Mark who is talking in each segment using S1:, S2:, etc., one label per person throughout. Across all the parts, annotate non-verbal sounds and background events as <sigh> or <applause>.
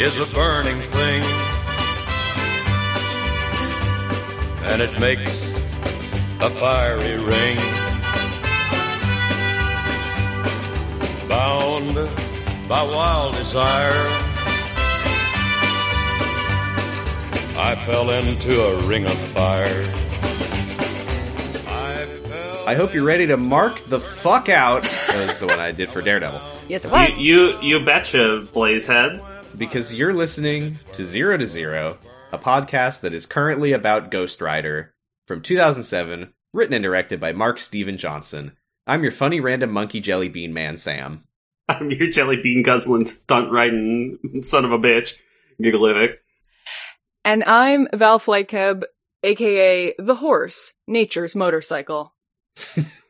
S1: is a burning thing, and it makes a fiery ring. Bound by wild desire, I fell into a ring of fire. I fell.
S2: I hope you're ready to mark the fuck out. <laughs> That's the one I did for Daredevil.
S3: Yes, it
S4: You,
S3: was.
S4: you, you betcha, Blazehead. <laughs>
S2: Because you're listening to Zero to Zero, a podcast that is currently about Ghost Rider from 2007, written and directed by Mark Steven Johnson. I'm your funny random monkey jelly bean man, Sam.
S4: I'm your jelly bean guzzling stunt riding <laughs> son of a bitch, Gigalithic.
S3: and I'm Val Flightcab, aka the horse, nature's motorcycle.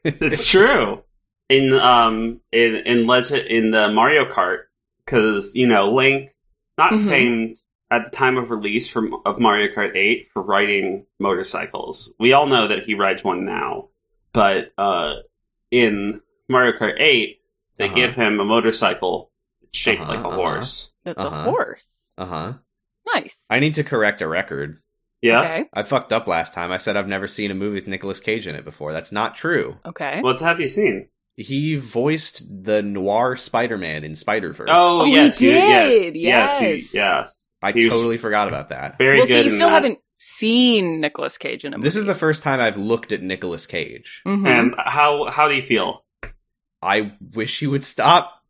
S4: It's true. In um in in legend in the Mario Kart, because you know Link, not
S3: Mhm.
S4: famed at the time of release from of Mario Kart Eight for riding motorcycles. We all know that he rides one now, but uh, in Mario Kart Eight, they
S2: Uh-huh.
S4: give him a motorcycle shaped
S2: Uh-huh,
S4: like a
S2: uh-huh.
S4: horse.
S3: That's
S2: Uh-huh.
S3: a horse.
S2: Uh huh.
S3: Nice.
S2: I need to correct a record.
S4: Yeah.
S3: Okay.
S2: I fucked up last time. I said I've never seen a movie with Nicolas Cage in it before. That's not true.
S3: Okay.
S4: What have you seen?
S2: He voiced the noir Spider Man in Spider Verse.
S4: Oh,
S3: Oh, he
S4: yes, you-
S3: did,
S4: yes, yes,
S3: yes.
S4: you- yes.
S2: I
S4: he was-
S2: totally forgot about that.
S4: Very
S3: well,
S4: good.
S3: so you
S4: in
S3: still
S4: that.
S3: haven't seen Nicolas Cage in a movie.
S2: This is the first time I've looked at Nicolas Cage.
S3: Mhm.
S4: uh, And how how do you feel?
S2: I wish he would stop.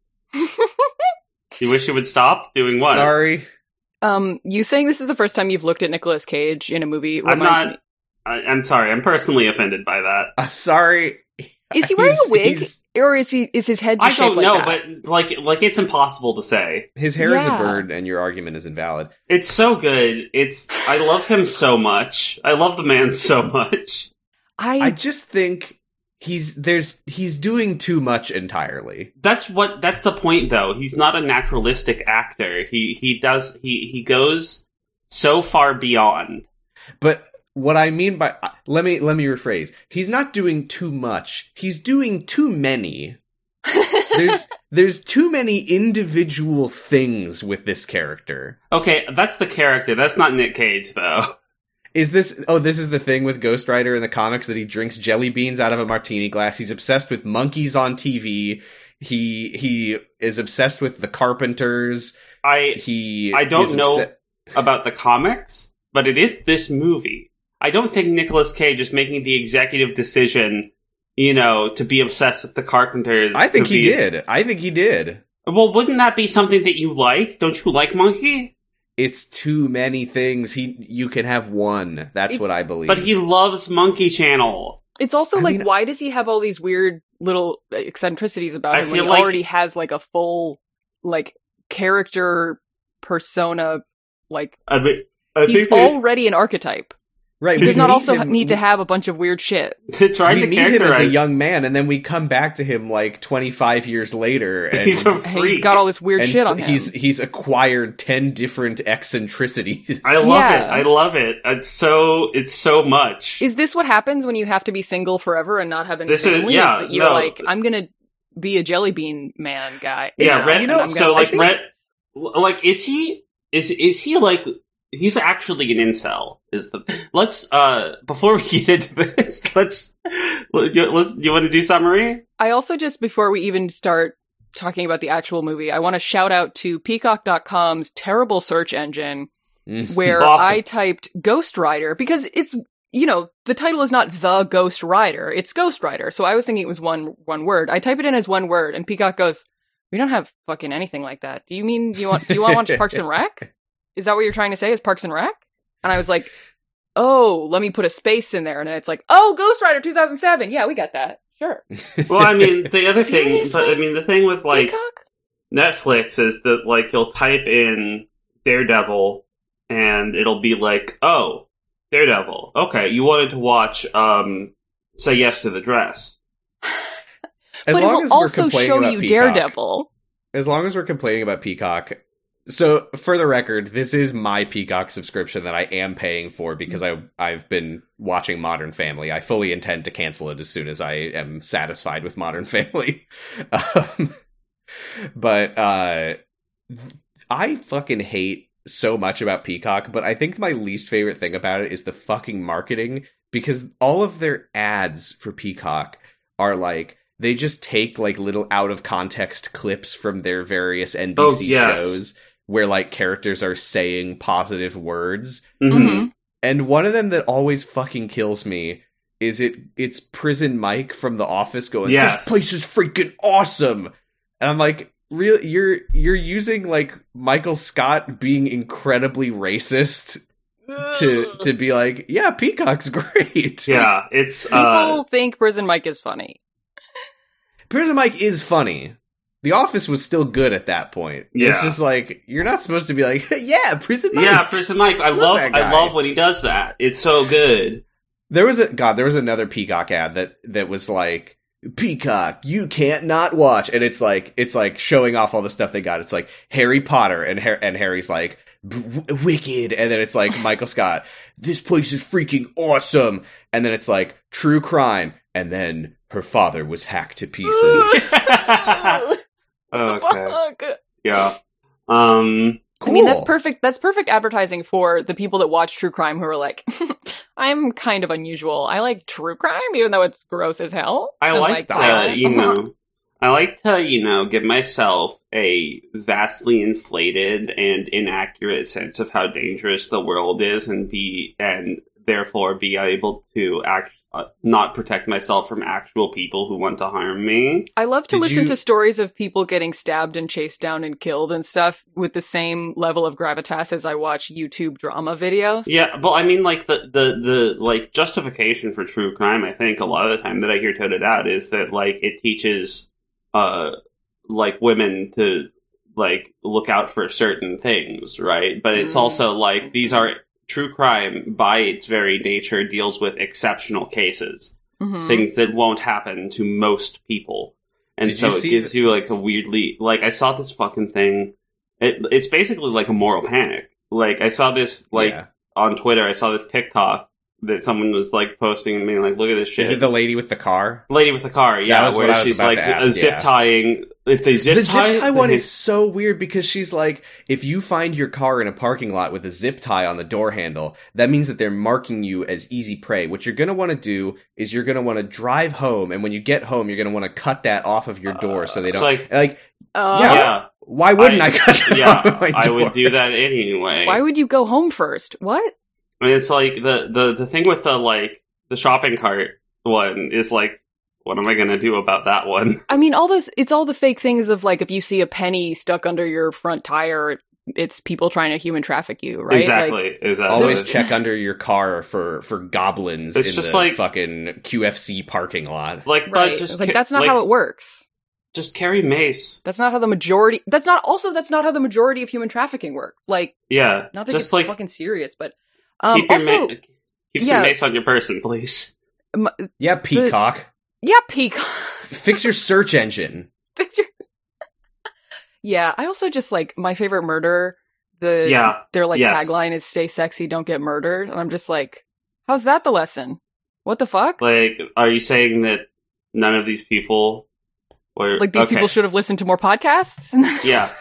S4: You wish you would stop doing what?
S2: Sorry.
S3: <laughs> um, you saying this is the first time you've looked at Nicolas Cage in a movie
S4: I'm
S3: reminds
S4: not- I, I'm sorry. I'm personally offended by that.
S2: I'm sorry.
S3: me. Is he
S4: <laughs>
S3: wearing
S2: He's-
S3: a wig,
S2: he's-
S3: or is he is his head? Just
S4: I don't
S3: shaped like
S4: know,
S3: that?
S4: but like like it's impossible to say.
S2: His hair is a
S3: Yeah.
S2: bird, and your argument is invalid.
S4: It's so good. It's I love him so much. I love the man so <laughs> much.
S2: I
S3: I
S2: just think he's there's he's doing too much entirely.
S4: That's what that's the point though. He's not a naturalistic actor. He he does he he goes so far beyond.
S2: But what I mean by uh, let me let me rephrase. He's not doing too much. He's doing too many.
S3: <laughs>
S2: There's there's too many individual things with this character.
S4: Okay, that's the character. That's not Nick Cage though.
S2: Is this oh this is the thing with Ghost Rider in the comics that he drinks jelly beans out of a martini glass. He's obsessed with monkeys on TV. He he is obsessed with the carpenters.
S4: I
S2: He
S4: I don't
S2: is
S4: know
S2: obse-
S4: about the comics, but it is this movie. I don't think Nicolas Cage is making the executive decision, you know, to be obsessed with the Carpenters.
S2: I think
S4: to
S2: he
S4: be-
S2: did. I think he did.
S4: Well, wouldn't that be something that you like? Don't you like Monkey?
S2: It's too many things. He you can have one. That's
S3: It's-
S2: what I believe.
S4: But he loves Monkey Channel.
S3: it's also
S2: I
S3: like,
S2: mean-
S3: why does he have all these weird little eccentricities about
S4: I
S3: him
S4: feel
S3: when he
S4: like-
S3: already has like a full like character persona? Like
S4: I, mean, I
S3: he's
S4: <laughs>
S3: already an archetype.
S2: right.
S3: He
S2: we
S3: does not
S2: need
S3: also
S2: him-
S3: need to have a bunch of weird shit.
S4: to try
S2: we
S4: to
S2: need him as
S4: characterize.
S2: a young man, and then we come back to him like twenty five years later, and
S4: <laughs> he's a
S3: And He's
S4: freak.
S3: got all this weird
S2: and
S3: shit
S2: s-
S3: on him.
S2: he's he's acquired ten different eccentricities. <laughs>
S4: I love
S3: Yeah.
S4: it. I love it. It's so. It's so much.
S3: Is this what happens when you have to be single forever and not have any
S4: This is-
S3: family?
S4: yeah,
S3: that you're
S4: no.
S3: like, I'm gonna be a jelly bean man guy.
S4: yeah,
S2: It's- uh,
S4: Red,
S2: you know,
S3: I'm
S4: so
S3: gonna-
S2: I
S4: like
S2: think-
S4: Red, like is he is is he like he's actually an incel? Is the let's uh before we get into this, <laughs> let's let's you want to do summary?
S3: I also just before we even start talking about the actual movie, I want to shout out to Peacock.com's terrible search engine
S2: Mm.
S3: where
S4: Awful.
S3: I typed Ghost Rider because it's you know the title is not the Ghost Rider, it's Ghost Rider. So I was thinking it was one one word. I type it in as one word, and Peacock goes, "We don't have fucking anything like that. Do you mean you want? Do you want to watch Parks
S4: <laughs>
S3: and Rec? Is that what you're trying to say? Is Parks and Rec?" And I was like, "Oh, let me put a space in there," and it's like, "Oh, Ghost Rider 2007. Yeah, we got that. Sure."
S4: Well, I mean the other thing,
S3: Seriously?
S4: but, I mean the thing with like
S3: Peacock.
S4: Netflix is that like you'll type in Daredevil and it'll be like, oh, Daredevil. Okay, you wanted to watch um Say Yes to the Dress.
S2: <laughs> as long
S3: but it will
S2: as we're
S3: also
S2: complaining
S3: show
S2: about
S3: you
S2: Peacock-
S3: Daredevil.
S2: As long as we're complaining about Peacock. So, for the record, this is my Peacock subscription that I am paying for because
S3: Mm.
S2: I I've been watching Modern Family. I fully intend to cancel it as soon as I am satisfied <laughs> with Modern Family. Um, but uh, I fucking hate so much about Peacock, but I think my least favorite thing about it is the fucking marketing because all of their ads for Peacock are like they just take like little out of context clips from their various NBC
S4: yes.
S2: shows where like characters are saying positive words Mm-hmm.
S4: Mhm.
S3: Mm-hmm.
S2: and one of them that always fucking kills me is it it's prison Mike from the office going,
S4: Yes.
S2: This place is freaking awesome. And I'm like, real you're you're using like Michael Scott being incredibly racist to to be like, yeah, Peacock's <laughs> great.
S4: Yeah, it's
S3: People
S4: uh,
S3: think Prison Mike is funny.
S4: <laughs>
S2: Prison Mike is funny. The office was still good at that point. It's
S4: Yeah.
S2: just like you're not supposed to be like, <laughs> yeah, Prison Mike.
S4: yeah, Prison Mike. I
S2: Love
S4: love,
S2: that guy.
S4: I love when he does that. It's
S2: <laughs>
S4: so good.
S2: There was a god. There was another Peacock ad that that was like Peacock. You can't not watch, and it's like it's like showing off all the stuff they got. It's like Harry Potter, and Har- and Harry's like "B- w- wicked, and then it's like Michael Scott. This place is freaking awesome, and then it's like true crime, and then her father was hacked to pieces.
S4: okay.
S3: Fuck.
S4: Yeah. Um.
S2: Cool.
S3: <laughs> I mean, that's perfect. That's perfect advertising for the people that watch true crime who are like, <laughs> I'm kind of unusual. I like true crime, even though it's gross as hell.
S4: I like to,
S2: that.
S4: you
S3: Uh-huh.
S4: know, I like to, you know, give myself a vastly inflated and inaccurate sense of how dangerous the world is, and be, and therefore be able to act, uh, not protect myself from actual people who want to harm me.
S3: I love to
S2: Did
S3: listen
S2: you-
S3: to stories of people getting stabbed and chased down and killed and stuff with the same level of gravitas as I watch YouTube drama videos.
S4: Yeah, but I mean, like the the the like justification for true crime. I think a lot of the time that I hear toted out is that like it teaches, uh, like women to like look out for certain things, right? But it's
S3: Mm.
S4: also like these are true crime by its very nature deals with exceptional cases,
S3: Mhm.
S4: things that won't happen to most people, and
S2: Did
S4: so
S2: you
S4: it
S2: see
S4: gives you like a weirdly like I saw this fucking thing. It, it's basically like a moral panic. Like I saw this like
S2: Yeah.
S4: on Twitter, I saw this TikTok that someone was like posting and being like, "Look at this shit."
S2: is it the lady with the car?
S4: lady with the car? Yeah,
S2: was what
S4: where
S2: I was
S4: she's
S2: about
S4: like
S2: to ask,
S4: uh, zip
S2: yeah.
S4: tying. If they zip
S2: the
S4: tie,
S2: zip tie
S4: then
S2: one
S4: they-
S2: is so weird because she's like, if you find your car in a parking lot with a zip tie on the door handle, that means that they're marking you as easy prey. What you're going to want to do is you're going to want to drive home, and when you get home, you're going to want to cut that off of your door so they
S4: Uh, it's
S2: don't.
S4: like,
S2: like,
S3: Uh,
S4: yeah,
S2: why wouldn't I,
S4: I-
S2: cut that off
S4: yeah,
S2: of my
S4: I
S2: door? <laughs>
S4: would do that anyway.
S3: Why would you go home first? What?
S4: I mean, it's like the the the thing with the like the shopping cart one is like, what am I gonna do about that one? <laughs>
S3: I mean, all those, it's all the fake things of like, if you see a penny stuck under your front tire, it's people trying to human traffic you, right?
S4: Exactly,
S3: Like,
S4: exactly.
S2: Always
S3: There's-
S2: check under your car for for goblins
S4: It's
S2: in
S4: just
S2: the
S4: like-
S2: fucking QFC parking lot.
S4: like,
S3: right.
S4: but just
S3: like,
S4: ca-
S3: that's not how it works.
S4: Just carry mace.
S3: That's not how the majority. That's not also. That's not how the majority of human trafficking works. Like,
S4: Yeah,
S3: not to
S4: just
S3: get
S4: like
S3: fucking serious, but um,
S4: keep your
S3: also,
S4: ma- keep some
S3: yeah.
S4: mace on your person, please.
S2: Yeah, Peacock,
S3: yeah, peacock.
S2: fix your search engine.
S3: <laughs> That's your- yeah, I also just like my favorite murder. The
S4: yeah,
S3: their like
S4: yes.
S3: tagline is "Stay sexy, don't get murdered," and I'm just like, how's that the lesson? What the fuck? Like,
S4: Like, are you saying that none of these people were
S3: these
S4: okay.
S3: people should have listened to more podcasts. <laughs>
S4: Yeah.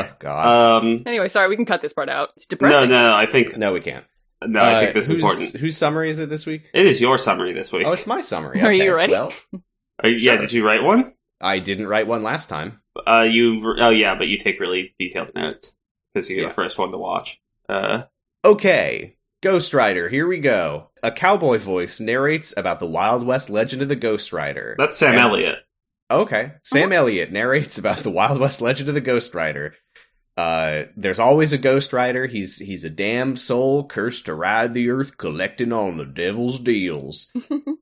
S2: <laughs> Oh, God,
S4: Um.
S3: anyway, sorry, we can cut this part out. It's
S4: No, no,
S3: depressing.
S4: no. I think
S2: no, we can't.
S4: uh, no. I think
S2: Uh,
S4: this is
S2: whose-
S4: important.
S2: Whose summary is it this week?
S4: It is your summary this week.
S2: Oh, it's my summary.
S3: Are
S2: Okay.
S3: you ready?
S2: Well,
S4: Are you- Yeah.
S2: sure.
S4: Did you write one?
S2: I didn't write one last time.
S4: Uh. You. Oh, yeah. But you take really detailed notes because you're
S2: Yeah.
S4: the first one to watch. Uh.
S2: Okay, Ghost Rider, here we go. A cowboy voice narrates about the Wild West legend of the Ghost Rider.
S4: That's Sam
S2: And-
S4: Elliott.
S2: Okay. Sam Elliott narrates about the Wild West legend of the Ghost Rider. Uh, there's always a Ghost Rider. He's he's a damned soul cursed to ride the earth, collecting on the devil's deals.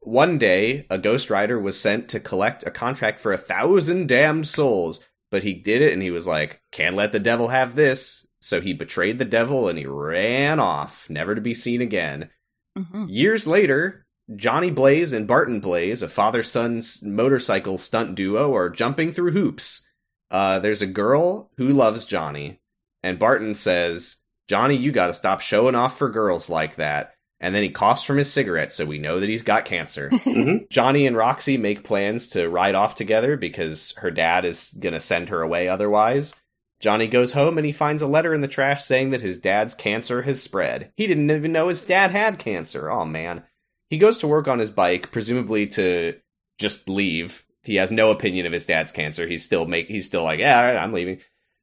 S2: One day, a Ghost Rider was sent to collect a contract for a thousand damned souls, but he did it, and he was like, "Can't let the devil have this." So he betrayed the devil and he ran off, never to be seen again.
S3: Mhm.
S2: Years later, Johnny Blaze and Barton Blaze, a father son motorcycle stunt duo, are jumping through hoops. Uh, there's a girl who loves Johnny, and Barton says, Johnny, you gotta stop showing off for girls like that. And then he coughs from his cigarette, so we know that he's got cancer.
S4: Mhm.
S2: Johnny and Roxy make plans to ride off together because her dad is gonna send her away otherwise. Johnny goes home and he finds a letter in the trash saying that his dad's cancer has spread. He didn't even know his dad had cancer. Oh man. He goes to work on his bike, presumably to just leave. He has no opinion of his dad's cancer. He's still make he's still like, yeah, all right, I'm leaving.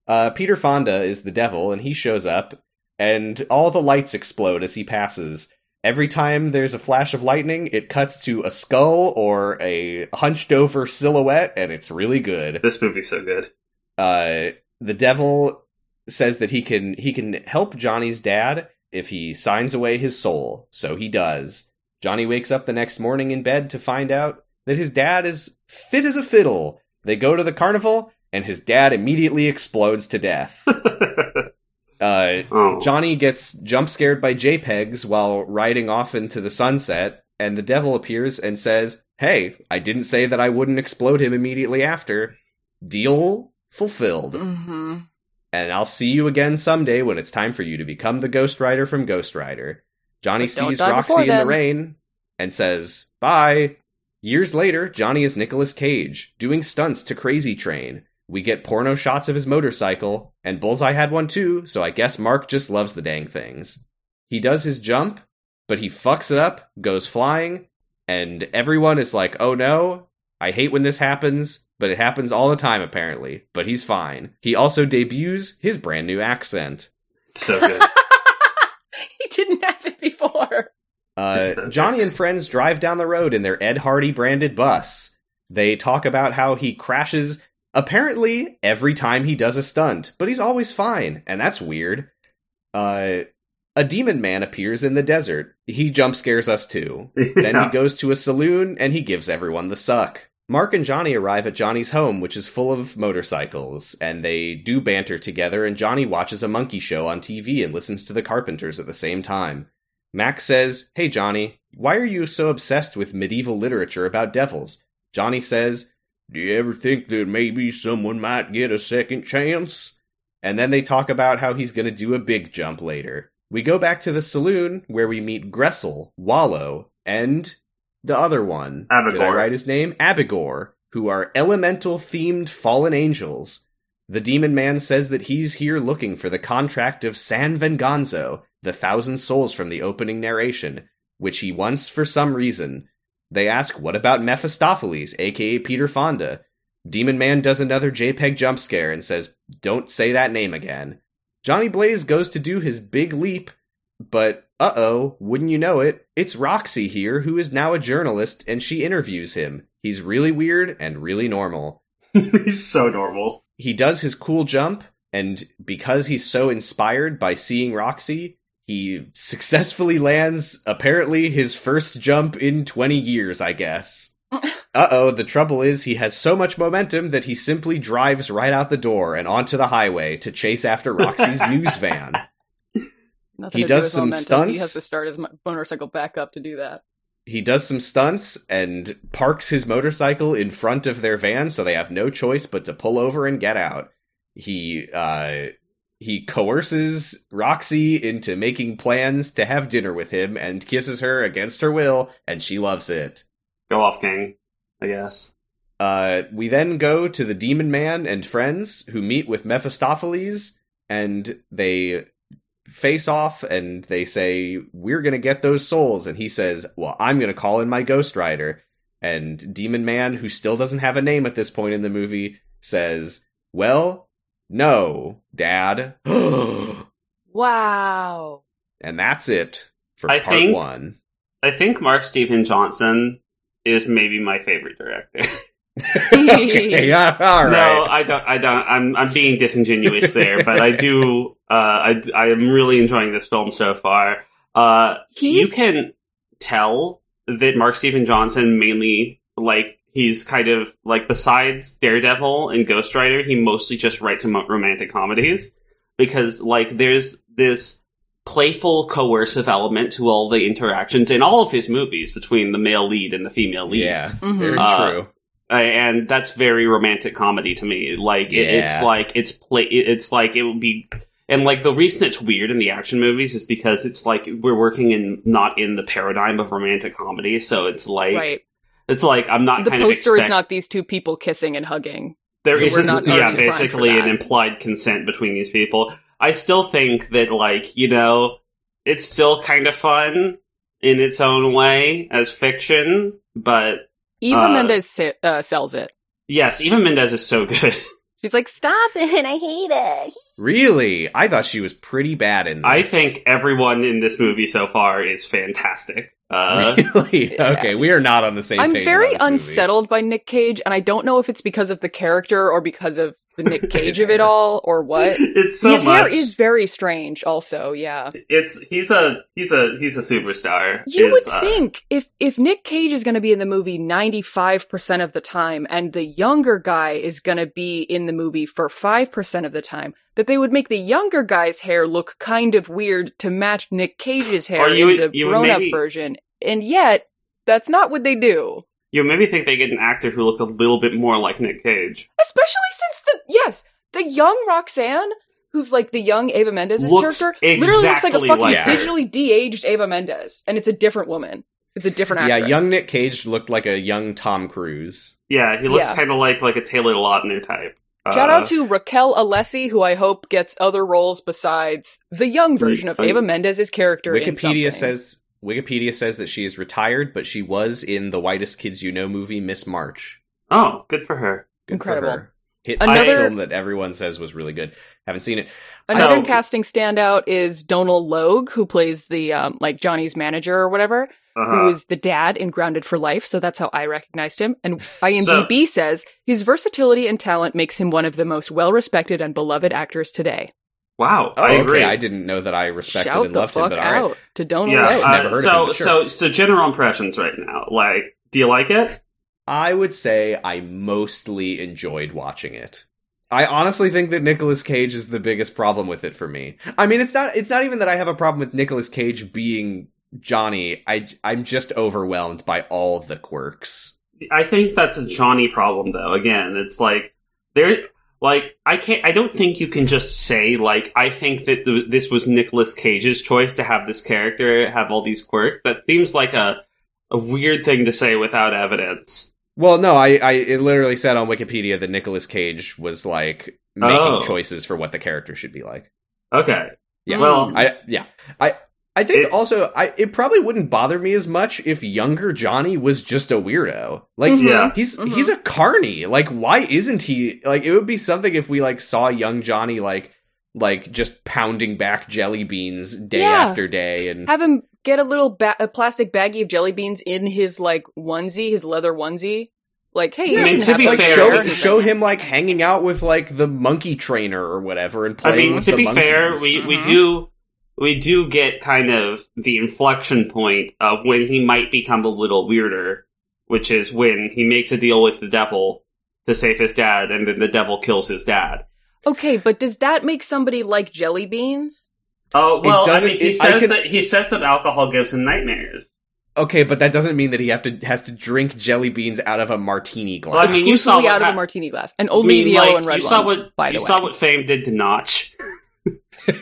S2: Uh, Peter Fonda is the devil, and he shows up, and all the lights explode as he passes. Every time there's a flash of lightning, it cuts to a skull or a hunched over silhouette, and it's really good.
S4: This movie's so good. <laughs>
S2: Uh, the devil says that he can he can help Johnny's dad if he signs away his soul. So he does. Johnny wakes up the next morning in bed to find out that his dad is fit as a fiddle. They go to the carnival and his dad immediately explodes to
S4: <laughs>
S2: death. Uh,
S4: oh.
S2: Johnny gets jump scared by JPEGs while riding off into the sunset, and the devil appears and says, Hey, I didn't say that I wouldn't explode him immediately after. Deal fulfilled.
S3: Mm-hmm. <laughs>
S2: And I'll see you again someday when it's time for you to become the Ghost Rider from Ghost Rider. Johnny
S3: But don't
S2: sees
S3: die
S2: Roxy
S3: before
S2: in the
S3: then.
S2: rain and says, Bye. Years later, Johnny is Nicolas Cage, doing stunts to Crazy Train. We get porno shots of his motorcycle, and Bullseye had one too, so I guess Mark just loves the dang things. He does his jump, but he fucks it up, goes flying, and everyone is like, oh no, I hate when this happens, but it happens all the time apparently, but he's fine. He also debuts his brand new accent.
S4: It's so good.
S3: he didn't have it before.
S2: Uh,
S4: That's perfect.
S2: Johnny and friends drive down the road in their Ed Hardy branded bus. They talk about how he crashes apparently every time he does a stunt, but he's always fine, and that's weird. Uh, a demon man appears in the desert. He jump scares us too. <laughs> <laughs> Then he
S4: Yeah.
S2: goes to a saloon and he gives everyone the suck. Mark and Johnny arrive at Johnny's home, which is full of motorcycles, and they do banter together. And Johnny watches a monkey show on TV and listens to the Carpenters at the same time. Max says, Hey, Johnny, why are you so obsessed with medieval literature about devils? Johnny says, Do you ever think that maybe someone might get a second chance? And then they talk about how he's going to do a big jump later. We go back to the saloon where we meet Gressel, Wallow, and the other one. Did I
S4: Abigor.
S2: write his name? Abigor, who are elemental themed fallen angels. The demon man says that he's here looking for the contract of San Venganzo, the thousand souls from the opening narration, which he wants for some reason. They ask, What about Mephistopheles, aka Peter Fonda? Demon Man does another JPEG jump scare and says, Don't say that name again. Johnny Blaze goes to do his big leap, but uh oh, wouldn't you know it, it's Roxy here who is now a journalist and she interviews him. He's really weird and really normal.
S4: he's so normal.
S2: He does his cool jump, and because he's so inspired by seeing Roxy, he successfully lands apparently his first jump in 20 years, I guess. Uh oh, the trouble is he has so much momentum that he simply drives right out the door and onto the highway to chase after Roxy's news van.
S3: Nothing
S2: He
S3: to do
S2: does
S3: with
S2: some
S3: momentum.
S2: stunts.
S3: He has to start his mo- motorcycle back up to do that.
S2: He does some stunts and parks his motorcycle in front of their van so they have no choice but to pull over and get out. He uh he coerces Roxy into making plans to have dinner with him and kisses her against her will and she loves it.
S4: Go off, King. I guess.
S2: Uh, we then go to the Demon Man and friends who meet with Mephistopheles and they face off and they say, We're going to get those souls. And he says, Well, I'm going to call in my Ghost Rider. And Demon Man, who still doesn't have a name at this point in the movie, says, Well, no, Dad. <gasps> and
S3: Wow.
S2: that's it for
S4: I
S2: part
S4: think-
S2: one.
S4: <laughs>
S2: <laughs>
S4: I think Mark Steven Johnson is maybe my favorite director. <laughs>
S2: okay, yeah, all
S4: No,
S2: right.
S4: I don't. I don't. I'm I'm being disingenuous there, but I do. Uh, I d- I am really enjoying this film so far. Uh, you
S3: He's
S4: can tell that Mark Steven Johnson mainly like he's kind of like besides Daredevil and Ghost Rider, he mostly just writes mo- romantic comedies because like there's this playful coercive element to all the interactions in all of his movies between the male lead and the female lead
S2: yeah,
S3: Mhm.
S2: very
S4: Uh,
S2: true.
S4: uh, and that's very romantic comedy to me. Like it, it's
S2: Yeah.
S4: like it's play. it- It's like it would be, and like the reason it's weird in the action movies is because it's like we're working in not in the paradigm of romantic comedy. So it's like
S3: right.
S4: it's like I'm not
S3: The
S4: kind
S3: poster
S4: of
S3: is
S4: expect-
S3: not these two people kissing and hugging.
S4: There
S3: So we're
S4: not
S3: not
S4: yeah,
S3: already applying for
S4: basically an
S3: that.
S4: implied consent between these people. I still think that, like, you know, it's still kind of fun in its own way as fiction, but
S3: Eva
S4: Uh,
S3: Mendes sa- uh, sells it.
S4: yes, even Mendez is so <laughs> good.
S3: She's like, "Stop it! I hate it."
S2: Really? I thought she was pretty bad in this.
S4: I think everyone in this movie so far is fantastic. Uh,
S2: <laughs> really? Okay, we are not on the same
S3: I'm
S2: page.
S3: very
S2: about this movie.
S3: unsettled by Nick Cage, and I don't know if it's because of the character or because of
S2: <laughs>
S3: the Nick Cage of it
S2: hair.
S3: all or <laughs> what.
S4: <laughs> it's so
S3: His hair
S4: much.
S3: is very strange. Also, yeah.
S4: it's he's a he's a he's a superstar.
S3: You
S4: Is,
S3: would
S4: uh,
S3: think if if Nick Cage is going to be in the movie 95% of the time and the younger guy is going to be in the movie for 5% of the time that they would make the younger guy's hair look kind of weird to match Nick Cage's hair
S4: Or you
S3: in
S4: would-
S3: the
S4: you would
S3: grown-up
S4: maybe-
S3: version. And yet that's not what they do.
S4: You maybe think they get an actor who looked a little bit more like Nick Cage.
S3: Especially since the yes, the young Roxanne who's like the young Ava Mendez's
S4: Looks
S3: character literally looks like a
S4: exactly
S3: fucking
S4: like
S2: her.
S3: digitally de-aged Ava Mendez and it's a different woman. It's a different
S2: Yeah,
S3: actress.
S2: young Nick Cage looked like a young Tom Cruise.
S4: Yeah, he looks
S3: Yeah.
S4: kind of like like a Taylor Lautner type.
S3: Shout
S4: Uh,
S3: out to Raquel Alessi, who I hope gets other roles besides the young version of
S4: I-
S3: Ava Mendez's character. in something.
S2: Wikipedia says Wikipedia says that she is retired, but she was in the Whitest Kids You Know movie Miss March.
S4: oh, good for her.
S2: Good
S3: Incredible.
S2: For her. Hit
S3: Another-
S2: another film that everyone says was really good. Haven't seen it.
S3: another
S4: So-
S3: casting standout is Donal Logue, who plays the um, like Johnny's manager or whatever, who
S4: Uh-huh.
S3: is the dad in Grounded for Life. So that's how I recognized him. And IMDb says his versatility and talent makes him one of the most well-respected and beloved actors today.
S4: Wow,
S2: Oh,
S4: I agree.
S2: Okay, I didn't know that I respected
S3: Shout
S2: and
S3: the
S2: loved him,
S3: fuck
S2: but all right.
S3: out to Donal
S4: yeah,
S3: Logue.
S2: I've never
S4: uh,
S2: heard of
S4: so
S2: him, but sure.
S4: so so general impressions right now. Like, do you like it?
S2: I would say I mostly enjoyed watching it. I honestly think that Nicolas Cage is the biggest problem with it for me. I mean, it's not it's not even that I have a problem with Nicolas Cage being Johnny. I I'm just overwhelmed by all the quirks.
S4: I think that's a Johnny problem, though. Again, it's like there, like I can't. I don't think you can just say like I think that th- this was Nicolas Cage's choice to have this character have all these quirks. That seems like a a weird thing to say without evidence.
S2: Well, no, I I it literally said on Wikipedia that Nicolas Cage was like making
S4: Oh.
S2: choices for what the character should be like.
S4: Okay,
S2: Yeah.
S4: Well-
S2: I yeah. I I think
S4: It's-
S2: also I it probably wouldn't bother me as much if younger Johnny was just a weirdo. Like
S3: Mhm.
S4: yeah.
S2: He's
S3: Mhm.
S2: he's a carny. Like why isn't he like it would be something if we like saw young Johnny like like just pounding back jelly beans day
S3: Yeah.
S2: after day and
S3: have him get a little ba- a plastic baggie of jelly beans in his like onesie, his leather onesie. Like, hey, you
S4: I mean,
S3: shouldn't
S4: to
S3: have
S4: be
S3: that
S2: like
S4: fair-
S3: shit
S2: show
S3: with you
S2: show
S3: right now.
S2: him like hanging out with like the monkey trainer or whatever and
S4: I
S2: playing
S4: mean,
S2: with
S4: to
S2: the
S4: be fair,
S2: monkeys.
S4: we,
S3: Mhm.
S4: we do we do get kind of the inflection point of when he might become a little weirder, which is when he makes a deal with the devil to save his dad, and then the devil kills his dad.
S3: Okay, but does that make somebody like jelly beans?
S4: Oh well, I
S2: doesn't-
S4: mean, he
S2: it- I
S4: says
S2: can-
S4: that he says that alcohol gives him nightmares.
S2: Okay, but that doesn't mean that he have to has to drink jelly beans out of a martini glass.
S4: Well, I mean, you saw
S3: Exclusively
S4: what
S3: out of
S4: hap-
S3: a martini glass, and only
S4: I mean,
S3: the
S4: like,
S3: yellow and red
S4: you saw
S3: ones.
S4: What,
S3: by the
S4: you
S3: way,
S4: saw what Fame did to Notch.
S2: <laughs>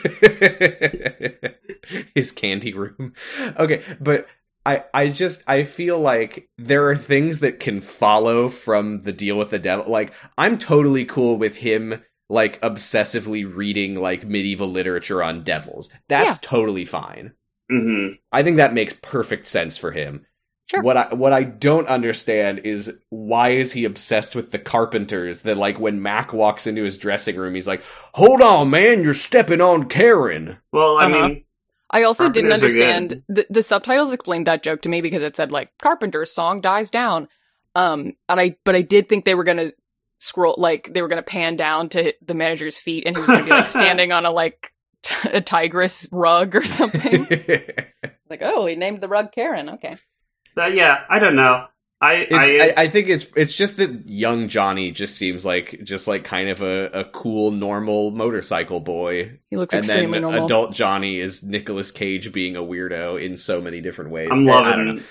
S2: his candy room. Okay, but I I just I feel like there are things that can follow from the deal with the devil. Like I'm totally cool with him like obsessively reading like medieval literature on devils. That's totally fine.
S4: hmm
S2: I think that makes perfect sense for him.
S3: Sure.
S2: What I what I don't understand is why is he obsessed with the carpenters? That like when Mac walks into his dressing room, he's like, "Hold on, man, you're stepping on Karen."
S4: Well, I
S3: Uh-huh.
S4: mean,
S3: I also didn't
S4: Carpenters are good.
S3: understand the, the subtitles explained that joke to me because it said like Carpenter's song dies down, um, and I but I did think they were gonna scroll like they were gonna pan down to the manager's feet and he was gonna be like standing on a like <laughs> t- a tigress rug or
S4: <laughs>
S3: something.
S2: It's-
S3: Like, oh, he named the rug Karen. Okay.
S4: that, yeah, I don't know. I, I, uh,
S2: I, I think it's it's just that young Johnny just seems like just like kind of a, a cool normal motorcycle boy,
S3: He looks
S2: and then
S3: extremely normal.
S2: adult Johnny is Nicolas Cage being a weirdo in so many different ways.
S4: I'm
S2: I- I don't know.
S4: loving.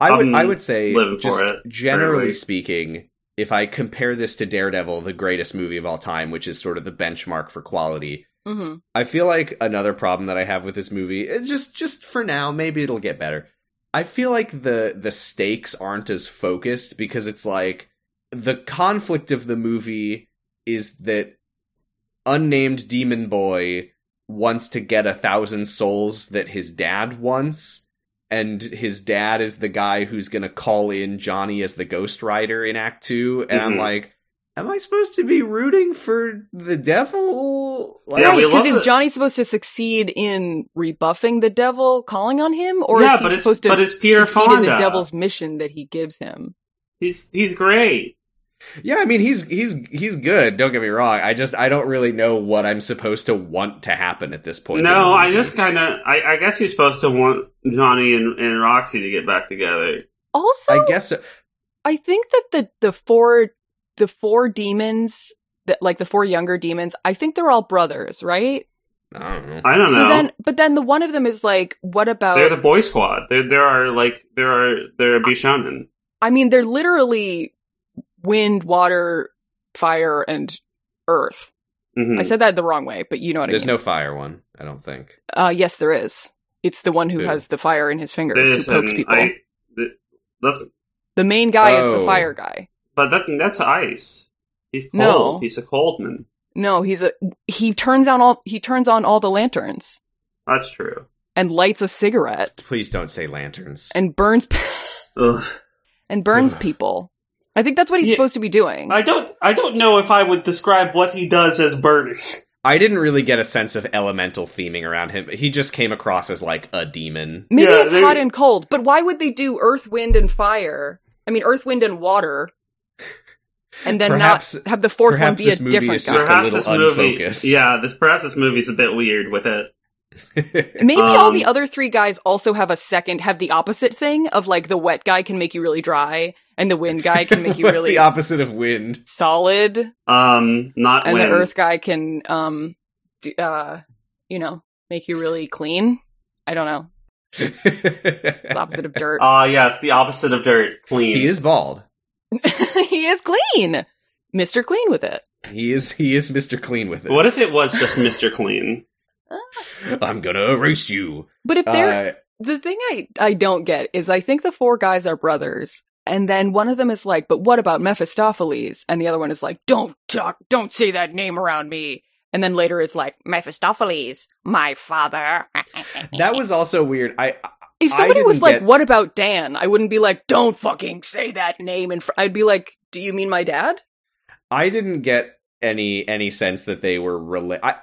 S2: I would
S4: I'm
S2: I would say
S4: living for
S2: just
S4: it,
S2: generally
S4: really.
S2: speaking, if I compare this to Daredevil, the greatest movie of all time, which is sort of the benchmark for quality,
S3: hmm
S2: I feel like another problem that I have with this movie, it just just for now, maybe it'll get better. I feel like the the stakes aren't as focused because it's like the conflict of the movie is that unnamed demon boy wants to get a thousand souls that his dad wants and his dad is the guy who's going to call in johnny as the ghost rider in act two and i'm
S4: Mhm.
S2: like am i supposed to be rooting for the devil like,
S4: Yeah,
S3: right,
S4: we
S3: because
S4: love
S3: is
S4: it.
S3: Johnny supposed to succeed in rebuffing the devil calling on him, or
S4: yeah,
S3: is he
S4: but it's
S3: supposed to
S4: but it's Pierre
S3: succeed in the
S4: Fonda.
S3: devil's mission that he gives him?
S4: He's he's great.
S2: yeah i mean he's he's he's good don't get me wrong i just i don't really know what i'm supposed to want to happen at this point in
S4: no,
S2: the
S4: I
S2: movie.
S4: just kind of I, I guess you're supposed to want Johnny and, and Roxy to get back together.
S3: Also,
S2: i guess so.
S3: I think that the the four the four demons that like the four younger demons, I think they're all brothers, right?
S2: i don't know
S4: I don't
S3: so
S4: know.
S3: then uh, but then the one of them is like, what about
S4: They're the boy squad. There there are like there are there are Bishonen.
S3: I mean, they're literally wind, water, fire, and earth.
S4: Mhm.
S3: I said that the wrong way, but you know what
S2: there's
S3: I mean.
S2: no fire one i don't think
S3: No- uh yes there is. It's the one who
S2: Who?
S3: has the fire in his fingers
S4: There's
S3: who pokes
S4: an-
S3: people.
S4: I- th- that's
S3: The main guy is
S2: Oh.
S3: the fire guy.
S4: but that that's ice. He's cold.
S3: No.
S4: He's a cold man.
S3: No, he's a he turns on all he turns on all the lanterns
S4: That's true.
S3: and lights a cigarette
S2: please don't say lanterns
S3: and burns
S4: Ugh.
S3: and burns people. I think that's what he's
S4: Yeah.
S3: supposed to be doing.
S4: I don't I don't know if I would describe what he does as burning.
S2: I didn't really get a sense of elemental theming around him. He just came across as like a
S3: <laughs>
S2: demon.
S3: Maybe
S4: Yeah,
S3: it's
S4: they-
S3: hot and cold, but why would they do earth, wind, and fire? I mean, earth, wind,
S2: <laughs>
S3: and water, and then
S2: Perhaps-
S3: not have the fourth one
S2: perhaps
S3: be a
S2: this movie
S3: different
S2: is
S3: guy.
S2: just a little
S4: Perhaps this movie,
S2: unfocused.
S4: yeah. This perhaps this movie's a bit weird with it.
S3: Maybe all
S4: Um,
S3: the other three guys also have a second, have the opposite thing of like the wet guy can make you really dry, and the wind guy
S2: <laughs>
S3: can make you
S2: What's
S3: really
S2: the opposite of wind?
S3: solid,
S4: Um, not
S3: and
S4: when
S3: the earth guy can, um, d- uh, you know, make you really clean. I don't know, the opposite of dirt.
S4: Ah, yes, the opposite of dirt,
S2: <laughs>
S4: clean.
S2: he is bald.
S3: <laughs> he is clean, Mister Clean with it.
S2: He is he is Mr. Clean with it.
S4: What if it was just Mr. Clean?
S2: I'm gonna erase you.
S3: But if they're
S2: Uh,
S3: The thing I, I don't get is I think the four guys are brothers, and then one of them is like, but what about Mephistopheles? And the other one is like, don't talk, don't say that name around me. And then later is like, Mephistopheles, my father.
S2: Uh, that was also weird. I
S3: if
S2: I
S3: somebody was
S2: didn't
S3: like,
S2: get-
S3: what about Dan? I wouldn't be like, don't fucking say that name. And fr-. I'd be like, do you mean
S2: <laughs>
S3: my dad?
S2: I didn't get any any sense that they were related. I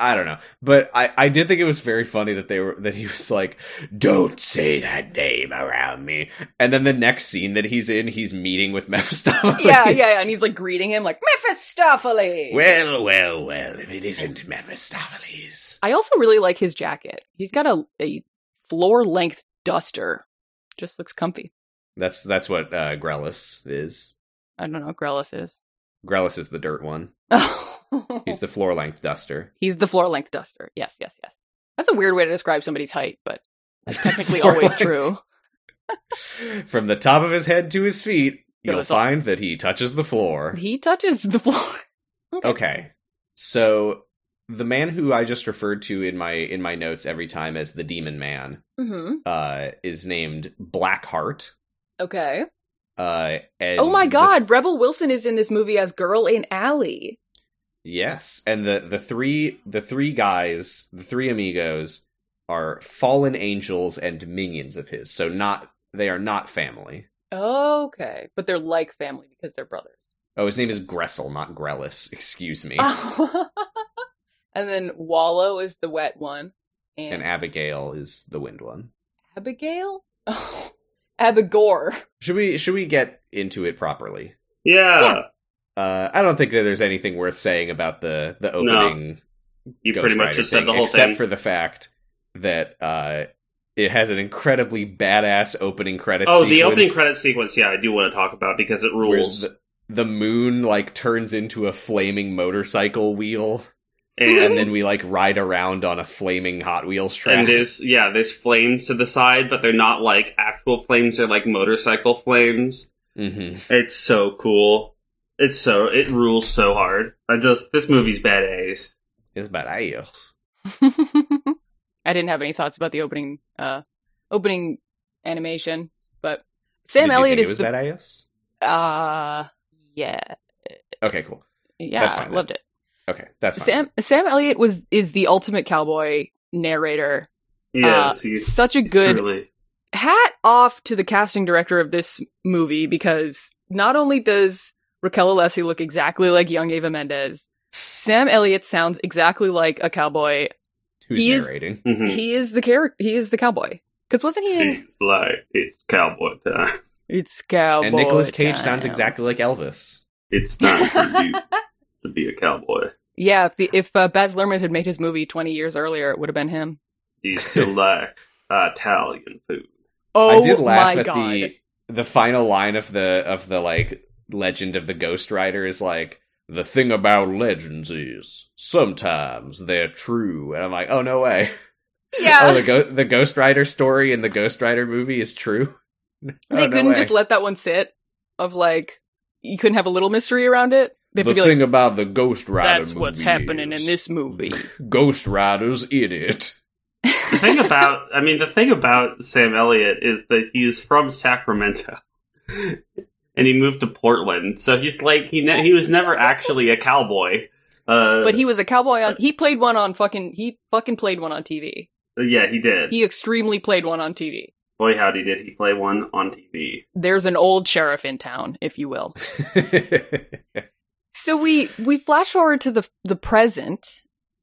S2: I don't know, but I I did think it was very funny that they were that he was like, "Don't say that name around me." And then the next scene that he's in, he's meeting with <laughs> Mephistopheles.
S3: yeah, yeah, yeah. And he's like greeting him like, Mephistopheles.
S2: <laughs> well, well, well. If it isn't Mephistopheles,
S3: I also really like his jacket. He's got a, a floor length duster. Just looks comfy.
S2: that's that's what uh, Grellis is.
S3: I don't know what Grellis <laughs> is.
S2: Grellis is the dirt one. He's
S3: He's the,
S2: the floor length duster.
S3: floor length duster. Yes, yes, yes. That's a weird way to describe somebody's height, <laughs> but that's technically
S2: <laughs> Floor
S3: always
S2: length.
S3: true.
S2: From the top of his head to his feet,
S3: Yeah,
S2: you'll
S3: that's all-
S2: find that he touches the floor.
S3: He touches the floor.
S2: Okay. So the man who I just referred to in my in my notes every time as the demon man
S3: hmm
S2: uh is named Blackheart.
S3: Okay.
S2: Uh and
S3: oh my
S2: the-
S3: God, Rebel Wilson is in this movie as girl in Alley.
S2: yes. And the the three the three guys, the three amigos are fallen angels and minions of his. So not they are not family.
S3: Okay, but they're like family because they're brothers.
S2: Oh, his name is Gressel, not Grellis. Excuse me.
S3: Ah. <laughs> and then Wallow is the wet one, and,
S2: and Abigail is the wind one.
S3: Abigail. Oh, <laughs> Abigor. <laughs>
S2: Should we should we get into it properly?
S4: Yeah,
S3: Yeah.
S2: Uh, I don't think that there's anything worth saying about the the opening.
S4: you
S2: Ghost
S4: pretty much
S2: Rider
S4: just
S2: thing,
S4: said the whole
S2: except
S4: thing.
S2: for the fact that uh, it has an incredibly badass opening credits.
S4: oh, the
S2: sequence
S4: opening credit sequence. Yeah, I do want to talk about because it
S2: where
S4: rules.
S2: The, the moon like turns into a flaming motorcycle wheel, and
S4: And
S2: then we like ride around on a flaming Hot Wheels track.
S4: and there's yeah, there's flames to the side, but they're not like actual flames. They're like motorcycle flames.
S2: hmm
S4: It's so cool. It's so it rules so hard. I just this movie's badass.
S2: It's about Ayos.
S3: I didn't have any thoughts about the opening uh opening animation, but Sam
S2: Did you
S3: Elliott
S2: think
S3: is
S2: it was
S3: the
S2: bad Ayos?
S3: uh yeah.
S2: Okay, cool.
S3: yeah,
S2: That's fine
S3: I
S2: then.
S3: loved it.
S2: Okay, that's fine.
S3: Sam Sam Elliott was is the ultimate cowboy narrator. Uh,
S4: Yes, he's,
S3: Such a
S4: he's
S3: good
S4: truly-
S3: hat off to the casting director of this movie because not only does Raquel Alessi look exactly like young Ava Mendez, Sam Elliott sounds exactly like a cowboy.
S2: Who's
S3: he is-
S2: narrating?
S4: Mhm.
S3: He is the character. He is the cowboy. Because wasn't he in
S4: He's like it's cowboy time.
S3: It's Cowboy?
S2: and Nicolas Cage sounds
S3: Time.
S2: exactly like Elvis.
S4: It's time
S3: <laughs>
S4: for you to be a cowboy.
S3: Yeah, if the, if uh, Baz Luhrmann had made his movie twenty years earlier, it would have been him.
S4: You still like Italian food.
S3: Oh
S2: I did laugh
S3: my
S2: at
S3: god!
S2: <laughs> the the final line of the of the like legend of the Ghost Rider is like the thing about legends is sometimes they're true, and I'm like, oh no way.
S3: yeah,
S2: Oh, the go- the Ghost Rider story in the Ghost Rider movie is true. Oh,
S3: <laughs> they
S2: no
S3: couldn't
S2: way.
S3: just let that one sit. Of like, you couldn't have a little mystery around it. They have
S2: the
S3: to be
S2: thing
S3: like,
S2: about the Ghost Rider.
S3: that's what's
S2: movie
S3: happening
S2: is
S3: in
S2: <laughs>
S3: this movie.
S2: Ghost Rider's in it. <laughs>
S4: The thing about I mean the thing about Sam Elliott is that he's from Sacramento. And he moved to Portland, so he's like he ne- he was never actually a cowboy. Uh,
S3: but he was a cowboy on. He played one on fucking. He fucking played one on TV.
S4: yeah, he did.
S3: He extremely played one on TV.
S4: Boy, howdy, did he play one on TV?
S3: There's an old sheriff in town, if you will. So we we flash forward to the the present,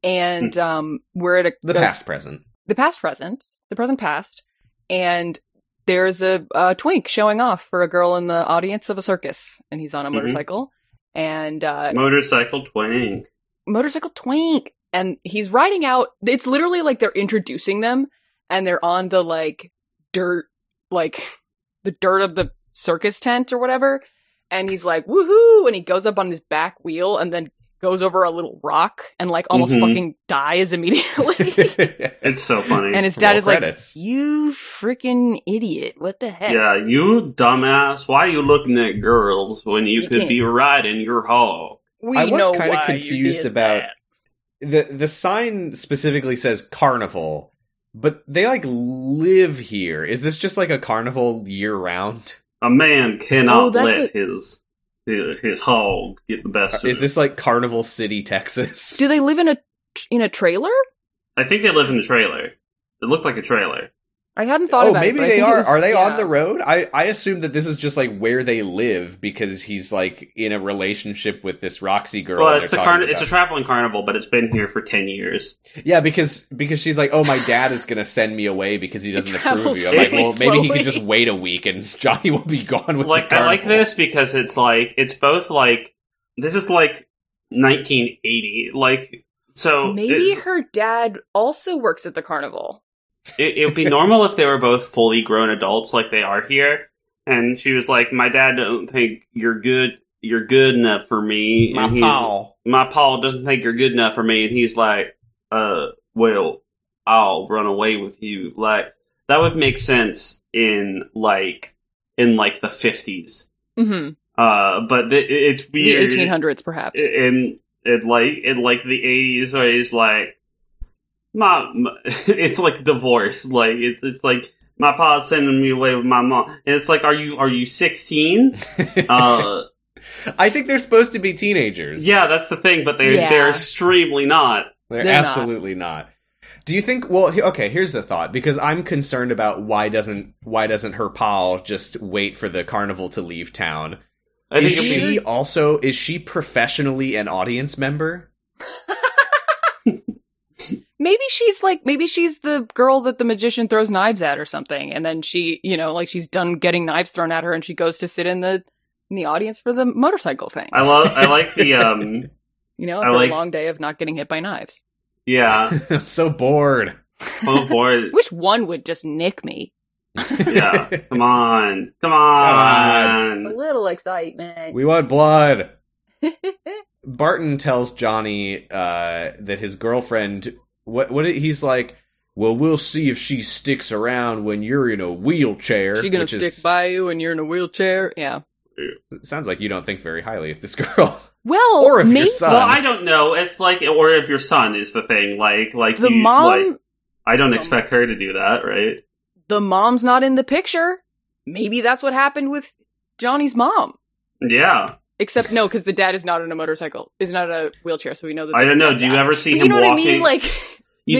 S3: and um, we're at a
S2: Hmm. the
S3: a-
S2: past
S3: <laughs>
S2: present.
S3: the past present, the present past, and there's a, a twink showing off for a girl in the audience of a circus, and he's on a
S2: Mm-hmm.
S4: Mhm.
S3: motorcycle, and uh,
S4: Motorcycle twang.
S3: motorcycle twink, and he's riding out. It's literally like they're introducing them, and they're on the like dirt, like <laughs> the dirt of the circus tent or whatever, and he's like woohoo, and he goes up on his back wheel, and then goes over a little rock and like almost
S2: Mm-hmm.
S4: Mhm.
S3: fucking
S2: <laughs>
S3: dies immediately.
S4: It's so funny.
S3: and his dad
S2: Roll
S3: is like "Eh."
S2: credits.
S3: you freaking idiot. What the heck?
S4: yeah, you dumbass. Why you looking at girls when you,
S3: You
S4: could
S3: can't.
S4: be riding your hog?
S3: We
S2: I was
S3: know
S2: kinda
S3: why you
S2: confused
S3: did
S2: about-
S3: that.
S2: the the sign specifically says carnival, but they like live here. Is this just like a carnival year round?
S4: A man cannot
S3: Oh, that's
S4: let his, his his hog get the best of
S2: Uh, Is
S4: him.
S2: this like Carnival City, Texas?
S3: Do they live in a in a trailer?
S4: I think they live in a trailer. It looked like a trailer.
S3: I hadn't thought
S2: Oh,
S3: about
S2: maybe
S3: it. but I
S2: they
S3: think it
S2: are.
S3: was-
S2: are they on
S3: yeah.
S2: the road? I I assume that this is just like where they live because he's like in a relationship with this Roxy girl.
S4: well,
S2: they're
S4: it's a
S2: talking
S4: carn- it's a
S2: about.
S4: traveling carnival, but it's been here for ten years.
S2: yeah, because because she's like, oh, my dad is gonna send me away because he doesn't approve of
S3: travels
S2: you. I'm like,
S4: really
S2: well, maybe he
S3: slowly.
S2: could just wait a week and <laughs> Johnny will be gone with
S4: Like
S2: the
S4: I like
S2: carnival.
S4: this because it's like it's both like this is like 1980. Like so,
S3: Maybe
S4: it's-
S3: her dad also works at the carnival.
S4: it, it would be normal if they were both fully grown adults like they are here. And she was like, "My dad don't think you're good. You're good enough for me."
S2: My
S4: and he's, <laughs>
S2: pal.
S4: my Paul doesn't think you're good enough for me, and he's like, uh, well, I'll run away with you. Like that would make sense in like in like the fifties.
S3: hmm
S4: Uh, but th- it's
S3: The
S4: weird.
S3: eighteen hundreds, perhaps.
S4: in in like in like the eighties, where he's like, my, my- <laughs> it's like divorce. Like it's it's like my pa's sending me away with my mom, and it's like, are you are
S3: <laughs>
S4: you sixteen? Uh.
S2: I think they're supposed to be teenagers.
S4: Yeah, that's the thing, but they
S3: Yeah.
S4: they're extremely not.
S2: They're,
S3: They're not.
S2: absolutely not. Do you think? Well, he- okay. Here's the thought because I'm concerned about why doesn't why doesn't her pal just wait for the carnival to leave town?
S4: I
S2: is
S4: think it'd be-
S2: she also is she professionally an audience member? <laughs>
S3: Maybe she's like maybe she's the girl that the magician throws knives at or something, and then she, you know, like she's done getting knives thrown at her and she goes to sit in the in the audience for the motorcycle thing.
S4: I love. I like the. um
S3: you know,
S4: I
S3: after
S4: like-
S3: a long day of not getting hit by knives.
S4: Yeah.
S2: I'm so bored.
S4: Oh boy.
S3: Wish one would just nick me.
S4: Yeah. Come on. Come
S3: A
S4: on.
S3: little excitement.
S2: we want
S3: <laughs>
S2: blood. Barton tells Johnny uh, that his girlfriend. What? What? He's like. Well, we'll see if she sticks around when you're in a wheelchair.
S3: She gonna
S2: which
S3: stick
S2: is-
S3: by you and you're in a wheelchair? Yeah.
S2: Sounds like you don't think very highly of this <laughs> girl.
S3: Well,
S2: or if your
S3: maybe
S2: son.
S4: Well, I don't know. It's like, or if your son is the thing, like, like
S3: the
S4: you-
S3: mom,
S4: like, I don't expect her to do that, right?
S3: the mom's not in the picture. Maybe that's what happened with Johnny's mom.
S4: Yeah.
S3: Except no, because the dad is not on a motorcycle, is not in a wheelchair, so we know that.
S4: I
S3: they're
S4: don't know.
S3: not
S4: Do you
S3: that.
S4: ever see
S3: But
S4: him
S3: you know
S4: walking?
S3: what I mean?
S4: <laughs>
S3: Like
S4: you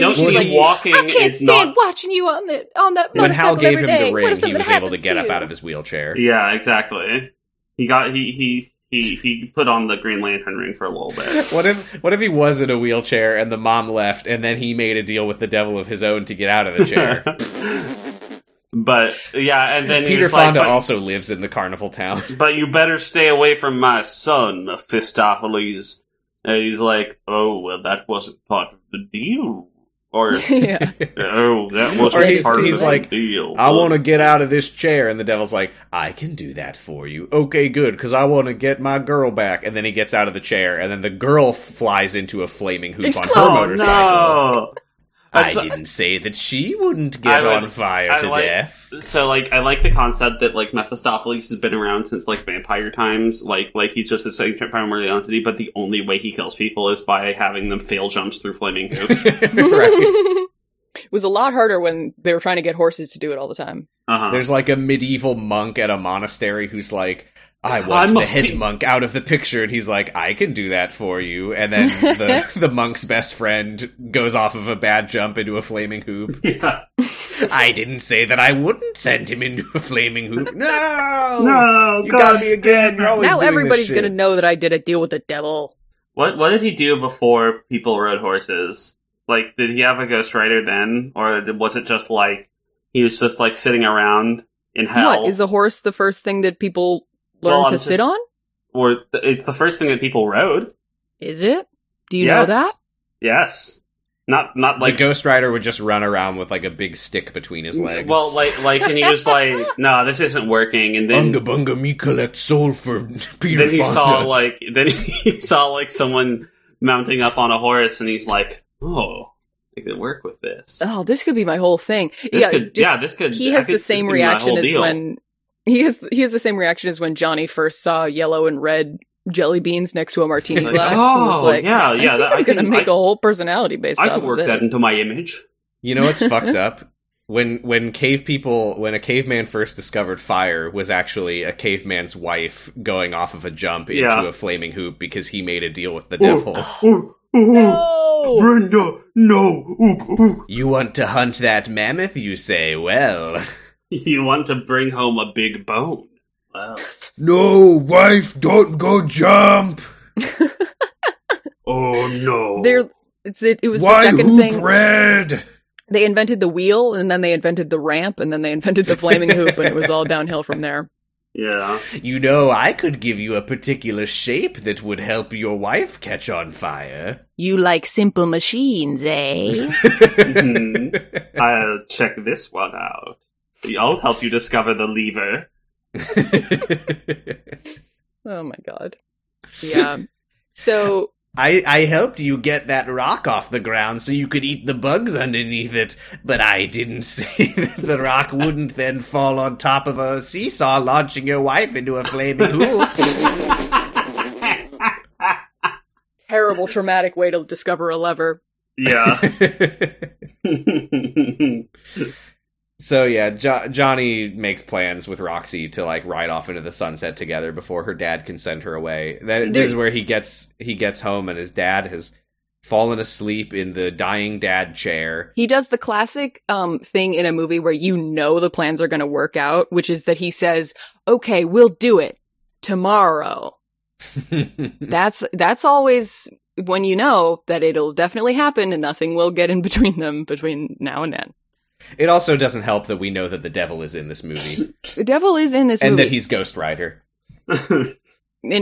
S3: Maybe
S4: don't
S3: she's
S4: see him
S2: like,
S4: walking.
S3: I can't
S4: it's
S3: stand
S4: not.
S3: watching you on the on that
S2: When
S3: motorcycle
S2: Hal gave
S3: every
S2: him
S3: day.
S2: the
S3: What
S2: ring,
S3: if
S2: he
S3: something
S2: was able to
S3: happens
S2: get up
S3: you?
S2: out of his wheelchair.
S4: Yeah, exactly. He got he he he he put on the Green Lantern ring for a little
S2: <laughs>
S4: bit.
S2: What if what if he was in a wheelchair and the mom left and then he made a deal with the devil of his own to get out of the
S4: <laughs>
S2: chair?
S4: but yeah, and then he
S2: Peter
S4: was like,
S2: Fonda
S4: but,
S2: also lives in the carnival town.
S4: but you better stay away from my son, Mephistopheles. And he's like, oh well, that wasn't part of the deal,
S2: <laughs>
S3: <laughs>
S4: or
S3: yeah.
S4: oh that wasn't
S3: Or he's-
S4: part
S3: he's
S4: of the
S2: like,
S4: deal.
S2: I want to get out of this chair, and the devil's like, "I can do that for you." Okay, good, because I want to get my girl back. And then he gets out of the chair, and then the girl flies into a flaming hoop on
S3: Explodes.
S2: her
S4: Oh
S2: motorcycle.
S4: no!
S2: I
S4: That's-
S2: didn't say that she wouldn't get
S4: I
S2: on
S4: would-
S2: fire
S4: I
S2: to
S4: like- <laughs>
S2: death.
S4: so like I like the concept that like Mephistopheles has been around since like vampire times. Like like he's just this like, primary entity, but the only way he kills people is by having them fail jumps through flaming
S2: <laughs>
S4: hoops. uh
S2: right.
S3: It was a lot harder when they were trying to get horses to do it all the time.
S4: huh.
S2: There's like a medieval monk at a monastery who's like, I
S4: I
S2: want the
S4: must
S2: head
S4: be-
S2: monk out of the picture. And he's like, I can do that for you. And then
S4: <laughs>
S2: the, the monk's best friend goes off of a bad jump into a flaming hoop.
S4: <laughs> Yeah.
S2: I didn't say that I wouldn't send him into a flaming hoop. No!
S4: No,
S2: You
S4: God.
S2: got me again. You're always
S3: now
S2: Oh, doing this
S3: everybody's
S2: shit.
S3: gonna know that I did a deal with the devil.
S4: What what did he do before people rode horses? Like, did he have a ghostwriter then, or did- was it just like he was just like sitting around in hell?
S3: What is a horse? The first thing that people learn
S4: Well, I'm
S3: to sit
S4: just-
S3: on?
S4: or th- it's the first thing that people rode.
S3: Is it? Do you
S4: yes.
S3: know that?
S4: Yes. Not not like
S2: the Ghost Rider would just run around with like a big stick between his legs.
S4: Well, like, like, and he was like,
S3: <laughs>
S4: "No, this isn't working." And then,
S2: Bunga Bunga, me collect soul for <laughs> Peter
S4: then he
S2: Fonda.
S4: saw uh, like, then <laughs> he saw like someone mounting up on a horse, and he's like, "Oh, I could work with this.
S3: Oh, this could be my whole thing.
S4: This
S3: yeah,
S4: could,
S3: just-
S4: yeah, this could."
S3: he
S4: I
S3: has
S4: could-
S3: the
S4: this
S3: same
S4: could be my
S3: reaction
S4: whole
S3: as
S4: deal.
S3: when he has he has the same reaction as when Johnny first saw yellow and red jelly beans next to a martini
S4: Like,
S3: glass. and was
S4: oh,
S3: like,
S4: yeah, yeah,
S3: I
S4: that-
S3: am
S4: I
S3: gonna
S4: can-
S3: make
S4: I-
S3: a whole personality based.
S4: I
S3: off
S4: could work
S3: of
S4: that
S3: this.
S4: into my image.
S2: You know what's fucked up? When when cave people when a caveman first discovered fire was actually a caveman's wife going off of a jump into
S4: Yeah.
S2: a flaming hoop because he made a deal with the devil.
S3: No,
S4: Brenda, no.
S2: You want to hunt that mammoth, you say? Well,
S4: You want to bring home a big bone? Well,
S2: no, wife, don't go jump.
S4: oh no.
S3: there. It's, it, it was the second thing.
S2: bread?
S3: They invented the wheel, and then they invented the ramp, and then they invented the flaming hoop, and it was all downhill from there.
S4: yeah.
S2: You know, I could give you a particular shape that would help your wife catch on fire.
S3: <laughs> You like simple machines, eh?
S2: Mm-hmm.
S4: Mhm. I'll check this one out. I'll help you discover the lever.
S3: oh my god. Yeah. So
S2: <laughs> I, I helped you get that rock off the ground so you could eat the bugs underneath it, but I didn't <laughs> say that the rock wouldn't then fall on top of a seesaw, launching your wife into a flaming <laughs> hoop.
S3: terrible traumatic way to discover a lever.
S2: <laughs>
S4: yeah. <laughs> yeah.
S2: so yeah, jo- Johnny makes plans with Roxy to like ride off into the sunset together before her dad can send her away. That
S3: There-
S2: this is where he gets he gets home and his dad has fallen asleep in the dying dad
S3: <laughs>
S2: chair.
S3: He does the classic um, thing in a movie where you know the plans are going to work out, which is that he says, "Okay, we'll do it tomorrow."
S2: Mm-hmm.
S3: That's that's always when you know that it'll definitely happen and nothing will get in <laughs> between them between now and then.
S2: It also doesn't help that we know that the devil is in this movie
S3: The devil is in this
S2: and that
S3: movie,
S2: he's Ghost Rider.
S3: and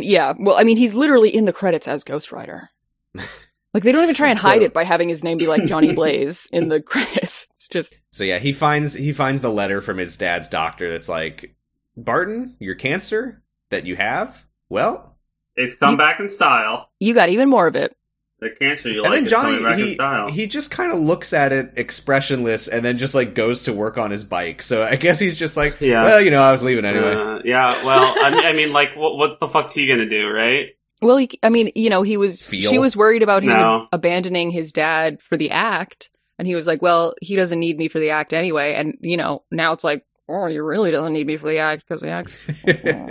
S3: yeah, well, I mean, he's literally in the credits as Ghost
S2: <laughs>
S3: Rider. Like they don't even try and hide
S2: So-
S3: it by having his name be like Johnny Blaze in the <laughs> credits. It's just
S2: So yeah, he finds he finds the letter from his dad's doctor that's like, "Barton, your cancer that you have, well."
S4: It's come back in style.
S3: you got even more of it.
S4: The cancer you
S2: and
S4: like
S2: then
S4: is coming back in
S2: Johnny
S4: style.
S2: he, he just kind of looks at it expressionless and then just like goes to work on his bike. So I guess he's just like,
S4: Yeah.
S2: "Well, you know, I was leaving anyway."
S4: <laughs> Uh, yeah, well, I mean, I mean like, what, what the fuck's he gonna do, right?
S3: Well, he, I mean, you know, he was.
S2: Feel?
S3: She was worried about him
S4: No.
S3: abandoning his dad for the act, and he was like, "Well, he doesn't need me for the act anyway." And you know, now it's like, "Oh, you really doesn't need me for the act because the act." Now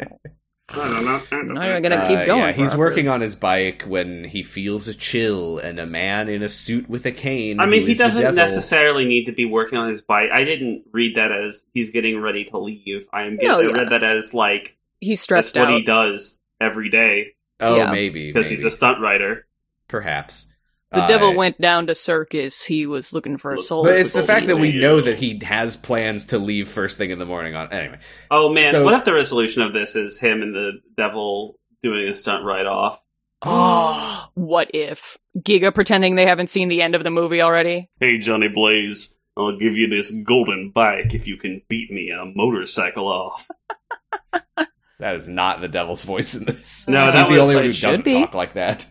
S3: you're gonna keep
S2: Uh,
S3: going.
S2: yeah, he's
S3: Robert.
S2: working on his bike when he feels a chill and a man in a suit with a cane.
S4: I mean,
S2: who
S4: he
S2: is the
S4: doesn't
S2: devil-
S4: necessarily need to be working on his bike. I didn't read that as he's getting ready to leave. I am. Get-
S3: No,
S4: I
S3: yeah.
S4: read that as like
S3: He's
S4: that's
S3: stressed
S4: what
S3: out.
S4: he does every day
S2: Oh,
S3: Yeah.
S2: maybe
S4: because he's
S2: maybe.
S4: a stunt writer.
S2: perhaps
S3: The
S2: Uh,
S3: devil went down to circus. He was looking for a
S4: But
S3: soul.
S2: But it's the
S4: Oh,
S2: fact that we
S4: yeah.
S2: know that he has plans to leave first thing in the morning. On
S3: <gasps>
S2: anyway,
S4: Oh man,
S2: So-
S4: what if the resolution of this is him and the devil doing a stunt write off?
S3: Oh, <gasps> what if Giga pretending they haven't seen the end of the movie already?
S4: Hey Johnny Blaze, I'll give you this golden bike if you can beat me in a motorcycle off.
S2: that is not the devil's voice in this.
S4: No,
S2: he's
S4: that
S2: the
S4: was-
S2: only one
S3: it
S2: who
S3: should
S2: doesn't
S3: be.
S2: talk like that.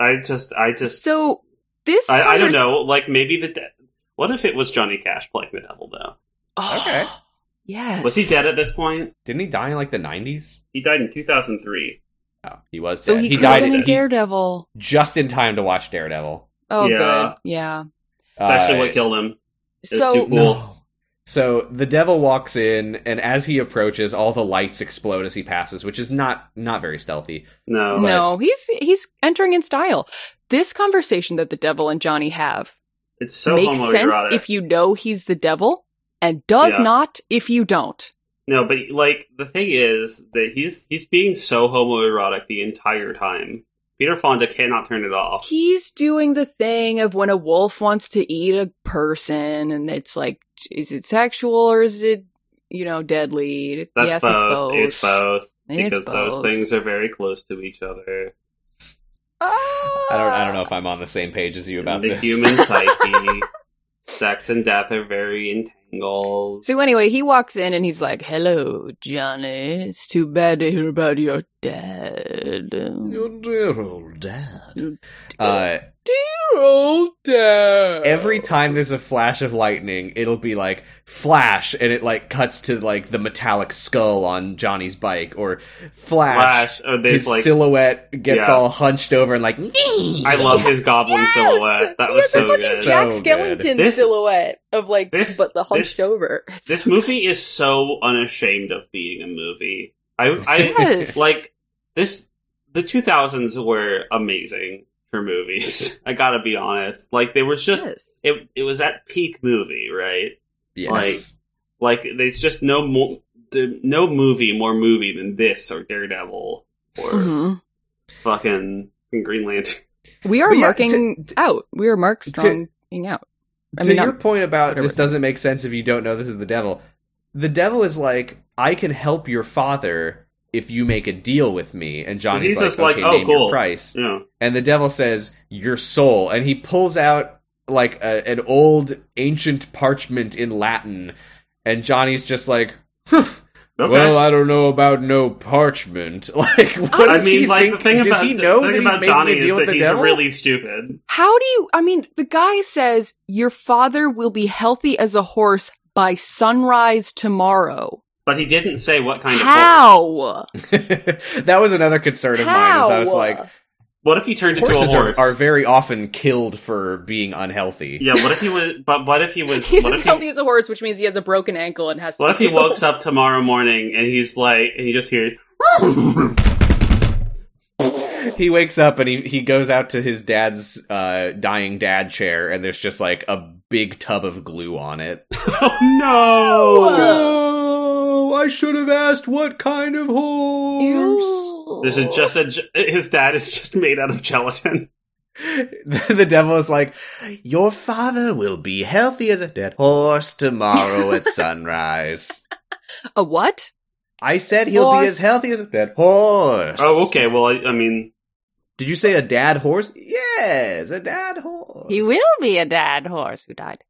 S4: I just, I just,
S3: So this
S4: I, I don't
S3: convers-
S4: know. Like maybe the. De- what if it was Johnny Cash playing the devil though?
S3: <gasps> Oh,
S2: Okay.
S3: Yes.
S4: Was he dead at this point?
S2: Didn't he die in like the nineties?
S4: He died in 2003.
S2: Oh, he was.
S3: So
S2: dead.
S3: he,
S2: he
S3: could've
S2: died
S3: been in
S2: he-
S3: Daredevil.
S2: just in time to watch Daredevil.
S3: Oh,
S4: Yeah.
S3: good. Yeah.
S4: That's actually
S2: Uh,
S4: what killed him. It's
S3: So
S4: too cool.
S2: No. So the devil walks in, and as he approaches, all the lights explode as he passes, which is not not very stealthy.
S4: No.
S3: no, he's he's entering in style. This conversation that the devil and Johnny have
S4: It's so
S3: makes sense
S4: homoerotic.
S3: if you know he's the devil, and does
S4: Yeah.
S3: not if you don't.
S4: no, but like the thing is that he's he's being so homoerotic the entire time. Peter Fonda cannot turn it off.
S3: He's doing the thing of when a wolf wants to eat a person, and it's like, is it sexual or is it, you know, deadly?
S4: That's
S3: yes,
S4: both.
S3: it's both.
S4: It's both
S3: It's
S4: because those
S3: both.
S4: things are very close to each other.
S2: I don't I don't know if I'm on the same page as you about
S4: the
S2: this. <laughs>
S4: human psyche, sex and death are very entangled.
S3: So anyway, he walks in and he's like, "Hello, Johnny. It's too bad to hear about your dad. Your
S2: Your dear old dad.
S3: Your
S2: Uh,
S3: old dad."
S2: every time there's a flash of lightning, it'll be like flash, and it like cuts to like the metallic skull on Johnny's bike, or flash.
S4: Flash, or
S2: His
S4: there's like
S2: silhouette gets
S4: Yeah.
S2: all hunched over and like.
S4: I love his goblin
S5: Yes!
S4: silhouette. That
S5: Yeah,
S4: was so
S5: that's like a
S4: good.
S2: So
S5: Jack
S2: good.
S5: Skellington
S4: This-
S5: silhouette of like,
S4: this-
S5: but the hunched
S4: this-
S5: over. It's
S4: <laughs> This movie is so unashamed of being a movie. I, I
S3: <laughs> yes.
S4: like this. The 2000s were amazing for movies. <laughs> I gotta be honest. Like they were just
S3: Yes.
S4: it. It was at peak movie, right?
S2: Yes.
S4: Like- Like there's just no more. The, no movie more movie than this or Daredevil or
S2: Mm-hmm.
S3: Mhm.
S4: fucking Green Lantern. <laughs>
S3: we are
S2: But yeah,
S3: marking
S2: to-
S3: out. We are mark
S2: to-
S3: stronging out. I
S2: to
S3: mean,
S2: your
S3: not-
S2: point about
S3: whatever
S2: this
S3: it
S2: doesn't make sense if you don't know this is the devil. The devil is like, I can help your father if you make a deal with me. And Johnny's
S4: He's
S2: like,
S4: just like,
S2: okay,
S4: "Oh,
S2: name your
S4: cool."
S2: price.
S4: Yeah.
S2: And the devil says, your soul. And he pulls out like a, an old ancient parchment in Latin. And Johnny's just like, "Huh,
S4: Okay.
S2: well, uh, I don't know about no parchment. <laughs> Like, what
S4: I
S2: does
S4: mean,
S2: he
S4: like
S2: think?
S4: the thing
S2: does
S4: about
S2: he
S4: the
S2: know
S4: thing
S2: that he's
S4: about
S2: making
S4: Johnny
S2: a deal
S4: is
S2: with
S4: that
S2: the
S4: he's
S2: devil?
S4: really stupid.
S3: how do you? I mean, the guy says your father will be healthy as a horse by sunrise tomorrow.
S4: But he didn't say what kind
S3: how?
S4: of horse.
S3: <laughs>
S2: <laughs> that was another concern of mine. Is I was
S5: How?
S2: like,
S4: What if he turned into a
S2: horses are,
S4: horse?
S2: are very often killed for being unhealthy.
S4: yeah, what if he was but what if
S3: <laughs>
S4: he was
S3: He's
S4: what
S3: as
S4: if
S3: healthy
S4: he,
S3: as a horse, which means he has a broken ankle and has to.
S4: what
S3: be
S4: if he
S3: healed. <laughs>
S4: wakes up tomorrow morning and he's like and he just hears
S2: He wakes up and he, he goes out to his dad's uh, dying dad chair, and there's just like a big tub of glue on it.
S4: Oh no
S2: No, Oh, I should have asked what kind of horse.
S4: There's a just a ge- his dad is just made out of gelatin.
S2: the devil is like, Your father will be healthy as a dead horse tomorrow
S4: <laughs>
S2: at sunrise.
S3: A what?
S2: I said he'll
S3: Horse.
S2: be as healthy as a dead horse.
S4: Oh, okay. Well, I, I mean,
S2: Did you say a dad horse? Yes, a dad horse.
S3: be a dad horse who died.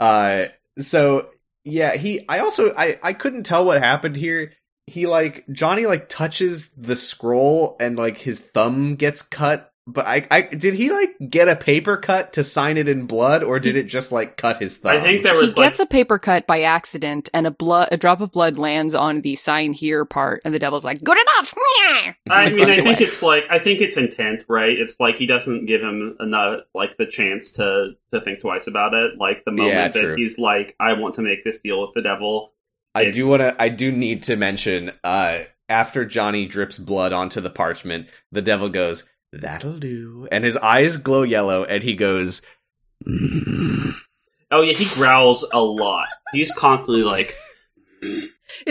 S2: Uh, so yeah, he. I also I I couldn't tell what happened here. He like Johnny like touches the scroll and like his thumb gets cut. But I I did he like get a paper cut to sign it in blood or did it just like cut his thumb?
S4: I think there
S3: He
S4: was like
S3: gets a paper cut by accident, and a blood, a drop of blood lands on the sign here part, and the devil's like, "Good enough." <laughs>
S4: I mean, I think
S3: Anyway.
S4: it's like I think it's intent, right? It's like he doesn't give him enough, like the chance to to think twice about it. Like the moment
S2: Yeah,
S4: that
S2: true.
S4: he's like, "I want to make this deal with the devil."
S2: I
S4: It's-
S2: do want to. I do need to mention. Uh, after Johnny drips blood onto the parchment, the devil goes, That'll do. And his eyes glow yellow, and he goes, "Mm."
S4: Oh yeah, he growls a lot. He's constantly like,
S3: It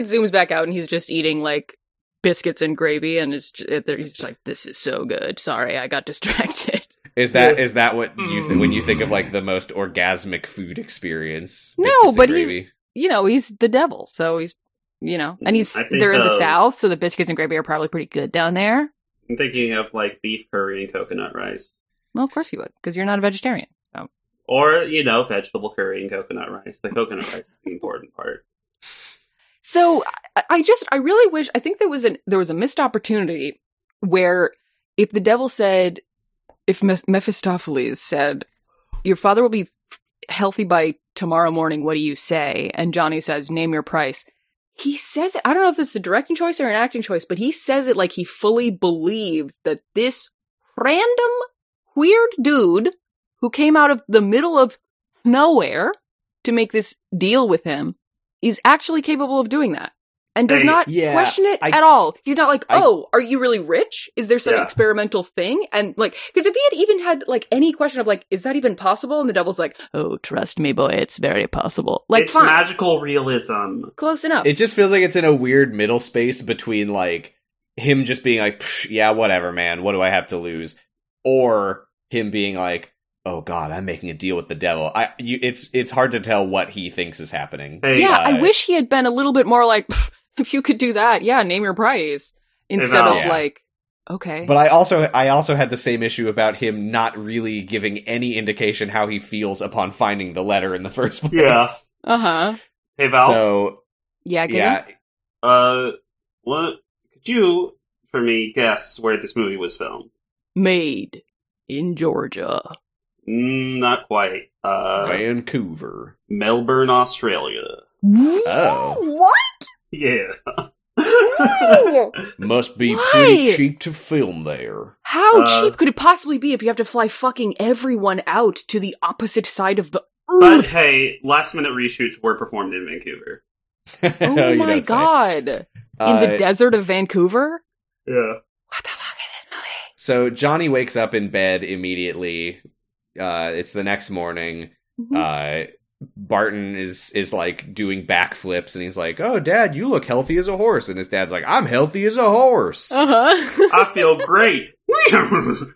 S3: zooms back out, and he's just eating like biscuits and gravy, and it's ju- it, he's just like, "This is so good." Sorry, I got <laughs> distracted.
S2: Is that
S4: Yeah. Mm.
S2: is that what you th- when you think of like the most orgasmic food experience?
S3: No,
S2: Biscuits and
S3: but he's-
S2: gravy.
S3: You know, he's the devil, so he's you know, and he's
S4: I think,
S3: they're in the
S4: uh,
S3: south, so the biscuits and gravy are probably pretty good down there.
S4: I'm thinking of like beef curry and coconut rice,
S3: Well, of course you would, because you're not a vegetarian.
S4: or you know, vegetable curry and coconut rice. The coconut rice is the important part.
S3: So I, I just I really wish I think there was an there was a missed opportunity where if the devil said if Meph- Mephistopheles said your father will be healthy by tomorrow morning what do you say and Johnny says name your price he says it I don't know if this is a directing choice or an acting choice but he says it like he fully believes that this random weird dude who came out of the middle of nowhere to make this deal with him is actually capable of doing that and does
S4: Hey,
S3: not
S2: yeah,
S3: question it
S2: I-
S3: at all. He's not like,
S2: I-
S3: oh, are you really rich? Is there some
S4: Yeah.
S3: experimental thing? And like, because if he had even had like any question of like, is that even possible? And the devil's like, oh, trust me, boy, it's very possible. Like,
S4: it's
S3: fine,
S4: magical realism.
S3: close enough.
S2: It just feels like it's in a weird middle space between like him just being like, "Psh, yeah, whatever, man. What do I have to lose? Or him being like, oh god, I'm making a deal with the devil. I, you, it's it's hard to tell what he thinks is happening.
S4: Hey,
S3: yeah,
S2: uh,
S3: I wish he had been a little bit more like, <laughs> "Pff, if you could do that, yeah, name your price instead
S4: Val.
S3: of
S2: Yeah.
S3: like, okay,
S2: But I also I also had the same issue about him not really giving any indication how he feels upon finding the letter in the first place.
S4: Yeah.
S3: uh huh,
S4: Hey Val,
S2: So
S3: yeah, Gideon?
S2: yeah,
S4: uh, what could you for me guess where this movie was filmed?
S3: made in Georgia.
S4: Mm, Not quite. Uh,
S2: Vancouver.
S4: Melbourne, Australia.
S2: Oh.
S4: <laughs> Yeah.
S3: What?
S2: Must be
S3: Why?
S2: pretty cheap to film there. <laughs>
S3: How
S4: Uh,
S3: cheap could it possibly be if you have to fly fucking everyone out to the opposite side of the
S4: but <laughs>
S3: earth?
S4: hey, last minute reshoots were performed in Vancouver.
S2: <laughs>
S3: oh my god!
S2: Uh,
S3: In the desert of Vancouver?
S4: Yeah.
S3: What the fuck is this movie?
S2: So Johnny wakes up in bed immediately. Uh, it's the next morning.
S3: Mm-hmm.
S2: Uh, Barton is is like doing backflips, and he's like, "Oh, Dad, you look healthy as a horse." And his dad's like, "I'm healthy as a horse."
S3: Oh,
S4: <laughs>
S3: huh.
S4: I feel
S2: <laughs>
S4: great. oh,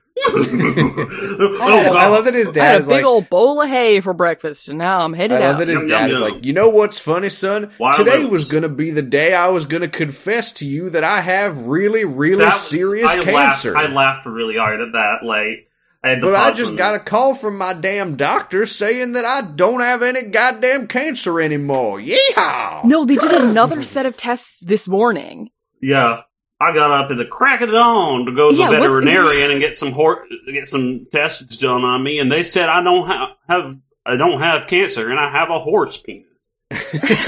S4: God.
S2: I love that his
S3: I had
S2: dad
S3: a
S2: is
S3: big
S2: like.
S3: old bowl of hay for breakfast, and now I'm headed
S2: I love
S3: out.
S2: that his
S4: Yum,
S2: dad
S4: yum,
S2: is
S4: yum.
S2: like, you know what's funny, son?
S4: Wild
S2: Today
S4: oats."
S2: was gonna be the day I was gonna confess to you that I have really, really
S4: That was-
S2: serious
S4: I
S2: cancer.
S4: Laughed, I laughed really hard at that. Like, I had to
S2: But I
S4: pause
S2: just
S4: and-
S2: got a call from my damn doctor saying that I don't have any goddamn cancer anymore. Yeehaw!
S3: No, they did another set of tests this morning.
S4: Yeah. I got up at the crack of dawn to go to
S3: Yeah,
S4: the
S3: what-
S4: veterinarian and get some hor- get some tests done on me, and they said I don't ha- have I don't have cancer, and I have a horse penis. <laughs>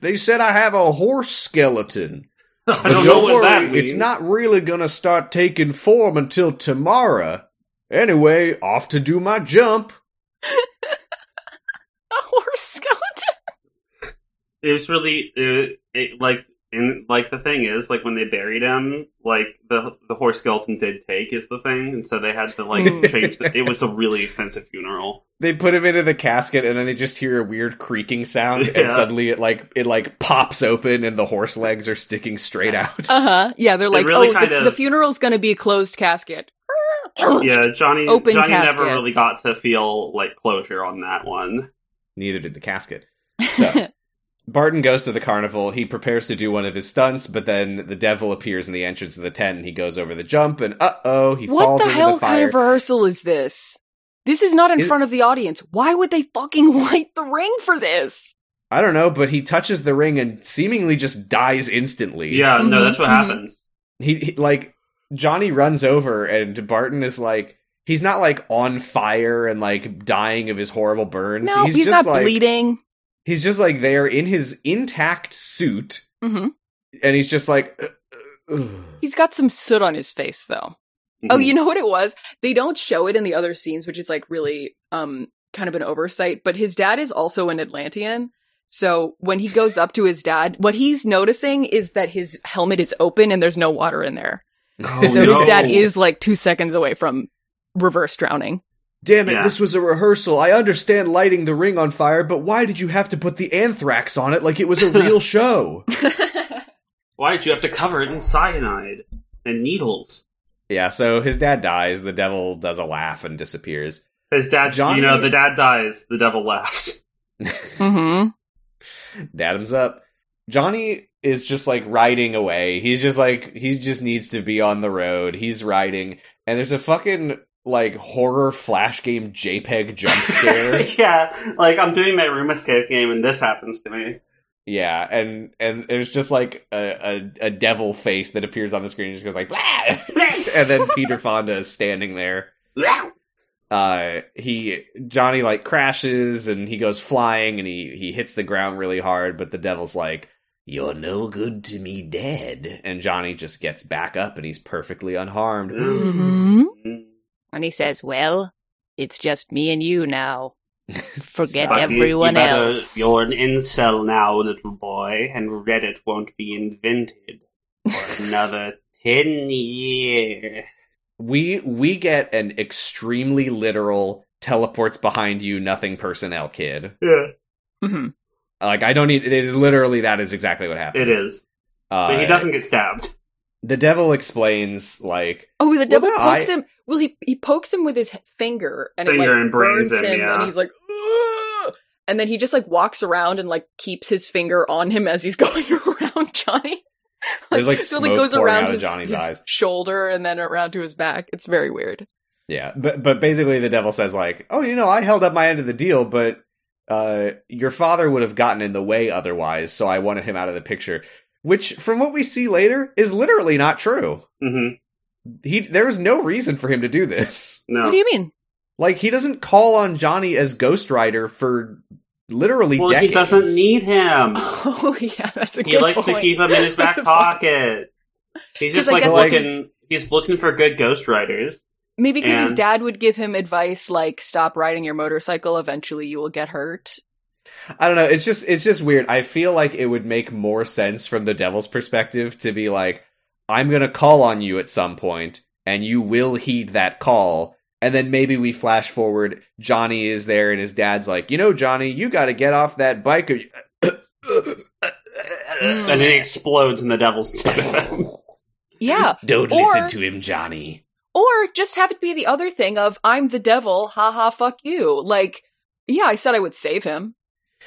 S2: they said I have a horse skeleton.
S4: I
S2: But
S4: don't know what that means.
S2: It's not really gonna start taking form until tomorrow. Anyway, off to do my jump.
S3: <laughs> A horse skeleton.
S4: It's really it, it, like and like the thing is like when they buried him, like the the horse skeleton did take is the thing, and so they had to like
S3: Mm.
S4: change. The, it was a really expensive funeral.
S2: They put him into the casket and then they just hear a weird creaking sound and
S4: Yeah.
S2: suddenly it like it like pops open and the horse legs are sticking
S3: <laughs>
S2: straight out.
S3: Uh huh. Yeah, they're
S4: They
S3: like,
S4: really
S3: oh,
S4: kind
S3: the,
S4: of-
S3: the funeral's going to be a closed casket. <laughs>
S4: Yeah, Johnny
S3: Open
S4: Johnny
S3: casket.
S4: never really got to feel like closure on that one.
S2: Neither did the casket. So Barton goes to the carnival. He prepares to do one of his stunts, but then the devil appears in the entrance of the tent and he goes over the jump and uh oh, he
S3: what
S2: falls
S3: the
S2: into
S3: hell
S2: the
S3: kind
S2: fire.
S3: of rehearsal is this? This is not in
S2: Is-
S3: front of the audience. Why would they fucking <laughs> light the ring for this?
S2: I don't know, but he touches the ring and seemingly just dies instantly.
S4: Yeah, no,
S3: Mhm,
S4: that's what
S3: mhm.
S4: happened.
S2: He, he like Johnny runs over and Barton is like he's not like on fire and like dying of his horrible burns.
S3: No, he's,
S2: he's, just
S3: not
S2: like
S3: bleeding.
S2: he's just like there in his intact suit
S3: hmm
S2: and he's just like <sighs> "Ugh, ugh, ugh."
S3: He's got some soot on his face, though.
S4: Mm-hmm.
S3: Oh,
S2: Mm.
S3: you know what it was? They don't show it in the other scenes, which is like really um kind of an oversight. But his dad is also an Atlantean, So when he goes up to his dad, what he's noticing is that his helmet is open and there's no water in there.
S4: Oh,
S3: so
S4: no.
S3: his dad is like two seconds away from reverse drowning.
S2: Damn it,
S4: Yeah.
S2: this was a rehearsal. I understand lighting the ring on fire, but why did you have to put the anthrax on it like it was a <laughs> real show?
S3: Mm-hmm.
S4: Why did you have to cover it in cyanide and needles?
S2: Yeah, so his dad dies, the devil does a laugh and disappears.
S4: His dad,
S2: Johnny-
S4: you know, the dad dies, the devil laughs.
S3: hmm
S2: Dadham's up. Johnny is just like riding away. He's just like he just needs to be on the road. He's riding, and there's a fucking like horror flash game JPEG <laughs> jump scare.
S4: <laughs> yeah, like I'm doing my room escape game and this happens to me.
S2: Yeah, and and there's just like a, a, a devil face that appears on the screen and just goes like, "Blah!" <laughs> and then Peter Fonda is standing there.
S3: Mm-hmm.
S2: Uh, he Johnny like crashes and he goes flying and he he hits the ground really hard, but the devil's like, "You're no good to me, dead." And Johnny just gets back up and he's perfectly unharmed.
S3: hmm
S4: Mm-hmm.
S3: And he says, Well, it's just me and you
S4: <laughs>
S3: now. Forget
S4: Fuck you-
S3: everyone
S4: you better-
S3: else. <laughs>
S4: You're an incel now, little boy, and Reddit won't be invented for another ten years. <laughs>
S2: we we get an extremely literal teleports behind you, nothing personnel kid.
S4: Yeah,
S3: Mhm.
S2: Like I don't need. It is literally that is exactly what happens.
S4: it is.
S2: Uh,
S4: But he doesn't get stabbed.
S2: The devil explains like
S3: Oh, the devil
S2: no,
S3: pokes
S2: I-
S3: him. Well, he he pokes him with his finger, and it
S4: Finger
S3: like,
S4: and brains
S3: burns
S4: him,
S3: him,
S4: yeah.
S3: and he's like, "Ugh!" and then he just like walks around and like keeps his finger on him as he's <laughs> going around Johnny. <laughs>
S2: There's, like,
S3: so,
S2: smoke pouring out of Johnny's eyes.
S3: shoulder and then around to his back. It's very weird.
S2: yeah, but but basically the devil says like oh you know I held up my end of the deal but uh your father would have gotten in the way otherwise so I wanted him out of the picture which from what we see later is literally not true
S4: Mm-hmm.
S2: he there was no reason for him to do this
S4: No.
S3: What do you mean? <laughs>
S2: like he doesn't call on Johnny as Ghost Rider for literally
S4: well,
S2: decades
S4: he doesn't need him.
S3: Oh yeah, that's a <laughs>
S4: he
S3: good
S4: likes
S3: point.
S4: to keep him in his
S3: What <laughs>
S4: back
S3: the fuck?
S4: pocket. He's
S3: 'Cause
S4: just
S3: I
S4: like
S3: guess
S2: like
S4: looking. he's looking for good ghostwriters.
S3: Maybe because his
S4: And-
S3: dad would give him advice like stop riding your motorcycle, eventually you will get hurt.
S2: I don't know. It's just it's just weird. I feel like it would make more sense from the devil's perspective to be like, I'm gonna call on you at some point, and you will heed that call. And then maybe we flash forward. Johnny is there, and his dad's like, you know, Johnny, you got to get off that bike. Or you- <coughs>
S4: And
S3: Mm.
S4: then he explodes in the devil's tip. <laughs>
S3: Yeah.
S2: Don't
S3: Or-
S2: listen to him, Johnny.
S3: Or just have it be the other thing of I'm the devil, haha fuck you. Like, yeah, I said I would save him.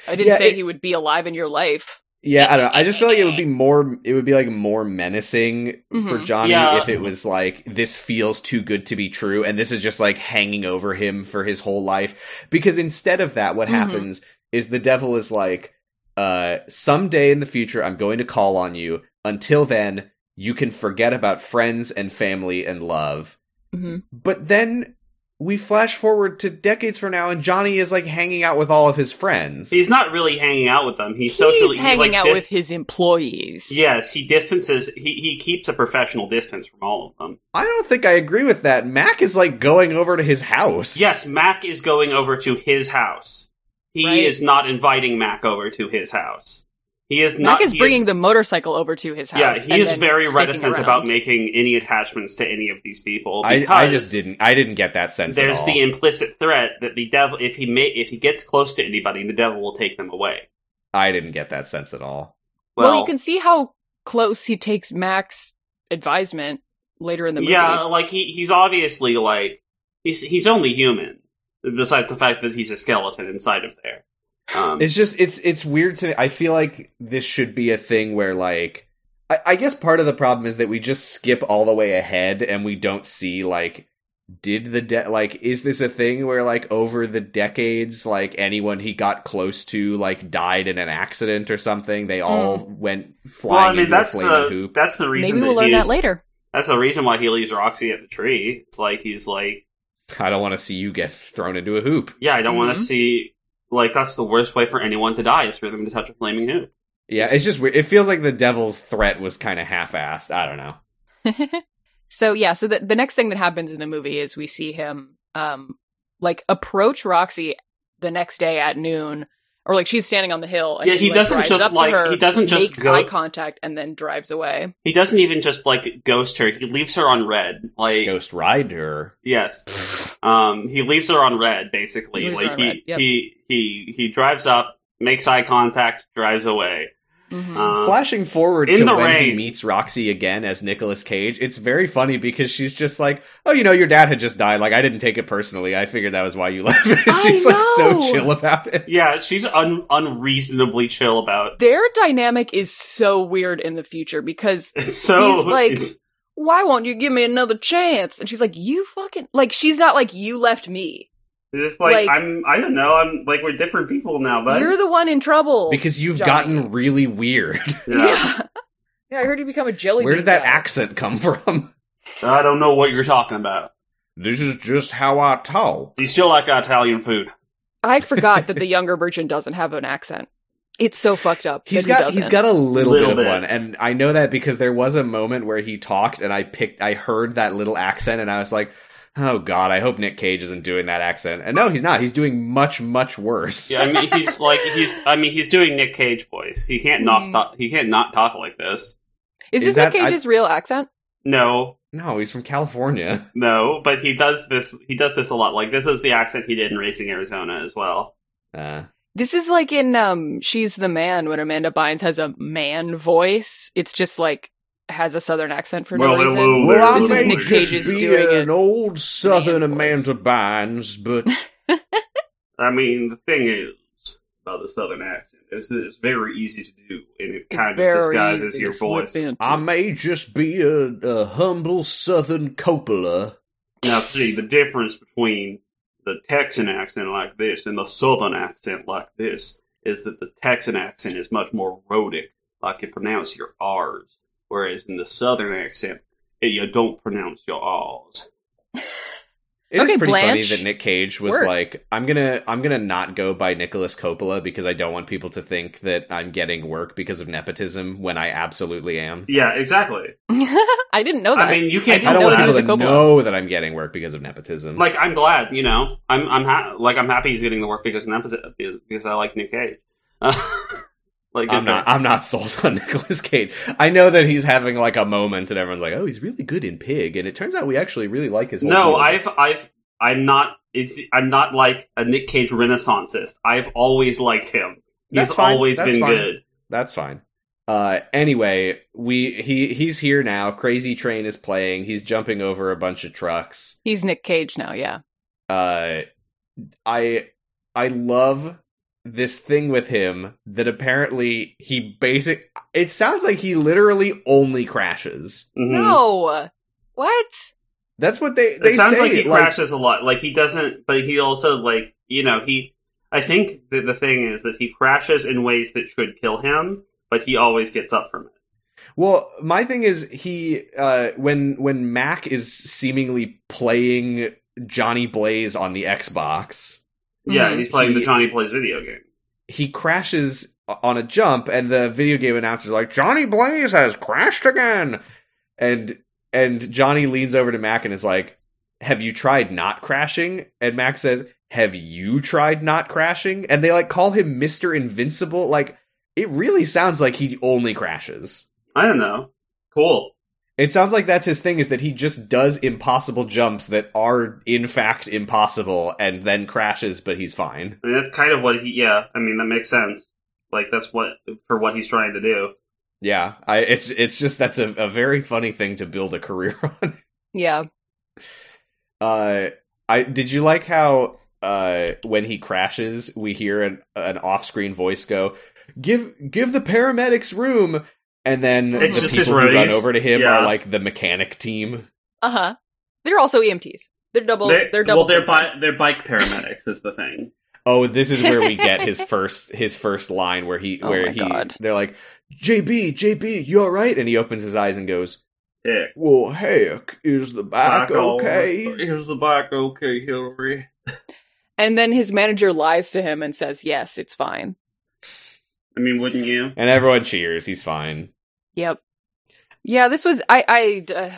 S3: I didn't
S2: Yeah,
S3: say
S2: it-
S3: he would be alive in your life.
S2: Yeah, I don't know. I just feel like it would be more. It would be like more menacing for
S3: Mhm.
S2: Johnny
S4: Yeah.
S2: if it was like this feels too good to be true, and this is just like hanging over him for his whole life. Because instead of that, what
S3: Mhm.
S2: happens is the devil is like, uh, someday in the future, I'm going to call on you. Until then, you can forget about friends and family and love.
S3: Mhm.
S2: But then we flash forward to decades from now, and Johnny is like hanging out with all of his friends.
S4: He's not really hanging out with them. He's socially
S3: He's
S4: he,
S3: hanging
S4: like,
S3: out
S4: dis-
S3: with his employees.
S4: Yes, he distances. He he keeps a professional distance from all of them.
S2: I don't think I agree with that. Mac is like going over to his house.
S4: Yes, Mac is going over to his house. He
S3: Right.
S4: is not inviting Mac over to his house. He is
S3: Mac
S4: not.
S3: is
S4: he
S3: bringing the motorcycle over to his house.
S4: Yeah, he
S3: and
S4: is
S3: then
S4: very
S3: sticking
S4: reticent about
S3: around.
S4: making any attachments to any of these people.
S2: I,
S4: Because
S2: I just didn't. I didn't get that sense. at
S4: There's
S2: all.
S4: the implicit threat that the devil, if he ma- if he gets close to anybody, the devil will take them away.
S2: I didn't get that sense at all.
S3: Well, you can see how close he takes Mac's advisement later in the movie.
S4: yeah, like he he's obviously like he's he's only human, besides the fact that he's a skeleton inside of there. Um,
S2: It's just it's it's weird to me. I feel like this should be a thing where like I, I guess part of the problem is that we just skip all the way ahead and we don't see like did the de- like is this a thing where like over the decades like anyone he got close to like died in an accident or something they all went
S4: well,
S2: flying
S4: I mean
S2: into a
S4: that's
S2: flaming
S4: the
S2: hoop
S4: that's the reason
S3: Maybe we'll
S4: that
S3: learn
S4: he,
S3: that later.
S4: That's the reason why he leaves Roxy at the tree. It's like he's like,
S2: I don't want to see you get thrown into a hoop
S4: yeah, I don't want
S3: Mhm.
S4: to see. Like that's the worst way for anyone to die is for them to touch a flaming hoop.
S2: Yeah, it's just weird. It feels like the devil's threat was kind of half-assed. I don't know.
S3: <laughs> so yeah, so the, the next thing that happens in the movie is we see him um like approach Roxy the next day at noon or like she's standing on the hill. And
S4: Yeah, he
S3: like,
S4: doesn't
S3: drives
S4: just,
S3: up to
S4: like-
S3: her,
S4: he doesn't just
S3: makes
S4: go-
S3: eye contact and then drives away.
S4: He doesn't even just like ghost her. He leaves her on red. Like
S2: Ghost Rider.
S4: yes, um, he leaves her on red. Basically,
S3: He leaves her
S4: like
S3: on
S4: he
S3: red, yep.
S4: he he he drives up, makes eye contact, drives away.
S3: Mhm.
S4: Um,
S2: Flashing forward
S4: in
S2: to
S4: the
S2: when he
S4: rain.
S2: meets Roxy again as Nicolas Cage, it's very funny because she's just like, "Oh, you know, your dad had just died. Like, I didn't take it personally. I figured that was why you <laughs> left." And
S3: I
S2: she's like so
S3: know.
S2: chill about it.
S4: Yeah, she's un- unreasonably chill about.
S3: Their dynamic is so weird in the future because
S4: It's <laughs> so
S3: He's like- why won't you give me another chance? And she's like, you fucking like she's not like you left me.
S4: It's like,
S3: Like-
S4: I'm. I don't know. I'm like we're different people now, but
S3: You're the one in trouble
S2: Because you've
S3: Johnny.
S2: gotten really weird.
S3: <laughs> yeah. yeah. I heard you become a jelly.
S2: Where
S3: bean
S2: did that
S3: guy.
S2: accent come <laughs> from?
S4: I don't know what you're talking about.
S2: This is just how I talk.
S4: You still like Italian food?
S3: I forgot that the younger version doesn't have an accent. It's so fucked up.
S2: He's
S3: that
S2: got
S3: he
S2: he's got a little,
S4: Little
S2: bit of
S4: bit.
S2: one, and I know that because there was a moment where he talked, and I picked, I heard that little accent, and I was like, "Oh God, I hope Nick Cage isn't doing that accent." And no, he's not. He's doing much, much worse.
S4: Yeah, I mean he's like he's. I mean he's doing Nick Cage voice. He can't
S3: Hmm.
S4: not talk, he can't not talk like this.
S3: Is
S2: Is
S3: this
S2: that-
S3: Nick Cage's real accent?
S4: No,
S2: No, he's from California.
S4: no, but he does this. He does this a lot. Like this is the accent he did in Racing Arizona as well.
S2: Uh,
S3: This is like in um She's the Man when Amanda Bynes has a man voice. It's just like has a southern accent for no
S4: Well,
S3: reason.
S4: hello there,
S3: This is
S4: little
S3: Nick
S4: lady.
S3: Cage's doing it.
S2: old
S3: voice.
S2: Bynes, but
S3: <laughs>
S4: I mean the thing is about the southern accent is that it's very easy to do, and it
S3: It's
S4: kind
S3: very
S4: of disguises
S3: easy
S4: your
S3: to slip
S4: voice.
S3: into.
S2: may just be a, a humble Southern Coppola.
S4: Now, see, the difference between the Texan accent like this and the Southern accent like this is that the Texan accent is much more rhotic, like you pronounce your R's, whereas in the Southern accent, eh, you don't pronounce your R's.
S2: It is
S3: Okay,
S2: pretty funny
S3: Blanche.
S2: that Nick Cage was
S3: Word.
S2: like, "I'm gonna, I'm gonna not go by Nicholas Coppola because I don't want people to think that I'm getting work because of nepotism when I absolutely am.
S4: Yeah, exactly.
S3: <laughs> I didn't know that.
S4: I mean, you can't
S3: didn't
S2: I don't
S3: know
S2: want
S3: that he
S2: people
S3: was
S2: to
S3: a Coppola.
S2: know that I'm getting work because of nepotism.
S4: Like, I'm glad, you know, I'm I'm ha- like I'm happy he's getting the work because of empathy- because- because I like Nick Cage. <laughs> like,
S2: I'm
S4: if
S2: not.
S4: I-
S2: I'm not <laughs> sold on Nicolas Cage. I know that he's having like a moment, and everyone's like, "Oh, he's really good in Pig," and it turns out we actually really like his. Whole
S4: no,
S2: deal.
S4: I've I've I'm not. It's, I'm not like a Nick Cage renaissanceist. I've always liked him. He's
S2: That's fine.
S4: always
S2: That's
S4: been
S2: fine.
S4: good.
S2: That's fine. Uh, anyway, we he he's here now. Crazy Train is playing. He's jumping over a bunch of trucks.
S3: He's Nick Cage now, yeah.
S2: Uh, I I love this thing with him that apparently he basic. It sounds like he literally only crashes.
S4: Mhm.
S3: No. What?
S2: That's what they they
S4: it sounds
S2: say.
S4: like he crashes a lot. Like he doesn't, but he also like you know he. I think that the thing is that he crashes in ways that should kill him, but he always gets up from it.
S2: Well, my thing is he uh when when Mac is seemingly playing Johnny Blaze on the Xbox,
S4: Yeah,
S3: Mhm.
S4: he's playing the
S2: He-
S4: Johnny Plays video game.
S2: he crashes on a jump and the video game announcer's like Johnny Blaze has crashed again. And and Johnny leans over to Mac and is like, "Have you tried not crashing?" And Mac says, "Have you tried not crashing?" And they like call him Mr. Invincible like it really sounds like he only crashes.
S4: I don't know. Cool.
S2: It sounds like that's his thing is that he just does impossible jumps that are in fact impossible and then crashes but he's fine.
S4: I mean, that's kind of what he. Yeah, I mean that makes sense. Like that's what for what he's trying to do.
S2: Yeah, I it's it's just that's a, a very funny thing to build a career <laughs> on.
S3: Yeah.
S2: Uh I did you like how uh when he crashes we hear an an off-screen voice go, "Give give the paramedics room." And then
S3: It's
S2: the
S3: just
S4: his
S2: people who run
S4: release.
S2: over to him
S4: Yeah.
S2: are like the mechanic team.
S3: Uh huh. They're also EMTs. They're double. They're, double.
S4: well, they're,
S3: certified.
S4: bi- they're bike paramedics is the thing.
S2: Oh, this is where we get
S4: <laughs>
S2: his first his first line where he
S3: Oh
S2: where
S3: my
S2: he
S3: God.
S2: they're like JB JB you all right and he opens his eyes and goes
S4: Heck,
S2: well heck is the back
S4: all-
S2: okay
S4: Here's the bike okay, Hillary?
S3: and then his manager lies to him and says, "Yes, it's fine."
S4: I mean, wouldn't you?
S2: and everyone cheers he's fine
S3: Yep. Yeah. This was I. I. Uh,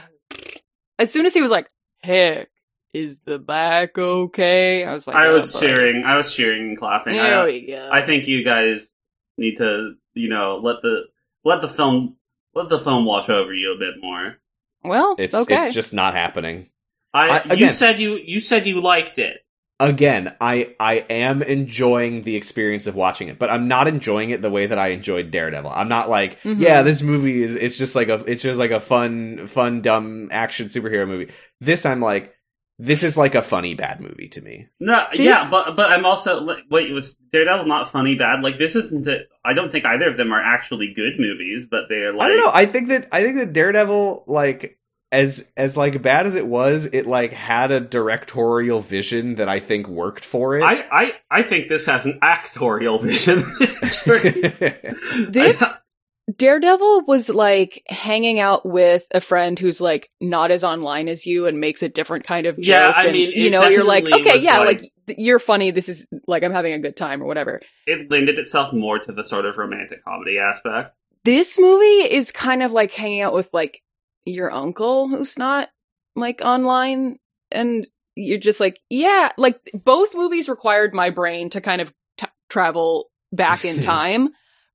S3: as soon as he was like, "Heck is the back okay? I was like,
S4: I
S3: "Oh,
S4: was
S3: boy."
S4: cheering. I was cheering and clapping.
S3: There
S4: I,
S3: we go.
S4: I think you guys need to, you know, let the let the film let the film wash over you a bit more.
S3: well,
S2: It's
S3: okay.
S2: it's just not happening. I-
S4: I, you
S2: again-
S4: said you you said you liked it.
S2: Again, I I am enjoying the experience of watching it, but I'm not enjoying it the way that I enjoyed Daredevil. I'm not like,
S3: Mhm.
S2: yeah, this movie is it's just like a it's just like a fun fun dumb action superhero movie. This I'm like this is like a funny bad movie to me.
S4: No,
S3: This-
S4: yeah, but but I'm also like, wait, was Daredevil not funny bad? Like this isn't the I don't think either of them are actually good movies, but they're like
S2: I don't know. I think that I think that Daredevil, like as as like bad as it was, it like had a directorial vision that I think worked for it. <laughs>
S4: I, I, I think this has an actorial
S3: <laughs>
S4: <laughs> vision. It's pretty-
S3: This
S4: <laughs> I-
S3: Daredevil was like hanging out with a friend who's like not as online as you and makes a different kind of joke.
S4: Yeah, I
S3: and,
S4: mean, it
S3: you know, you're like,
S4: definitely
S3: okay,
S4: was
S3: yeah,
S4: like-
S3: like, th- you're funny. This is like I'm having a good time or whatever.
S4: it lended itself more to the sort of romantic comedy aspect.
S3: This movie is kind of like hanging out with like your uncle who's not like online and you're just like, yeah, like both movies required my brain to kind of t- travel back
S4: <laughs>
S3: in time.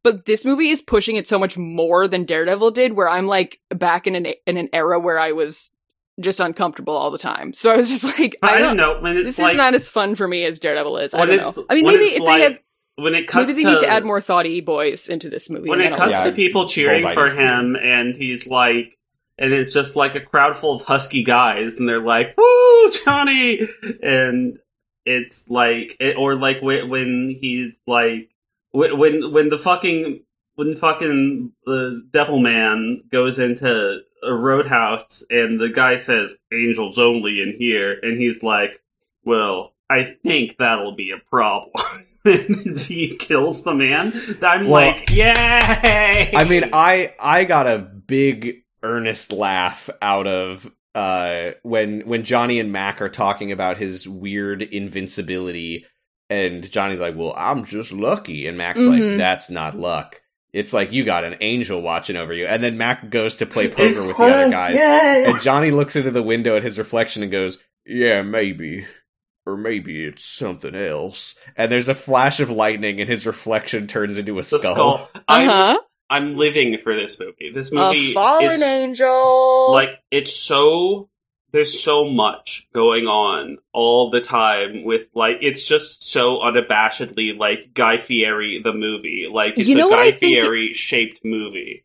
S3: But this movie is pushing it so much more than Daredevil did, where I'm like back in an in an era where I was just uncomfortable all the time. So I was just <laughs> like,
S4: But
S3: I,
S4: I,
S3: don't
S4: don't
S3: know.
S4: know when it's
S3: This
S4: like
S3: is not as fun for me as Daredevil is. I
S4: When
S3: don't
S4: it's-
S3: know. I mean,
S4: when
S3: maybe
S4: it's
S3: if
S4: like-
S3: they had,
S4: when it cuts
S3: maybe they
S4: to,
S3: need to add more thoughty boys into this movie.
S4: when
S3: and
S4: it
S3: I don't
S4: cuts
S2: Yeah,
S4: to people cheering
S2: bullseye
S4: for
S2: is-
S4: him, and he's like, and it's just like a crowd full of husky guys, and they're like, "Woo, Johnny!" And it's like, it, or like when, when he's like, when when when the fucking when fucking the devil man goes into a roadhouse, and the guy says, "Angels only in here," and he's like, "Well." I think that'll be a problem. <laughs> and he kills the man. I'm
S2: Well,
S4: like, yay!
S2: I mean, I I got a big earnest laugh out of uh when when Johnny and Mac are talking about his weird invincibility and Johnny's like, "Well, I'm just lucky." And Mac's
S3: Mhm.
S4: Mm-hmm.
S2: like, "That's not luck." It's like you got an angel watching over you. And then Mac goes to play poker
S4: It's
S2: with
S4: so
S2: the other guys.
S4: yay!
S2: And Johnny looks into the window at his reflection and goes, Yeah, maybe. Or maybe it's something else. And there's a flash of lightning and his reflection turns into a
S4: The
S2: skull.
S4: skull.
S3: Uh
S4: I'm,
S3: huh.
S4: I'm living for this movie. This
S3: A
S4: movie
S3: fallen
S4: is
S3: angel.
S4: like it's so. There's so much going on all the time with like it's just so unabashedly like Guy Fieri the movie. Like it's
S3: You know
S4: a
S3: what I
S4: Guy
S3: think it-
S4: Fieri shaped movie.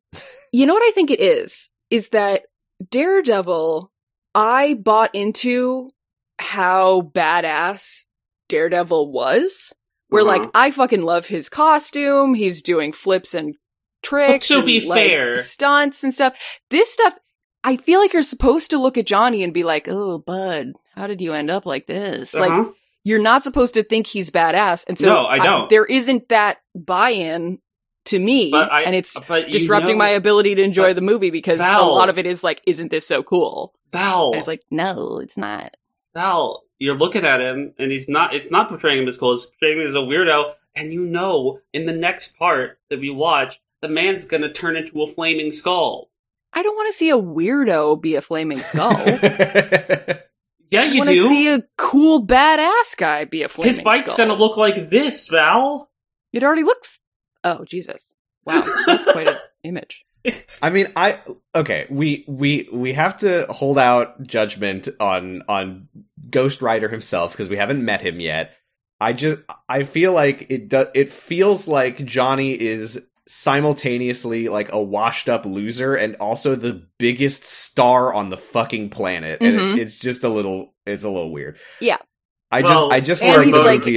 S3: you know what I think it is? Is that Daredevil, I bought into how badass Daredevil was. Where,
S4: Uh-huh.
S3: like, I fucking love his costume. He's doing flips and tricks.
S4: But to be
S3: and, like,
S4: fair-
S3: stunts and stuff. This stuff, I feel like you're supposed to look at Johnny and be like, oh, bud, how did you end up like this? Like,
S4: Uh-huh.
S3: you're not supposed to think he's badass. And so
S4: No, I don't.
S3: there isn't that buy in to me.
S4: But I-
S3: and it's
S4: But you
S3: disrupting
S4: know-
S3: my ability to enjoy
S4: but
S3: the movie because
S4: Val-
S3: a lot of it is like, isn't this so cool?
S4: Val.
S3: And it's like, no, it's not.
S4: Val, you're looking at him, and he's not. It's not portraying him as cool. It's portraying him as a weirdo. And you know, in the next part that we watch, the man's gonna turn into a flaming skull.
S3: I don't want to see a weirdo be a flaming
S4: <laughs>
S3: skull.
S4: Yeah,
S3: I
S4: you
S3: want to
S4: do.
S3: see a cool badass guy be a flaming
S4: His bike's
S3: skull.
S4: gonna look like this, Val.
S3: It already looks. Oh Jesus! Wow, that's
S4: <laughs>
S3: quite an image.
S4: It's-
S2: <laughs> I mean, I okay. We we we have to hold out judgment on on Ghost Rider himself because we haven't met him yet. I just I feel like it does. It feels like Johnny is simultaneously like a washed up loser and also the biggest star on the fucking planet, and
S3: Mhm.
S2: it, it's just a little it's a little weird.
S3: Yeah.
S2: I
S4: Well,
S2: just I just
S4: And
S2: feel like
S3: And he's
S2: the
S4: Bone
S3: like
S2: movie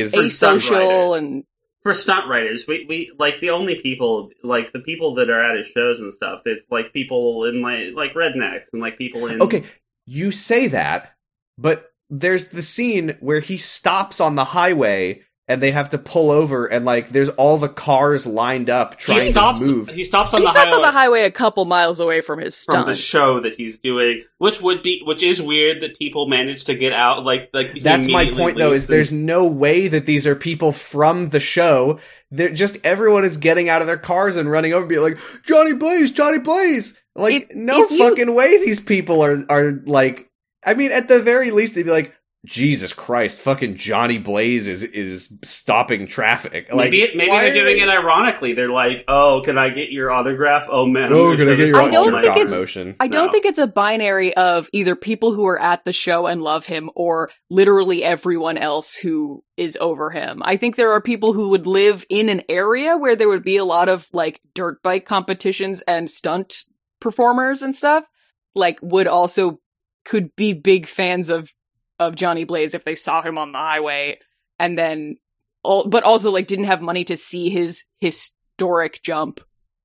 S2: is
S3: asocial and
S4: for stunt writers, we, we like the only people like the people that are at his shows and stuff. It's like people in like like rednecks and like people in
S2: Okay, you say that, but there's the scene where he stops on the highway and they have to pull over and like there's all the cars lined up
S4: He
S2: trying
S4: stops.
S2: to move.
S4: He stops on
S3: he
S4: the
S3: stops
S4: highway.
S3: on the highway a couple miles away from his
S4: from
S3: stunt.
S4: the show that he's doing, which would be which is weird that people manage to get out. Like, like he
S2: That's my
S4: immediately
S2: point though
S4: leaves
S2: is there's no way that these are people from the show. They're just everyone is getting out of their cars and running over and being like Johnny Blaze, Johnny Blaze. Like
S3: If-
S2: no
S3: if you-
S2: fucking way these people are are like I mean at the very least they'd be like Jesus Christ, fucking Johnny Blaze is is stopping traffic. Like
S4: Maybe, maybe
S2: why
S4: they're
S2: are
S4: doing
S2: they-
S4: it ironically. They're like, "Oh, can I get your autograph? Oh man,
S2: Oh,
S4: I'm
S2: can I
S4: so
S2: get your
S3: I don't
S2: autograph
S3: think it's-
S2: motion?
S3: I don't
S4: No.
S3: think it's a binary of either people who are at the show and love him or literally everyone else who is over him. I think there are people who would live in an area where there would be a lot of like dirt bike competitions and stunt performers and stuff, like would also could be big fans of of Johnny Blaze if they saw him on the highway and then all, but also like didn't have money to see his historic jump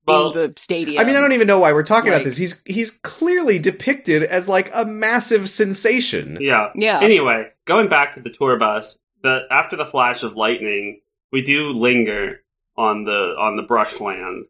S4: Well,
S3: in the stadium.
S2: I mean, I don't even know why we're talking about
S3: Like-
S2: this. He's he's clearly depicted as like a massive sensation.
S4: yeah."
S3: yeah.
S4: Anyway, going back to the tour bus, the after the flash of lightning, we do linger on the on the brushland,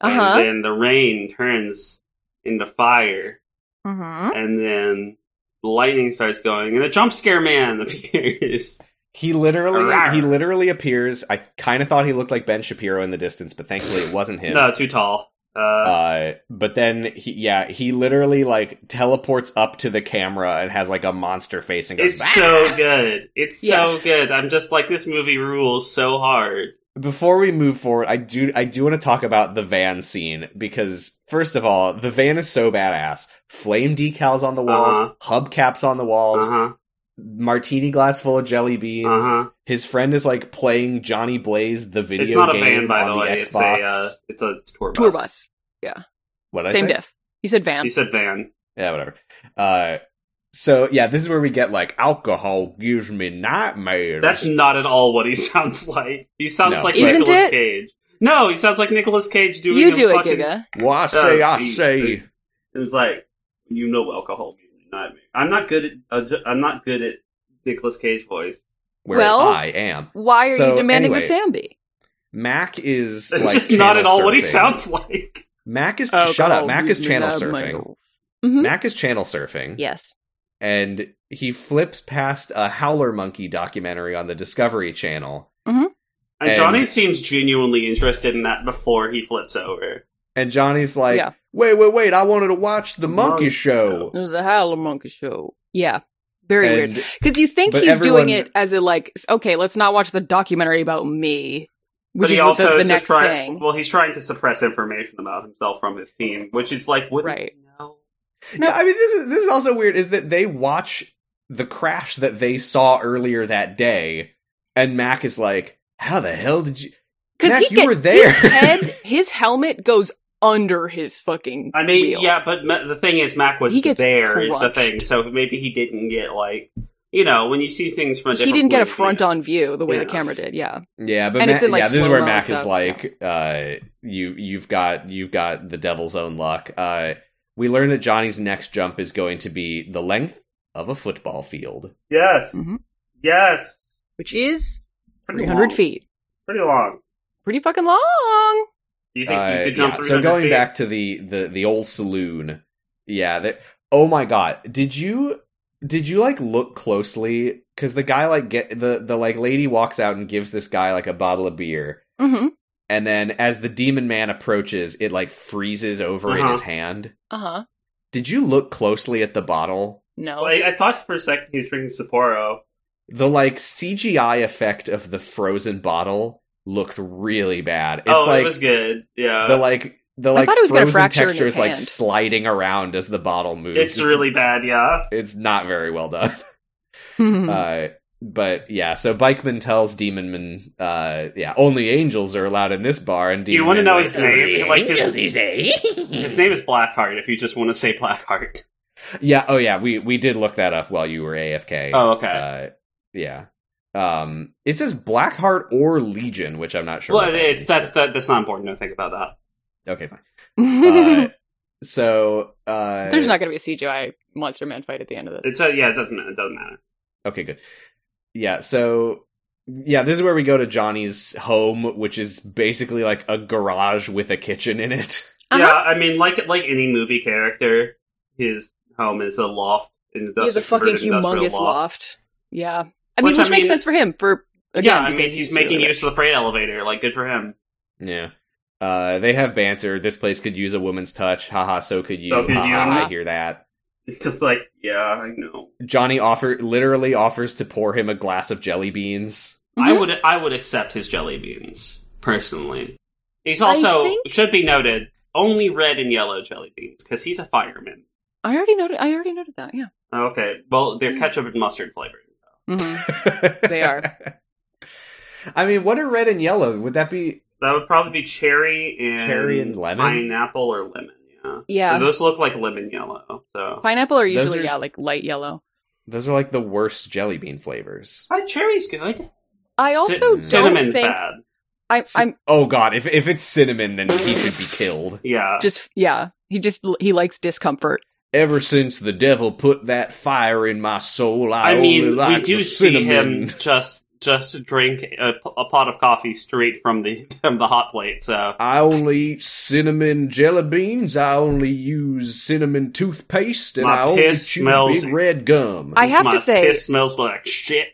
S3: uh-huh.
S4: and then the rain turns into fire,
S3: Mm-hmm.
S4: and then the lightning starts going, and a jump scare man <laughs> appears.
S2: He literally
S4: Rawr.
S2: he literally appears. I kind of thought he looked like Ben Shapiro in the distance, but thankfully it wasn't him.
S4: No, too tall. Uh,
S2: Uh, but then he yeah he literally like teleports up to the camera and has like a monster face and goes.
S4: it's
S2: "Bah!"
S4: so good. It's
S3: Yes.
S4: so good. I'm just like this movie rules so hard.
S2: Before we move forward, I do I do want to talk about the van scene because first of all, the van is so badass. Flame decals on the walls,
S4: Uh-huh.
S2: hubcaps on the walls,
S4: Uh huh.
S2: martini glass full of jelly beans.
S4: Uh huh.
S2: His friend is like playing Johnny Blaze the video
S4: It's not a
S2: game
S4: van, by
S2: on
S4: the
S2: the Xbox.
S4: way. It's a uh, it's a tour bus.
S3: Tour bus.
S2: What'd I
S3: Same
S2: say?
S3: diff. You said van.
S4: You said van.
S2: Yeah, whatever. Uh, so yeah, this is where we get like alcohol gives me nightmares.
S4: That's not at all what he <laughs> sounds like. He sounds
S2: No.
S4: like
S3: Isn't
S4: Nicolas
S3: it?
S4: Cage. No, he sounds like Nicolas Cage doing.
S3: you
S4: a
S3: do it,
S4: fucking,
S3: Giga.
S2: well, I say,
S4: Oh,
S2: I
S4: geez.
S2: say.
S4: It was like you know alcohol. Not me. I'm not good at. uh, ju- I'm not good at Nicolas Cage voice.
S2: Whereas
S3: Well-
S2: I am.
S3: Why are
S2: So,
S3: you demanding
S2: anyway,
S3: that Sam be?
S2: Mac is.
S4: That's
S2: like,
S4: just not
S2: channel
S4: at all what he
S2: surfing.
S4: sounds like.
S2: Mac is
S4: Oh,
S2: shut up. Mac is channel surfing.
S3: Mhm.
S2: Mac is channel surfing.
S3: Yes.
S2: and he flips past a howler monkey documentary on the Discovery Channel.
S4: And,
S2: And-
S4: Johnny seems genuinely interested in that before he flips over.
S2: And Johnny's like,
S3: Yeah.
S2: "Wait, wait, wait! I wanted to watch the monkey
S4: Monkey
S2: show."
S3: It was a Howler Monkey show. Yeah. Very
S2: and
S3: weird. Because you think
S2: but
S3: he's doing
S2: everyone-
S3: it as a like, s- okay, let's not watch the documentary about me, which
S4: but he
S3: is
S4: also
S3: the, the
S4: is just
S3: next
S4: trying.
S3: thing.
S4: Well, he's trying to suppress information about himself from his team, which is like wouldn't
S3: Right.
S4: you know?
S2: No, I mean this is this is also weird is that they watch the crash that they saw earlier that day, and Mac is like, "How the hell did you?"
S3: Because
S2: Mac,
S3: he
S2: you
S3: get-
S2: were there.
S3: His <laughs> head, his helmet goes under his fucking.
S4: I mean,
S3: wheel.
S4: yeah, but ma- the thing is, Mac was
S3: He gets
S4: there is the
S3: crushed.
S4: thing, so maybe he didn't get like you know when you see things from a
S3: He
S4: different
S3: didn't get a
S4: point of
S3: front
S4: view.
S3: on view the way the
S4: Yeah.
S3: camera did. Yeah.
S2: Yeah, but
S3: And
S2: Ma-
S3: it's in, like,
S2: yeah, this is
S3: slow
S2: where
S3: mo
S2: Mac is
S3: stuff,
S2: like, uh, "You you've got you've got the devil's own luck." Uh, we learn that Johnny's next jump is going to be the length of a football field.
S4: Yes,
S3: Mhm.
S4: yes,
S3: Which is
S4: Pretty
S3: 300
S4: long.
S3: feet.
S4: pretty long.
S3: Pretty fucking long.
S4: Do you think
S2: Uh,
S4: you could jump?
S2: yeah,
S4: 300
S2: So going
S4: feet?
S2: back to the the the old saloon, yeah. That, oh my god, did you did you like look closely? Because the guy like get the the like lady walks out and gives this guy like a bottle of beer,
S3: Mm-hmm.
S2: and then as the demon man approaches, it like freezes over in
S4: Uh-huh.
S2: his hand.
S3: Uh huh.
S2: Did you look closely at the bottle?
S3: No.
S4: Well, I, I thought for a second he was drinking Sapporo.
S2: The like CGI effect of the frozen bottle looked really bad. It's
S4: oh,
S2: like
S4: it was good. Yeah,
S2: the like the
S3: I
S2: like
S3: thought it was gonna
S2: frozen
S3: fracture in
S2: texture
S3: his
S2: is like
S3: hand.
S2: sliding around as the bottle moves.
S4: it's really bad. Yeah,
S2: it's not very well
S3: <laughs>
S2: done.
S3: Mm-hmm. Hmm.
S2: uh, but yeah, so Bikeman tells Demonman, uh, yeah, only angels are allowed in this bar. And
S4: do you
S2: Demonman
S4: want to know
S2: like,
S4: his name? Like his, his name is Blackheart. If you just want to say Blackheart.
S2: Yeah, oh yeah, we we did look that up while you were AFK.
S4: Oh,
S2: Uh,
S4: okay.
S2: yeah. Um, it says Blackheart or Legion, which I'm not sure.
S4: well,
S2: what that
S4: it's
S2: means.
S4: that's that, that's not important. Don't think about that.
S2: okay, fine.
S3: <laughs>
S2: Uh, so uh,
S3: There's not going to be a CGI Monster Man fight at the end of this.
S4: It's a, yeah, it doesn't it doesn't matter.
S2: Okay, good. Yeah, so yeah, this is where we go to Johnny's home, which is basically like a garage with a kitchen in it.
S3: Uh-huh.
S4: Yeah, I mean, like like any movie character, his home is a loft. In the
S3: he has a fucking humongous loft. Yeah. I mean,
S4: Which,
S3: which,
S4: I mean-
S3: makes sense for him. For again,
S4: yeah, I mean,
S3: because
S4: he's
S3: really
S4: making
S3: rich.
S4: use of the freight elevator. Like, good for him. <laughs>
S2: Yeah. Uh, they have banter. This place could use a woman's touch. Haha, so could you.
S4: So could
S2: Haha,
S4: you.
S2: I hear that.
S4: It's just like, yeah, I know.
S2: Johnny offer literally offers to pour him a glass of jelly beans.
S4: I
S3: Mhm.
S4: would I would accept his jelly beans personally. He's
S3: I
S4: also
S3: think-
S4: should be noted only red and yellow jelly beans because he's a fireman.
S3: I already noted. I already noted that. Yeah.
S4: Okay, well they're
S3: Mm.
S4: ketchup and mustard flavored.
S3: hmm
S2: they
S3: are.
S2: I mean, what are red and yellow? Would that be
S4: That would probably be cherry and
S2: Cherry and lemon?
S4: pineapple or lemon. Yeah,
S3: Yeah.
S4: those look like lemon yellow. So
S3: Pineapple are
S2: Those
S3: usually
S2: are-
S3: yeah, like light yellow.
S2: those are like the worst jelly bean flavors.
S4: Hi, cherry's good.
S3: I also
S4: Cin-
S3: don't
S4: cinnamon's
S3: think
S4: bad.
S3: I, I'm
S2: oh god, if if it's cinnamon, then he should be killed.
S4: Yeah,
S3: just yeah. He just he likes discomfort.
S2: Ever since the devil put that fire in my soul, I,
S4: I
S2: only
S4: mean we
S2: like
S4: do
S2: the
S4: see him
S2: cinnamon.
S4: just just drink a, a pot of coffee straight from the <laughs> from the hot plate. So
S2: I only eat cinnamon jelly beans. I only use cinnamon toothpaste, and
S4: My
S2: I only chew
S4: piss smells-
S2: big red gum.
S3: I have
S4: my
S3: to say,
S4: piss smells like shit,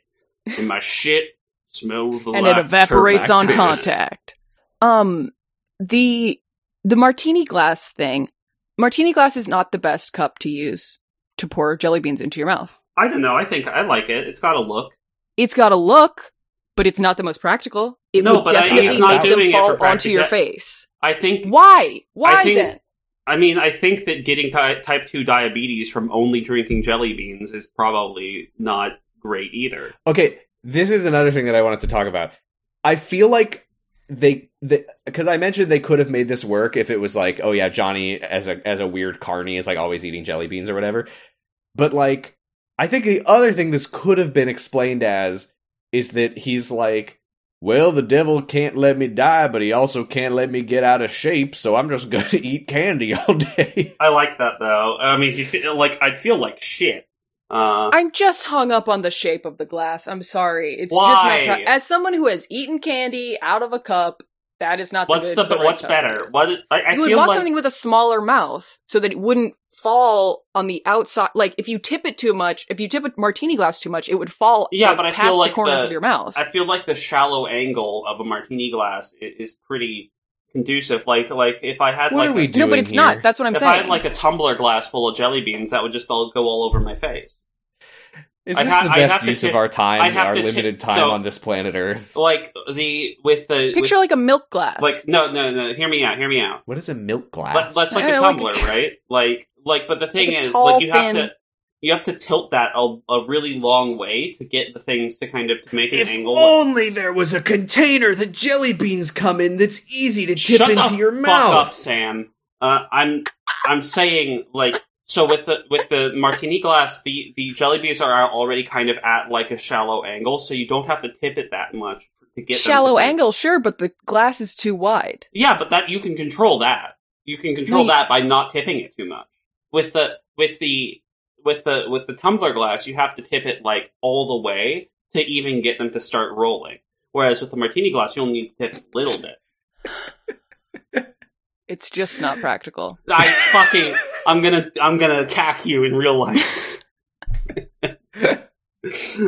S4: and my shit smells like
S3: and it evaporates on
S4: turmeric.
S3: contact. Um, the the martini glass thing. Martini glass is not the best cup to use to pour jelly beans into your mouth.
S4: I don't know. I think I like it. It's got a look.
S3: It's got a look, but it's not the most practical. It
S4: No,
S3: would
S4: but I-
S3: definitely
S2: it's
S3: make
S2: not
S3: them
S4: doing it
S3: fall
S4: for
S3: onto your
S4: practica-
S3: face.
S4: I think.
S3: Why? Why
S4: think-
S3: then?
S4: I mean, I think that getting ty- type two diabetes from only drinking jelly beans is probably not great either.
S2: okay this is another thing that i wanted to talk about i feel like they because i mentioned they could have made this work if it was like oh yeah johnny as a as a weird carny is like always eating jelly beans or whatever but like i think the other thing this could have been explained as is that he's like well the devil can't let me die but he also can't let me get out of shape so i'm just <laughs> gonna eat candy all day <laughs>
S4: I like that though. I mean, you feel, like I'd feel like shit. Uh,
S3: I'm just hung up on the shape of the glass. I'm sorry. It's just
S4: Why?
S3: not pra- as someone who has eaten candy out of a cup. That is not.
S4: what's
S3: the,
S4: the,
S3: good-
S4: but
S3: right
S4: what's
S3: cup to
S4: better?
S3: use.
S4: What I, I
S3: you would
S4: feel
S3: want
S4: like
S3: something with a smaller mouth so that it wouldn't fall on the outside. Like if you tip it too much, if you tip a martini glass too much, it would fall.
S4: Yeah,
S3: like,
S4: but I
S3: past
S4: feel like
S3: the corners
S4: the-
S3: of your mouth.
S4: I feel like the shallow angle of a martini glass i- is pretty conducive. Like like if I had
S2: What
S4: like
S2: are we
S4: a,
S2: doing
S3: no, but it's
S2: here?
S3: not. That's what I'm
S4: if
S3: saying.
S4: I had like a tumbler glass full of jelly beans, that would just all go all over my face.
S2: Is
S4: I'd
S2: this
S4: ha-
S2: the
S4: I'd have
S2: best
S4: to
S2: use
S4: tip-
S2: of our time,
S4: I'd have
S2: our
S4: to tip-
S2: limited time
S4: so-
S2: on this planet Earth?
S4: Like the with the
S3: Picture like a milk glass.
S4: with, like no no no. Hear me out. Hear me out.
S2: What is a milk glass?
S4: Let, <laughs> let's like
S3: I
S4: a
S3: like
S4: tumbler,
S3: a-
S4: right? Like like. But the thing
S3: a
S4: is,
S3: tall,
S4: like you have
S3: thin-
S4: to. You have to tilt that a, a really long way to get the things to kind of to make an
S2: If
S4: angle.
S2: only there was a container that jelly beans come in that's easy to tip
S4: Shut
S2: into
S4: the
S2: your
S4: fuck
S2: mouth.
S4: up, Sam. Uh, I'm I'm saying like so with the with the martini glass, the the jelly beans are already kind of at like a shallow angle, so you don't have to tip it that much to get them to
S3: shallow
S4: break.
S3: angle, sure, but the glass is too wide.
S4: Yeah, but that you can control that. You can control
S3: you-
S4: that by not tipping it too much. With the with the with the with the tumbler glass, you have to tip it like all the way to even get them to start rolling. Whereas with the martini glass, you only need to tip a little bit.
S3: It's just not practical. <laughs>
S4: I fucking I'm gonna I'm gonna attack you in
S3: <laughs>
S4: real life. <laughs>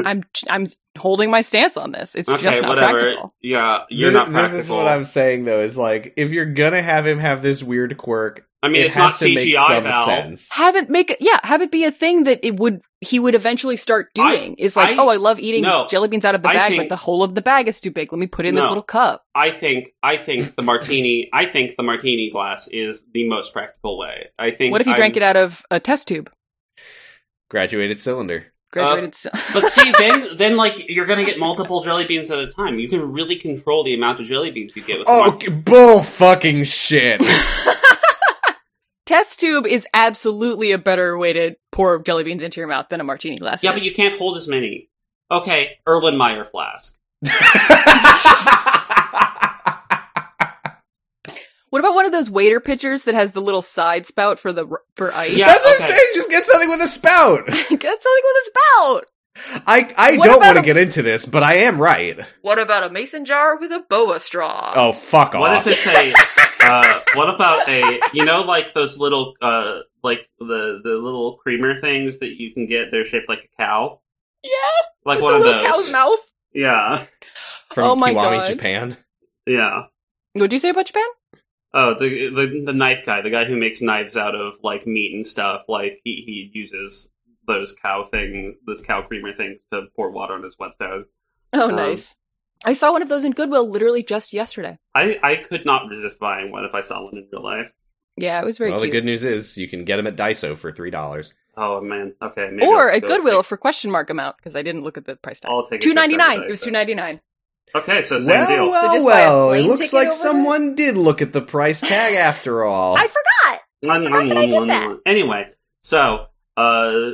S3: I'm I'm holding my stance on this. It's
S4: okay,
S3: just not
S4: whatever.
S3: practical.
S4: Yeah, you're
S2: Thi-
S4: not
S2: this,
S4: practical.
S2: is what I'm saying though. Is like if you're gonna have him have this weird quirk,
S4: I mean,
S2: it
S4: it's not
S2: has to
S4: CGI.
S2: make some
S4: Val.
S2: sense.
S3: Have it make yeah, have it be a thing that it would he would eventually start
S4: I-
S3: doing. is like,
S4: I-
S3: oh, I love eating
S4: no,
S3: jelly beans out of the
S4: I
S3: bag,
S4: think-
S3: but the whole of the bag is too big. Let me put it in
S4: No.
S3: this little cup.
S4: I think I think the martini I think the martini glass is the most practical way. I think.
S3: What if you drank it out of a test tube?
S2: Graduated cylinder.
S3: Graduated. sil-
S4: <laughs> Uh, but see, then then like you're gonna get multiple jelly beans at a time. You can really control the amount of jelly beans you get with.
S2: Oh,
S4: mar-
S2: g- bull fucking shit.
S3: <laughs>
S2: <laughs>
S3: test tube is absolutely a better way to pour jelly beans into your mouth than a martini glass.
S4: yeah,
S3: is.
S4: but you can't hold as many. Okay, Erlenmeyer flask.
S3: What about one of those waiter pitchers that has the little side spout for the for ice? <laughs>
S4: <laughs> Yeah,
S2: That's what
S4: okay.
S2: I'm saying. Just get something with a spout.
S3: Get something with a spout.
S2: I I
S3: What
S2: don't
S3: about
S2: want
S3: a-
S2: to get into this, but I am right.
S3: What about a mason jar with a boa straw?
S2: Oh fuck
S4: What
S2: off!
S4: if it's a? uh, what about a? You know, like those little, uh, like the the little creamer things that you can get. They're shaped like a cow,
S3: yeah,
S4: like
S3: with
S4: one
S3: the
S4: of
S3: little
S4: those.
S3: cow's mouth.
S4: Yeah,
S2: From
S3: Oh my
S2: Kiwami,
S3: God.
S2: Japan.
S4: yeah.
S3: What do you say about Japan?
S4: Oh, the, the the knife guy, the guy who makes knives out of like meat and stuff. Like he he uses those cow thing, those cow creamer things to pour water on his whetstone.
S3: Oh,
S4: Um,
S3: nice. I saw one of those in Goodwill literally just yesterday.
S4: I I could not resist buying one if I saw one in real life.
S3: Yeah, it was very
S2: well,
S3: cute.
S2: the good news is you can get them at Daiso for three dollars.
S4: Oh man, okay. Maybe
S3: or
S4: I'll
S3: at
S4: go
S3: Goodwill
S4: Take,
S3: for question mark amount because I didn't look at the price tag.
S4: I'll take a
S3: Two ninety nine.
S4: picture of
S3: It was
S4: that.
S3: two ninety nine.
S4: Okay, so same
S2: Well,
S4: deal.
S2: well,
S3: So just buy a
S2: well. It
S3: plane
S2: looks
S3: ticket
S2: like
S3: over there?
S2: someone did look at the price tag after
S3: <laughs>
S2: all.
S5: I forgot.
S4: Nom,
S5: How
S4: nom,
S5: could I
S4: nom,
S5: get
S4: nom,
S5: that?
S4: nom. Anyway, so uh,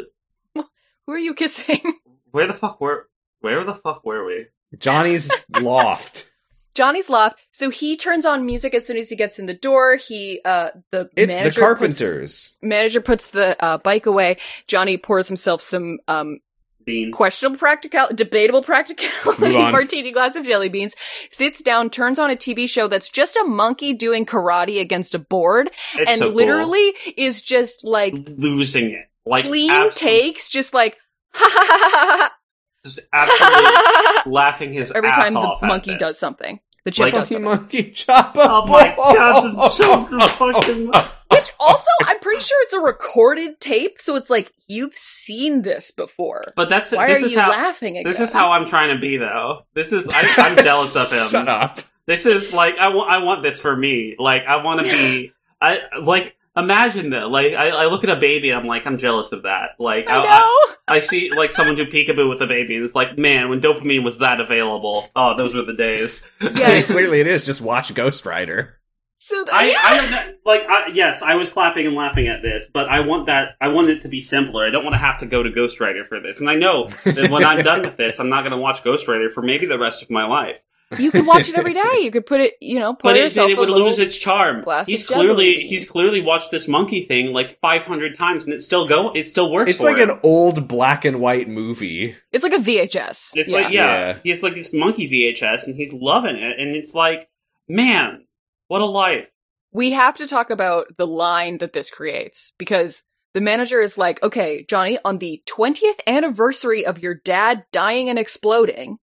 S3: Who are you kissing? <laughs>
S4: where the fuck were where the fuck were we?
S2: Johnny's loft.
S3: Johnny's loft. So he turns on music as soon as he gets in the door. He uh the
S2: It's the
S3: manager puts-
S2: carpenters.
S3: manager puts the uh, bike away. Johnny pours himself some um,
S4: Bean.
S3: questionable practical, debatable practicality
S2: Move on.
S3: <laughs> martini glass of jelly beans. Sits down, turns on a TV show that's just a monkey doing karate against a board,
S4: It's
S3: and
S4: so cool.
S3: literally is just like
S4: losing it. Like
S3: clean
S4: absolute-
S3: takes, just like <laughs> ha ha ha ha ha
S4: just
S3: ha, <laughs>
S4: absolutely
S3: ha ha ha.
S4: laughing his
S3: every
S4: ass
S3: time the
S4: off at
S3: monkey
S4: this.
S3: does something. The chip
S4: Like-
S3: does
S2: Monkey,
S3: something.
S2: monkey, chop a
S4: <laughs>
S3: <laughs>
S4: Oh my
S2: ball. <laughs>
S4: god, the jokes are fucking.
S3: Which also, I'm pretty sure it's a recorded tape, so it's like you've seen this before.
S4: But that's
S3: Why
S4: this
S3: are
S4: is
S3: you
S4: how
S3: laughing again?
S4: this is how I'm trying to be though. This is I,
S3: <laughs>
S4: I'm jealous of him.
S2: Shut up.
S4: This is like I want I want this for me. Like I want
S3: <laughs>
S4: to be I like imagine that. Like I, I look at a baby and I'm like I'm jealous of that. Like
S3: I know.
S4: <laughs> I see like someone do peekaboo with a baby and it's like man when dopamine was that available. Oh those were the days.
S2: I mean,
S3: Yes.
S2: clearly it is. Just watch Ghost Rider.
S3: So th-
S4: I,
S3: yeah.
S4: I don't know- like I, yes, I was clapping and laughing at this, but I want that. I want it to be simpler. I don't want to have to go to Ghost Rider for this. And I know that when I'm done with this, I'm not going to watch Ghost Rider for maybe the rest of my life.
S3: you could watch it every day. You could put it, you know, pour
S4: But it,
S3: yourself
S4: it
S3: a
S4: would
S3: little-
S4: lose its charm.
S3: glass
S4: He's
S3: of jelly
S4: clearly
S3: beans.
S4: he's clearly watched this monkey thing like 500 times, and it still go. It still works.
S2: It's
S4: for
S2: like
S4: him.
S2: an old black and white movie.
S3: It's like a VHS.
S4: It's
S3: yeah.
S4: like yeah,
S2: Yeah.
S4: it's like this monkey VHS, and he's loving it. And it's like, man, what a life!
S3: we have to talk about the line that this creates because the manager is like, okay, Johnny, on the 20th anniversary of your dad dying and exploding,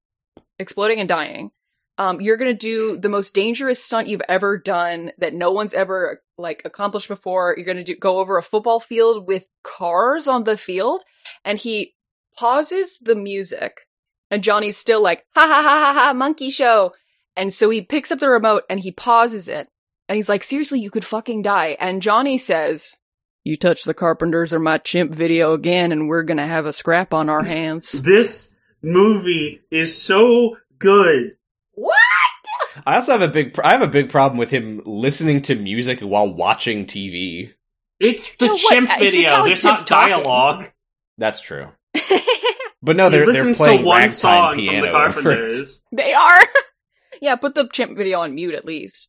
S3: exploding and dying, um, you're going to do the most dangerous stunt you've ever done that no one's ever like accomplished before. You're going to do go over a football field with cars on the field. And he pauses the music and Johnny's still like, ha ha ha ha ha, monkey show. And so he picks up the remote and he pauses it. And he's like, seriously, you could fucking die. And Johnny says, You touch the Carpenters or my chimp video again, and we're gonna have a scrap on our hands.
S4: This movie is so good.
S5: What?
S2: I also have a big. I have a big problem with him listening to music while watching TV.
S4: It's the
S3: No, what? Uh,
S4: chimp
S3: It's
S4: video.
S3: not like
S4: There's not
S3: chimps talking.
S4: dialogue.
S2: That's true. But no, Oh,
S4: He
S2: they're they're
S4: listens
S2: playing
S4: to one
S2: ragtime
S4: song
S2: piano. <laughs>
S4: from the Carpenters.
S3: they are. <laughs> yeah, put the chimp video on mute at least.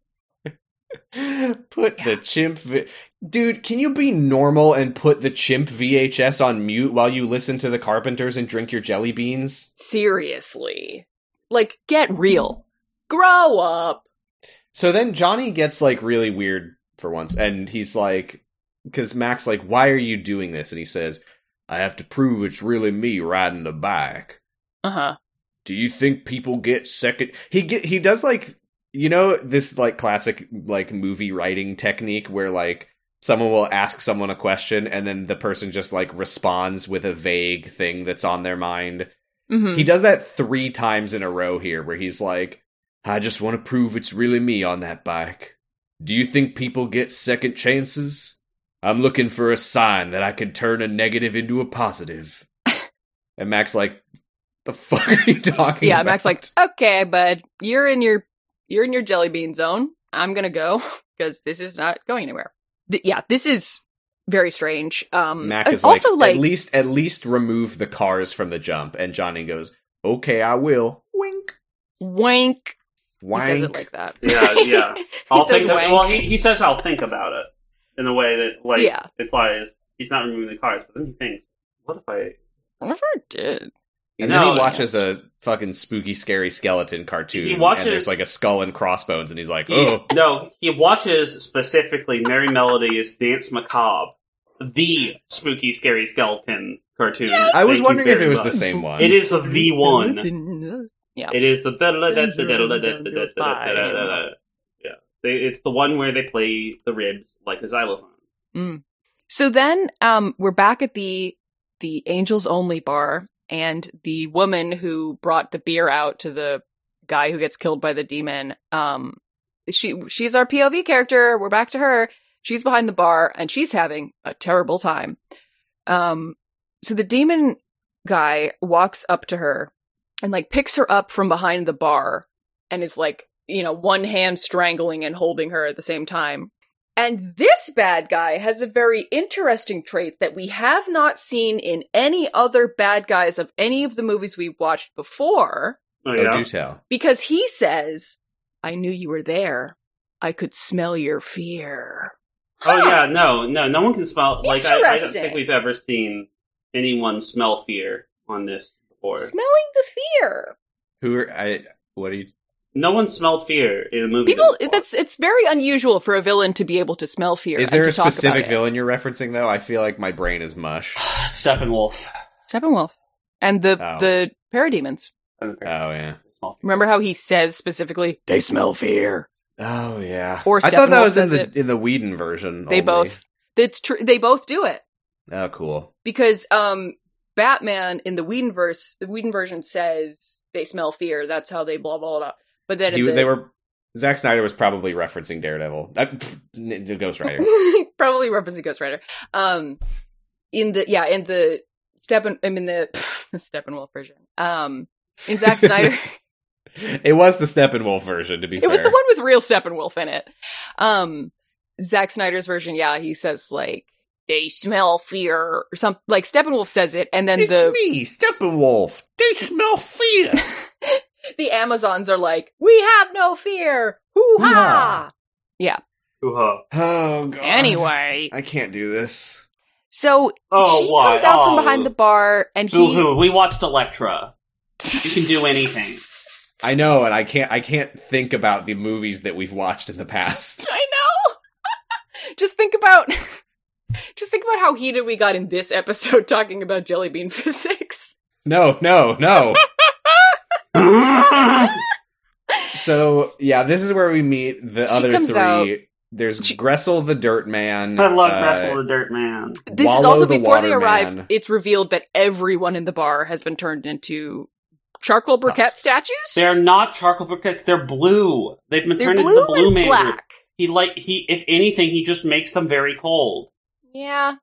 S2: put the chimp, vi- dude. Can you be normal and put the chimp VHS on mute while you listen to the Carpenters and drink your jelly beans?
S3: Seriously. Like, get real. Grow up.
S2: So then Johnny gets like really weird for once, and he's like, because Max like, why are you doing this? And he says, I have to prove it's really me riding the bike.
S3: Uh huh.
S2: Do you think people get second? He get he does like you know this like classic like movie writing technique where like someone will ask someone a question and then the person just like responds with a vague thing that's on their mind.
S3: hmm
S2: He does that three times in a row here, where he's like, I just want to prove it's really me on that bike. Do you think people get second chances? I'm looking for a sign that I can turn a negative into a
S3: <laughs>
S2: positive. and Max, like, the fuck are you talking
S3: Yeah,
S2: about?
S3: Max like, okay, bud, you're in your you're in your jelly bean zone. I'm gonna go <laughs> because this is not going anywhere. Th- yeah, this is very strange. Um,
S2: Mac
S3: and
S2: is
S3: also like,
S2: at least, at least remove the cars from the jump. And Johnny goes, okay, I will. Wink.
S3: wank.
S2: Wank.
S3: He says it like that.
S4: Yeah,
S3: <laughs>
S4: yeah.
S3: he
S4: I'll
S3: says
S4: think. of-
S3: wank.
S4: well, he, he says I'll think about it in the way that like
S3: Yeah.
S4: implies he's not removing the cars, but then he thinks, what if I?
S3: I wonder if I did.
S2: And
S4: No,
S2: then he
S4: yeah.
S2: watches a fucking spooky, scary skeleton cartoon.
S4: He watches-
S2: and there's like a skull and crossbones, and he's like,
S4: He-
S2: "Oh,
S4: no, he watches specifically Merry Melody's Dance Macabre, the spooky, scary skeleton cartoon.
S2: I was
S4: Thank you
S2: wondering if
S4: very
S2: it was the
S4: much.
S2: same one."
S4: It
S3: <laughs>
S4: is the one.
S3: Yeah.
S4: It is the
S3: Dangerous
S4: They, it's the one where they play the ribs like a xylophone.
S3: Mm. So then um, we're back at the the Angels Only bar, and the woman who brought the beer out to the guy who gets killed by the demon. Um, she she's our POV character. We're back to her. She's behind the bar, and she's having a terrible time. Um, so the demon guy walks up to her and like picks her up from behind the bar, and is like you know one hand strangling and holding her at the same time. And this bad guy has a very interesting trait that we have not seen in any other bad guys of any of the movies we've watched before,
S4: Oh,
S2: Oh,
S4: yeah.
S2: do tell.
S3: because he says, I knew you were there. I could smell your fear.
S4: Oh yeah, no, no, no one can smell. Like I, I don't
S3: Interesting.
S4: think we've ever seen anyone smell fear on this before.
S3: Smelling the fear.
S2: Who are I? What are you?
S4: no one smelled fear in a movie.
S3: People,
S4: before.
S3: that's it's very unusual for a villain to be able to smell fear.
S2: Is
S3: and
S2: there
S3: to
S2: a
S3: talk about
S2: specific
S3: it.
S2: villain you're referencing though? I feel like my brain is
S3: <sighs>
S2: mush.
S4: <sighs> Steppenwolf.
S3: Steppenwolf and the
S2: Oh.
S3: the parademons.
S4: Oh
S2: Oh yeah.
S3: Remember how he says specifically, "They smell fear."
S2: Oh yeah.
S3: Or
S2: I thought that
S3: Steppenwolf
S2: was in
S3: says
S2: the
S3: it.
S2: in the Whedon version. only.
S3: They both. That's true. They both do it.
S2: Oh cool.
S3: because um Batman in the Whedon verse, the Whedon version says they smell fear. That's how they blah blah blah. But then
S2: He,
S3: in the-
S2: they
S3: <laughs>
S2: were. Zack Snyder was probably referencing Daredevil. Uh, pff, n- the Ghost Rider. <laughs>
S3: probably referencing Ghost Rider. Um, in the yeah, in the Steppen, I mean the <laughs> Steppenwolf version. Um,
S2: <laughs>
S3: in Zack Snyder's,
S2: it was the Steppenwolf version, to be
S3: it
S2: fair.
S3: was the one with real Steppenwolf in it. Um, Zack Snyder's version, yeah, he says like they smell fear or something. Like Steppenwolf says it, and then the
S2: me, Steppenwolf. They smell fear.
S3: the Amazons are like, "We have no fear." Hoo ha!
S4: Uh-huh.
S2: oh god.
S3: Anyway,
S2: I can't do this.
S3: so
S4: Oh,
S3: she
S4: why?
S3: comes out
S4: Oh.
S3: from behind the bar, and <laughs>
S4: Boo
S3: he.
S4: hoo! We watched <laughs> Elektra. You can do anything.
S2: I know, and I can't. I can't think about the movies that we've watched in the past. <laughs>
S3: I know. <laughs> just think about, <laughs> just think about how heated we got in this episode talking about jelly bean <laughs> physics.
S2: No, no, no.
S3: <laughs>
S4: oh
S2: so yeah, this is where we meet the
S3: She
S2: other
S3: comes
S2: three.
S3: out-
S2: There's
S3: She-
S2: Gressel the Dirt Man.
S4: I love
S2: uh,
S4: Wrestle the Dirt Man.
S3: This is
S2: Wallow
S3: also
S2: the
S3: before they
S2: Water
S3: arrive.
S2: Man.
S3: It's revealed that everyone in the bar has been turned into charcoal briquette
S2: Tusks.
S3: statues.
S4: They're not charcoal briquettes. They're blue. They've been
S3: They're
S4: turned
S3: blue
S4: into the blue
S3: and
S4: man.
S3: black.
S4: He like he. If anything, he just makes them very cold.
S3: Yeah,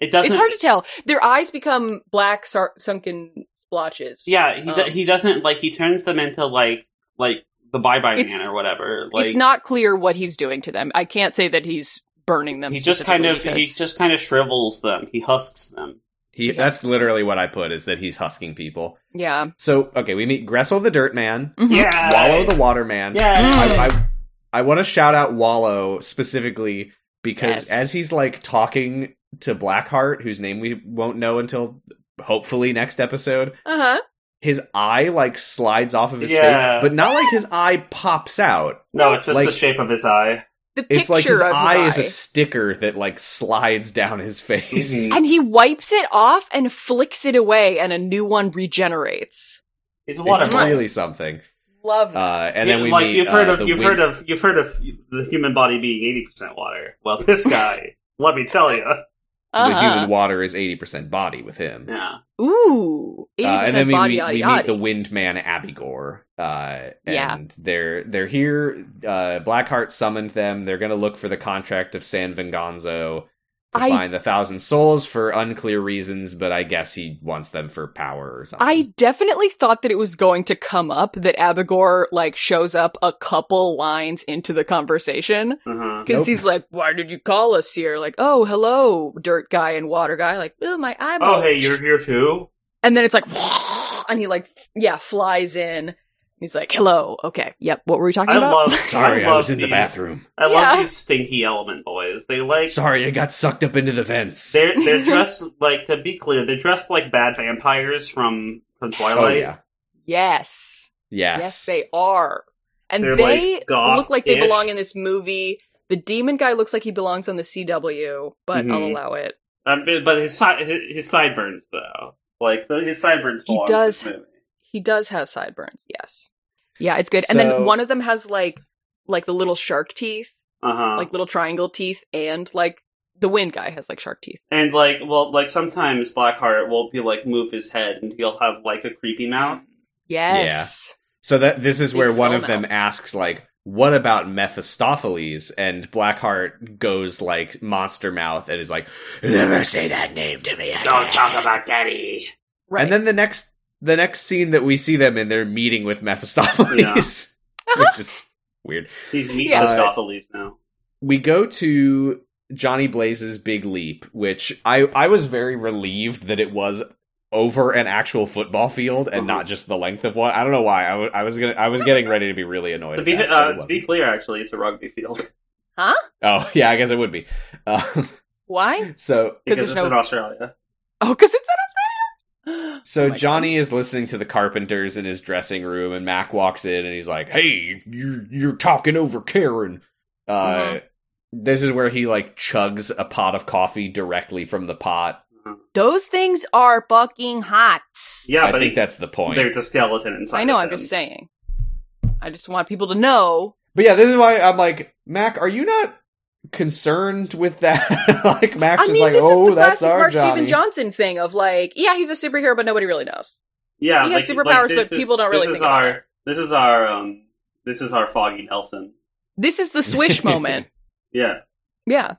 S4: It doesn't.
S3: it's hard to tell. Their eyes become black, sar- sunken splotches.
S4: Yeah, he do-
S3: Um,
S4: he doesn't like he turns them into like like the bye bye
S3: It's-
S4: man or whatever. Like
S3: it's not clear what he's doing to them. I can't say that he's burning them.
S4: he just kind of
S3: specifically
S4: he
S3: because-
S4: just kind of shrivels them. He husks them.
S2: He,
S3: Yes.
S2: That's literally what I put is that he's husking people.
S3: yeah.
S2: So okay, we meet Gressel the Dirt Man,
S3: Mhm.
S4: Yeah,
S2: Wallow the Water Man.
S4: yeah.
S3: Mm.
S2: I, I, I want to shout out Wallow specifically because
S3: Yes.
S2: as he's like talking to Blackheart, whose name we won't know until hopefully next episode,
S3: Uh-huh.
S2: his eye like slides off of his
S4: Yeah.
S2: face, but not like his eye pops out.
S4: no, it's just
S2: like-
S4: the shape of his eye.
S3: The picture
S2: It's like his,
S3: of his
S2: eye,
S3: eye
S2: is a sticker that like slides down his face.
S4: Mhm.
S3: and he wipes it off and flicks it away, and a new one regenerates.
S4: He's a water
S2: It's
S4: man.
S2: really something.
S3: Love that.
S2: Uh, and then
S4: You-
S2: we
S4: like
S2: meet,
S4: you've heard
S2: uh,
S4: of
S2: the
S4: you've
S2: wind-
S4: heard of you've heard of the human body being eighty percent water.
S3: <laughs>
S4: Well, this guy, let me tell you,
S2: the
S3: Uh-huh.
S2: human water is eighty percent body with him.
S4: yeah,
S3: Ooh, eighty
S2: Uh, and then
S3: percent
S2: we,
S3: body
S2: we,
S3: yada
S2: we
S3: yada.
S2: meet the Windman Abigor. Uh, and
S3: Yeah.
S2: they're they're here. Uh, Blackheart summoned them. They're going to look for the contract of San Venganzo to
S3: I-
S2: find the thousand souls for unclear reasons, but I guess he wants them for power or something.
S3: I definitely thought that it was going to come up that Abigor like shows up a couple lines into the conversation.
S4: uh-huh.
S3: Because
S2: Nope.
S3: he's like, why did you call us here? Like, oh, hello, dirt guy and water guy. Like, oh, my eyeball.
S4: Oh, hey, you're here too.
S3: And then it's like, <laughs> and he like, yeah, flies in. He's like, hello. Okay. Yep. What were we talking
S4: I
S3: about?
S2: <laughs>
S4: love.
S2: Sorry,
S4: I,
S2: I,
S4: love
S2: was in the
S4: these-
S2: bathroom.
S4: I
S3: Yeah.
S4: love these stinky element boys. They like
S2: Sorry, I got sucked up into the vents.
S4: They're
S3: <laughs>
S4: they're dressed like to be clear. They're dressed like bad vampires from from
S2: oh
S4: Twilight.
S2: yeah,
S3: yes.
S2: yes,
S3: yes. they are. And
S4: They're,
S3: they
S4: like, goth-ish.
S3: look like they belong in this movie. The demon guy looks like he belongs on the CW, but I'll
S4: Mhm.
S3: allow it.
S4: Um, but- but his side his, his sideburns though, like the, his sideburns.
S3: He
S4: belong in
S3: does-
S4: this movie.
S3: He does have sideburns. Yes. Yeah, it's good. and then
S2: So-
S3: one of them has like like the little shark teeth,
S4: Uh huh.
S3: like little triangle teeth, and like the wind guy has like shark teeth.
S4: and like, well, like sometimes Blackheart won't be like move his head, and he'll have like a creepy mouth.
S3: Yes.
S2: So that this is
S3: Big
S2: where one
S3: skull
S2: of them
S3: mouth.
S2: asks like, "What about Mephistopheles?" And Blackheart goes like monster mouth and is like, "Never say that name to me." again."
S4: about daddy.
S3: Right.
S2: And then the next the next scene that we see them in their meeting with Mephistopheles, <laughs> which is weird.
S4: He's meat
S3: Yeah.
S4: Mephistopheles now.
S2: we go to Johnny Blaze's Big Leap, which I I was very relieved that it was over an actual football field and
S3: Uh-huh.
S4: Mhm.
S2: not just the length of one. I don't know why. I wa- I was gonna I was getting ready to be really annoyed.
S4: To be,
S2: about it, but it
S4: uh, to
S2: wasn't.
S4: be clear, actually, it's a rugby field <laughs>
S2: oh <laughs> yeah, I guess it would be. Um, <laughs>
S3: Why?
S2: so
S4: because
S3: there's
S4: it's
S3: no-
S4: in Australia.
S3: Oh, because it's in
S4: <laughs>
S3: Australia. <gasps>
S2: so
S3: Oh my
S2: Johnny is listening to the Carpenters in his dressing room, and Mac walks in and he's like, "Hey, you you're talking over Karen." Uh,
S3: Mhm.
S2: This is where he like chugs a pot of coffee directly from the pot.
S4: Uh-huh.
S3: God. those things are fucking hot.
S4: Yeah,
S2: I
S4: but
S2: think
S4: he-
S2: that's the point.
S4: there's a skeleton inside.
S3: I know.
S4: of
S3: I'm
S4: him.
S3: just saying. I just want people to know.
S2: But yeah, this is why I'm like, Mac, are you not concerned with that? <laughs> like, Mac's
S3: I
S2: just
S3: mean,
S2: like,
S3: this
S2: oh,
S3: is the
S2: that's
S3: classic
S2: our
S3: Mark
S2: Johnny.
S3: Steven Johnson thing of like, yeah, he's a superhero, but nobody really knows.
S4: Yeah,
S3: He has
S4: like-
S3: superpowers,
S4: like, this
S3: but
S4: is-
S3: people don't really
S4: This is
S3: think about
S4: our.
S3: it.
S4: This is our. Um, this is our Foggy Nelson.
S3: This is
S2: <laughs>
S3: the swish moment.
S4: Yeah,
S3: Yeah.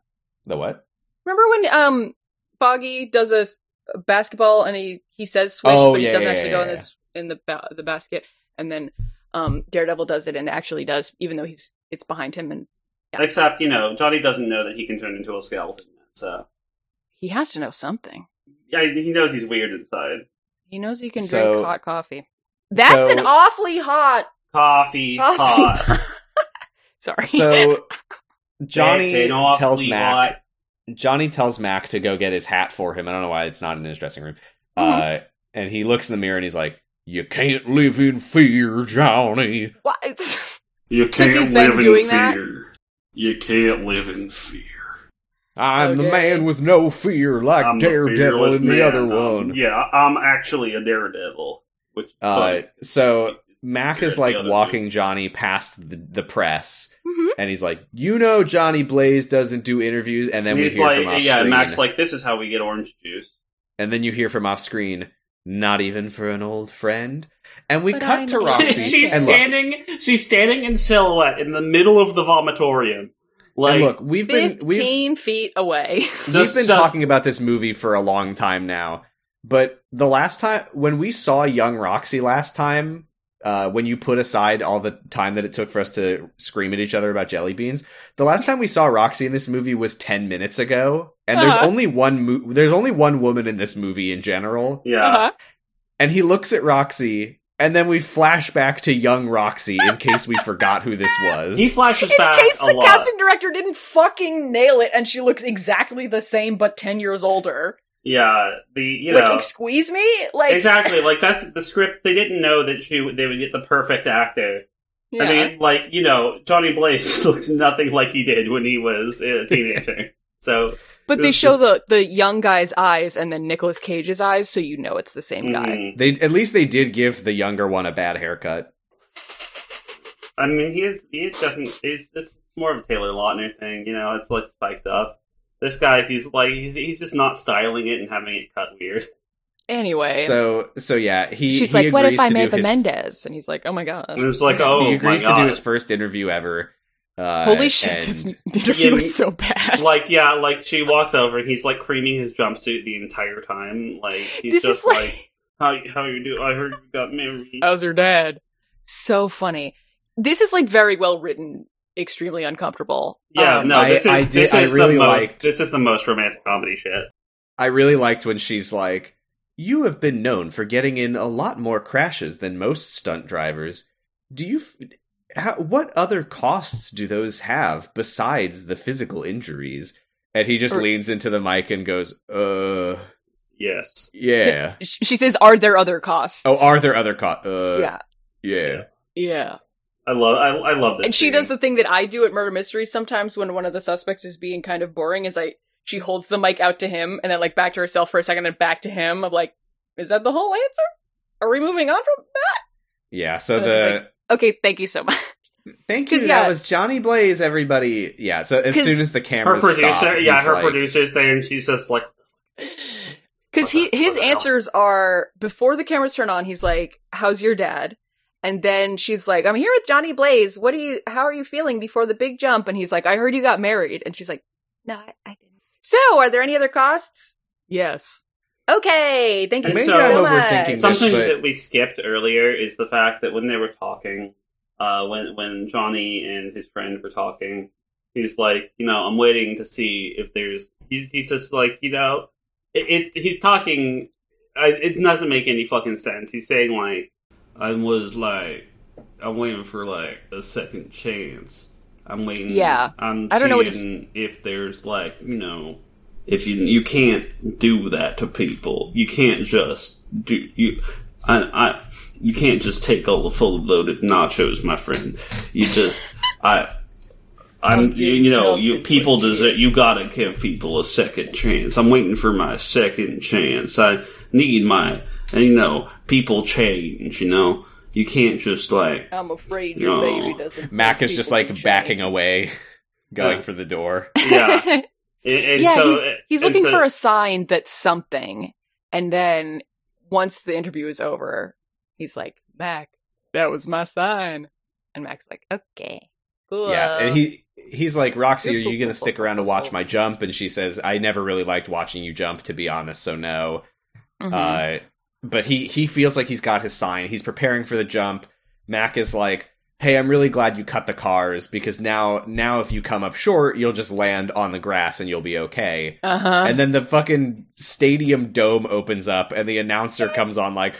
S2: The
S3: <laughs>
S2: what?
S3: Remember when um Foggy does a, s- a basketball and he he says swish,
S2: Oh,
S3: but
S2: yeah,
S3: he doesn't
S2: yeah,
S3: actually
S2: yeah,
S3: go in
S2: yeah.
S3: this in the ba- the basket, and then um Daredevil does it and actually does, even though he's it's behind him and Yeah.
S4: except you know Johnny doesn't know that he can turn into a skeleton. So
S3: he has to know something.
S4: yeah, he knows he's weird inside.
S3: He knows he can
S2: So-
S3: drink hot coffee. That's
S2: so-
S3: an awfully hot
S4: Coffee
S3: coffee.
S4: pot.
S3: <laughs> Sorry.
S2: So
S4: That's an
S2: Johnny
S4: awfully
S2: tells
S4: lot.
S2: Mac. Johnny tells Mac to go get his hat for him. I don't know why it's not in his dressing room.
S4: Mm-hmm.
S2: Uh, and he looks in the mirror and he's like, "You can't live in fear, Johnny."
S3: <laughs> Why- it's-
S4: You
S3: can't he's been live in doing that.
S4: You can't live in fear.
S2: I'm the
S3: Okay.
S2: man with no fear, like Daredevil in the other one.
S4: yeah, I'm actually a daredevil. Which
S2: Uh, so Mac
S4: Yeah,
S2: is
S4: the
S2: like
S4: other Mm-hmm.
S2: walking Johnny past the, the press,
S3: Mhm.
S2: and he's like, "You know, Johnny Blaze doesn't do interviews." And then
S4: and
S2: we
S4: he's
S2: hear
S4: like,
S2: from off
S4: yeah,
S2: screen,
S4: Mac's like, this is how we get orange
S3: <laughs>
S4: juice.
S2: and then you hear from off screen, "Not even for an old friend." And we
S3: But
S2: cut
S3: I
S2: to
S4: <laughs>
S3: know.
S2: Roxy.
S4: she's
S2: and look,
S4: standing. She's standing in silhouette in the middle of the vomitorium. Like,
S2: and look, we've been we've,
S3: 15 feet away.
S2: we've
S4: Just-
S2: been
S4: just-
S2: talking about this movie for a long time now, but the last time when we saw young Roxy last time. Uh, when you put aside all the time that it took for us to scream at each other about jelly beans, The last time we saw Roxy in this movie was 10 minutes ago, and there's
S3: Uh-huh.
S2: only one mo- there's only one woman in this movie in general.
S4: <laughs> yeah,
S3: Uh-huh.
S2: And he looks at Roxy and then we flash back to young Roxy in case we forgot who this was.
S4: he flashes
S3: In
S4: back
S3: case
S4: a
S3: the
S4: lot.
S3: casting director didn't fucking nail it and she looks exactly the same but 10 years older.
S4: yeah, the you
S3: like,
S4: know
S3: excuse me? Like,
S4: exactly like that's the script. They didn't know that she would- they would get the perfect actor.
S3: Yeah.
S4: I mean, like you know, Johnny Blaze <laughs> looks nothing like he did when he
S3: <laughs>
S4: was a teenager. so
S3: but
S4: it
S3: they
S4: was
S3: show the, the young guy's eyes and then Nicolas Cage's eyes, so you know it's the same guy.
S4: mm,
S2: they at least they did give the younger one a bad haircut.
S4: I mean, he is he is definitely it's, it's more of a Taylor Lautner thing. You know, it's like spiked up. This guy, he's like he's he's just not styling it and having it cut weird. <laughs>
S3: Anyway,
S2: So so yeah, he
S3: she's
S2: he
S3: like, what
S2: agrees
S3: if I'm
S2: to do
S3: Eva
S2: his-
S3: Mendes? And he's like, oh my
S4: And
S3: god.
S4: it was like, oh
S2: He
S4: my
S2: agrees to
S4: god,
S2: do his first interview ever. Uh,
S3: Holy shit,
S2: and-
S3: this interview
S4: Yeah,
S3: was so bad.
S4: like yeah, like she walks over and he's like creaming his jumpsuit the entire time. Like he's
S3: this
S4: just
S3: is like...
S4: how how you do? I heard you got married.
S2: Oh,
S3: How's her dad? So funny. This is like very well written, extremely uncomfortable.
S4: Yeah,
S3: Um,
S4: no,
S2: I-
S4: this is
S2: I did-
S4: this
S2: I
S4: is
S2: really
S4: the most
S2: liked-
S4: this is the most romantic comedy shit.
S2: I really liked when she's like, "You have been known for getting in a lot more crashes than most stunt drivers. Do you? F- how, what other costs do those have besides the physical injuries?" And he just
S3: Or-
S2: leans into the mic and goes, "Uh,
S4: Yes.
S2: yeah.
S3: sh- She says, "Are there other costs?"
S2: oh, are there other costs? Uh, yeah,
S3: yeah, yeah.
S4: I love I, I love this.
S3: And she
S4: scene.
S3: does the thing that I do at murder mysteries sometimes when one of the suspects is being kind of boring. Is I she holds the mic out to him and then like back to herself for a second, then back to him. I'm like, is that the whole answer? Are we moving on from that?
S2: yeah." So
S3: Uh, just
S2: the
S3: Okay, thank you so much.
S2: Thank you.
S3: 'Cause,
S2: That
S3: yeah.
S2: was Johnny Blaze, everybody. Yeah, so as
S3: 'Cause
S2: soon as the camera
S4: Her producer,
S2: stopped,
S4: yeah,
S2: he's
S4: her
S2: like,
S4: producer's there, and she's just like,
S3: Because he
S4: What the-
S3: his
S4: what the hell?
S3: answers are before the cameras turn on, he's like, How's your dad? And then she's like, I'm here with Johnny Blaze. What are you how are you feeling before the big jump? And he's like, I heard you got married. And she's like, <laughs> No, I, I didn't. So are there any other costs? Yes. Okay. Thank you
S4: And
S3: so,
S4: maybe I'm
S3: much.
S2: overthinking this.
S4: Something
S2: but-
S4: that we skipped earlier is the fact that when they were talking, uh, when when Johnny and his friend were talking, he's like, you know, I'm waiting to see if there's. He's, he's just like, you know, it. it he's talking. I, it doesn't make any fucking sense. He's saying like, I was like, I'm waiting for like a second chance. I'm waiting.
S3: Yeah.
S4: I'm
S3: I don't know what he's-
S4: seeing if there's like, you know, if you you can't do that to people you can't just do you i i you can't just take all the full loaded nachos my friend you just i I'm, you, you know, you people deserve. You gotta give people a second chance. I'm waiting for my second chance. I need my, and you know, people change. You know, you can't just like.
S3: I'm afraid
S4: your No. baby
S3: doesn't.
S2: Mac is just like
S3: <laughs>
S2: backing away, <laughs> going
S4: Yeah.
S2: for the door.
S4: Yeah, and, and
S3: yeah,
S4: so
S3: he's, he's
S4: and
S3: looking
S4: so-
S3: for a sign that's something. And then once the interview is over, he's like, Mac, that was my sign. And Mac's like, okay, cool.
S2: Yeah, and he he's like, Roxy, are
S3: Cool,
S2: you going to
S3: cool,
S2: stick
S3: cool,
S2: around to
S3: cool,
S2: watch
S3: cool."
S2: my jump? And she says, I never really liked watching you jump, to be honest. So no.
S3: Mhm.
S2: Uh, but he he feels like he's got his sign. He's preparing for the jump. Mac is like, Hey, I'm really glad you cut the cars because now now if you come up short, you'll just land on the grass and you'll be okay.
S3: uh-huh.
S2: And then the fucking stadium dome opens up, and the announcer comes on like,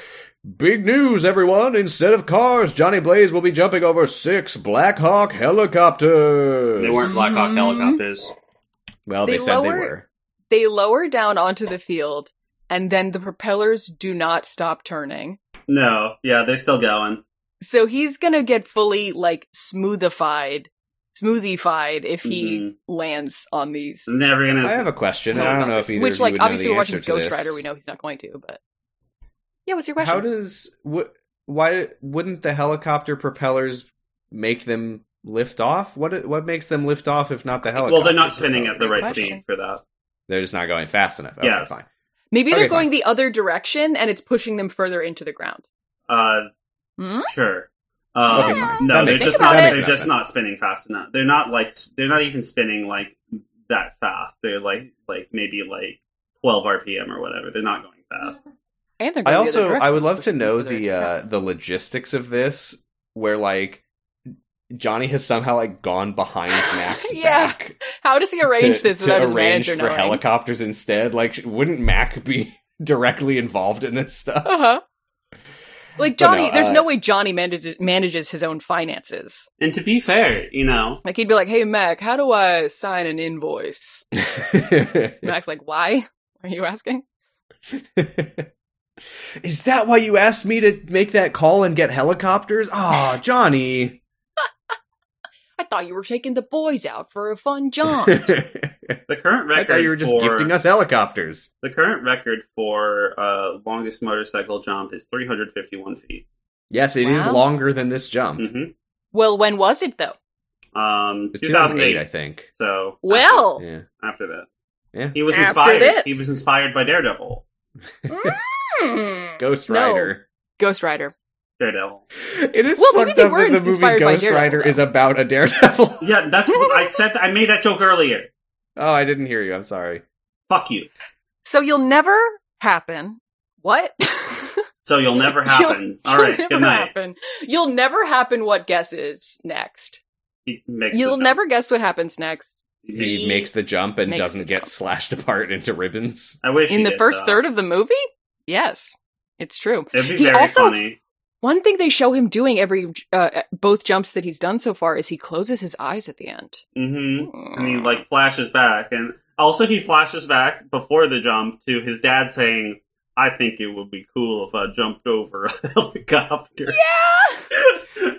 S2: Big news, everyone! Instead of cars, Johnny Blaze will be jumping over six Black Hawk helicopters.
S4: They weren't Black Hawk
S3: Mhm.
S4: helicopters.
S2: Well, they,
S3: They
S2: said they
S3: lower-
S2: were.
S3: they lower down onto the field, and then the propellers do not stop turning.
S4: No, yeah, they're still going.
S3: So he's gonna get fully like smoothified, smoothified if he
S2: Mm-hmm.
S4: Mhm.
S3: lands on these.
S4: Never gonna.
S2: I have a question. and I don't know if either
S3: which,
S2: of you
S3: like,
S2: would know
S3: obviously,
S2: the
S3: we're watching
S2: answer to
S3: Ghost
S2: this.
S3: Rider. We know he's not going to, but yeah. What's your question?
S2: How does what? Why wouldn't the helicopter propellers make them lift off? What what makes them lift off if not the helicopter?
S4: well, they're not spinning
S2: propellers?
S4: at the right
S3: Question.
S4: speed for that.
S2: They're just not going fast enough. Okay,
S4: Yeah.
S2: fine.
S3: Maybe
S2: Okay,
S3: they're going the other direction and it's pushing them further into the ground.
S4: Uh,
S3: Hmm?
S4: sure. Um,
S2: Okay, fine. That
S4: No, they're
S2: makes
S4: just
S3: sense.
S4: not.
S3: That
S4: They're
S3: makes
S4: just
S2: sense.
S4: not spinning fast enough. They're not like. They're not even spinning like that fast. They're like like maybe like twelve RPM or whatever. They're not going fast.
S3: And they're going
S2: I
S3: the
S2: also
S3: other
S2: I would love to
S3: direction,
S2: know
S3: pushing them
S2: the
S3: further.
S2: uh the logistics of this where like Johnny has somehow like gone
S3: <laughs>
S2: behind Mac's
S3: Yeah,
S2: back
S3: How does he
S2: to,
S3: arrange this
S2: to
S3: without his
S2: arrange
S3: manager
S2: for
S3: knowing?
S2: helicopters instead. Like sh- wouldn't Mac be <laughs> directly involved in this stuff? <laughs>
S3: Uh huh. Like
S2: But no,
S3: Johnny, there's
S2: uh,
S3: no way Johnny manages manages his own finances.
S4: And to be fair, you know,
S3: Like he'd be like, "Hey Mac, how do I sign an invoice?" Mac's like, "Why <laughs> are you asking?"
S2: <laughs> Is that why you asked me to make that call and get helicopters? Ah, Johnny.
S3: I thought you were taking the boys out for
S2: <laughs>
S3: a fun jaunt.
S2: I
S4: the current record.
S2: thought you were just
S4: for,
S2: gifting us helicopters.
S4: The current record for uh, longest motorcycle jump is 351 feet.
S2: Yes, it is
S3: Wow.
S2: longer than this jump.
S4: hmm
S3: well, when was it though?
S4: Um,
S2: It was
S4: 2008.
S2: 2008, I think.
S4: So
S3: Well,
S2: Yeah.
S4: after this,
S2: Yeah.
S4: he was
S3: After
S4: inspired.
S3: this.
S4: He was inspired by Daredevil.
S2: <laughs>
S3: hmm.
S2: Ghost
S3: No.
S2: Rider.
S3: Ghost Rider.
S4: Daredevil.
S2: It is
S3: Well, maybe
S2: fucked
S3: they
S2: up
S3: were
S2: that the movie
S3: inspired by
S2: Ghost
S3: Daredevil,
S2: Rider
S3: though.
S2: is about a <laughs> daredevil.
S4: Yeah, that's what I said. I made that joke earlier.
S2: oh, I didn't hear you. I'm sorry.
S4: Fuck you.
S3: So you'll never happen. What? <laughs>
S4: So you'll never happen.
S3: You'll
S4: All right.
S3: never
S4: Good night.
S3: happen. You'll never happen. What guesses next?
S4: He makes
S3: You'll
S4: the-
S3: never guess what happens next.
S2: He,
S3: He
S2: makes the jump and
S3: makes
S2: doesn't
S3: the
S2: get
S3: jump.
S2: slashed apart into ribbons.
S4: I wish
S3: in
S4: he
S3: the
S4: did, uh,
S3: first
S4: though.
S3: third of the movie? Yes, it's true.
S4: It'd be
S3: He
S4: very
S3: also-
S4: funny.
S3: One thing they show him doing every uh, both jumps that he's done so far is he closes his eyes at the end.
S4: hmm And he like flashes back, and also he flashes back before the jump to his dad saying, "I think it would be cool if I jumped over a <laughs> helicopter." <laughs>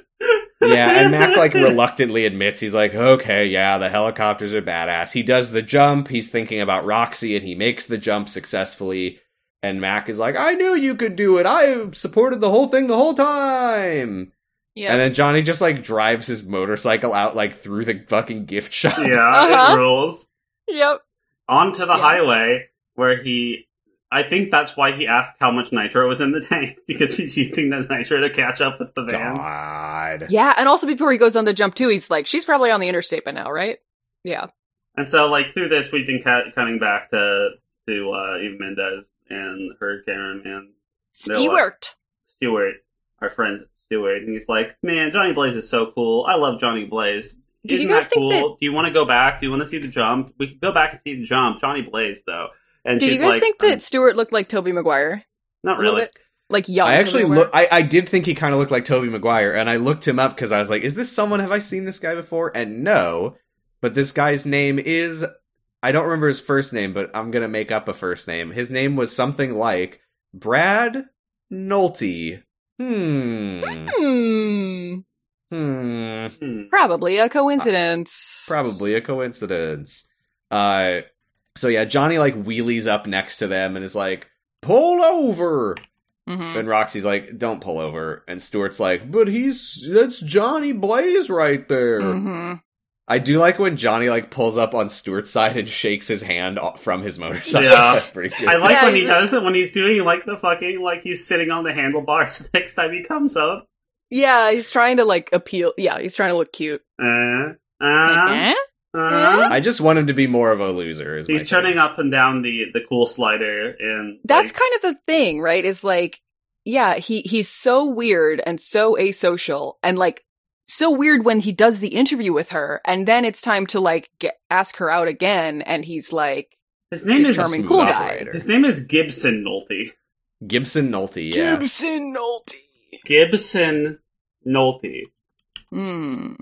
S4: Yeah.
S2: yeah, and Mac
S4: <laughs>
S2: like reluctantly admits he's like, okay, yeah, the helicopters are badass. He does the jump. He's thinking about Roxy and he makes the jump successfully. And Mac is like, I knew you could do it. I supported the whole thing the whole time.
S3: Yeah.
S2: And then Johnny just like drives his motorcycle out like through the fucking gift shop. <laughs>
S4: Yeah,
S3: Uh-huh.
S4: it rules.
S3: yep.
S4: Onto the
S3: Yeah.
S4: highway where he. I think that's why he asked how much nitro was in the <laughs> tank because he's using the nitro to catch up with the van.
S2: God.
S3: Yeah, and also before he goes on the jump too, he's like, she's probably on the interstate by now, right? Yeah.
S4: And so, like through this, we've been ca- cutting back to to uh, Eve Mendez and her cameraman They're like-
S3: Stewart.
S4: Stewart, our friend Stewart, and he's like, "Man, Johnny Blaze is so cool. I love Johnny Blaze.
S3: Did
S4: Isn't
S3: you guys
S4: that
S3: think
S4: cool?
S3: that?
S4: Do you want to go back? Do you want to see the jump? We could go back and see the jump. Johnny Blaze, though." And
S3: Did you
S4: she's
S3: guys
S4: like,
S3: think
S4: "Um,
S3: that Stewart looked like Toby Maguire?
S4: Not
S3: A little
S4: really.
S3: bit. Like young.
S2: I actually
S3: Tobey
S2: look.
S3: Maguire?
S2: I, I did think he kind of looked like Toby Maguire, and I looked him up because I was like, "Is this someone? Have I seen this guy before?" And no, but this guy's name is I don't remember his first name, but I'm gonna make up a first name. His name was something like Brad Nolte. Hmm.
S3: Hmm.
S2: hmm.
S4: Hmm.
S3: Probably a coincidence.
S2: Probably a coincidence. Uh. So yeah, Johnny like wheelies up next to them and is like, "Pull over."
S3: Mhm.
S2: And Roxy's like, "Don't pull over." And Stuart's like, "But he's that's Johnny Blaze right there."
S3: Mhm.
S2: I do like when Johnny like pulls up on Stuart's side and shakes his hand o- from his motorcycle. <laughs>
S4: Yeah.
S2: that's pretty good.
S4: I like
S3: Yeah,
S4: when he
S3: he's-
S4: does it when he's doing like the fucking like he's sitting on the handlebars <laughs> next time he comes up.
S3: Yeah, he's trying to like appeal. Yeah, he's trying to look cute.
S4: Uh,
S3: Like,
S4: uh,
S3: eh?
S4: uh.
S2: I just want him to be more of a loser. Is my
S4: He's
S2: thing.
S4: turning up and down the the cool slider, and
S3: That's
S4: like,
S3: kind of the thing, right? Is like, yeah, he he's so weird and so asocial and like so weird when he does the interview with her, and then it's time to like get, ask her out again, and he's like,
S4: his name
S3: he's
S4: is
S3: charming.
S2: Smooth
S3: cool guy.
S4: his name is Gibson Nolte.
S2: Gibson Nolte. Yeah,
S3: Gibson Nolte.
S4: Gibson Nolte.
S3: Hmm.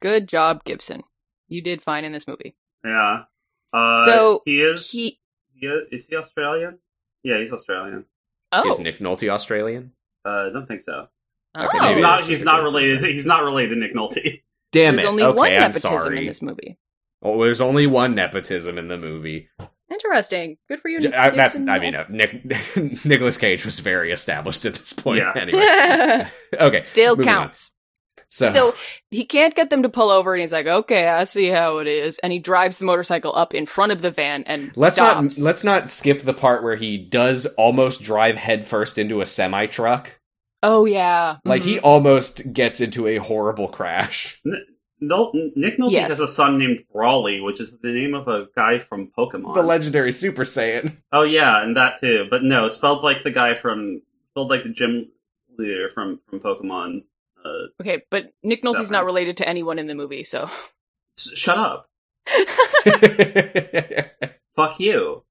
S3: Good job, Gibson. You did fine in this movie.
S4: Yeah. Uh,
S3: So,
S4: he is. He,
S3: He
S4: is- is he Australian? Yeah, he's Australian.
S3: oh,
S2: is Nick Nolte Australian?
S4: Uh, I don't think so.
S3: oh.
S2: Okay,
S4: he's
S2: maybe
S4: not.
S2: it's just
S4: He's
S2: a
S4: not
S2: coincidence
S4: related.
S2: then.
S4: He's not related to Nick Nolte.
S2: Damn
S3: There's
S2: it!
S3: only
S2: okay,
S3: one
S2: I'm
S3: nepotism
S2: sorry.
S3: in this movie.
S2: Oh, there's only one nepotism in the movie.
S3: Interesting. Good for you.
S2: J- I, that's.
S3: Gibson
S2: I mean,
S3: Nolte. <laughs>
S2: uh, Nick <laughs> Nicholas Cage was very established at this point.
S4: Yeah.
S2: Anyway, okay,
S3: still
S2: moving on.
S3: counts. So he can't get them to pull over, and he's like, "Okay, I see how it is." And he drives the motorcycle up in front of the van and
S2: Let's
S3: stops.
S2: not let's not skip the part where he does almost drive headfirst into a semi truck.
S3: oh yeah,
S2: Like
S3: Mhm.
S2: he almost gets into a horrible crash.
S4: Nol- Nick Nolte
S3: Yes.
S4: has a son named Brawly, which is the name of a guy from Pokemon.
S2: The legendary Super
S3: <laughs>
S2: Saiyan. <laughs>
S4: oh yeah, and that too. But no, spelled like the guy from spelled like the gym leader from from Pokemon. Uh,
S3: Mm-hmm. Okay, but Nick Nolte's
S4: Definitely.
S3: not related to anyone in the movie, so
S4: s- shut up. Fuck you.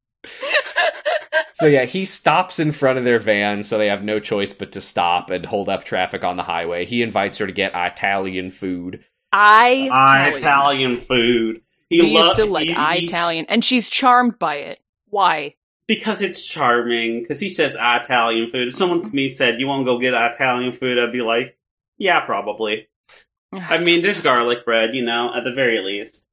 S2: so yeah, he stops in front of their van, so they have no choice but to stop and hold up traffic on the highway. He invites her to get Italian food.
S3: I
S4: I Italian food. He
S3: He is
S4: loves
S3: still like I Italian, and she's charmed by it. Why? <laughs>
S4: Because it's charming. Because he says Italian food. If someone to me said, "You want to go get Italian food?" I'd be like, "Yeah,
S3: <sighs>
S4: probably." I mean, there's garlic bread, you know, at the very least.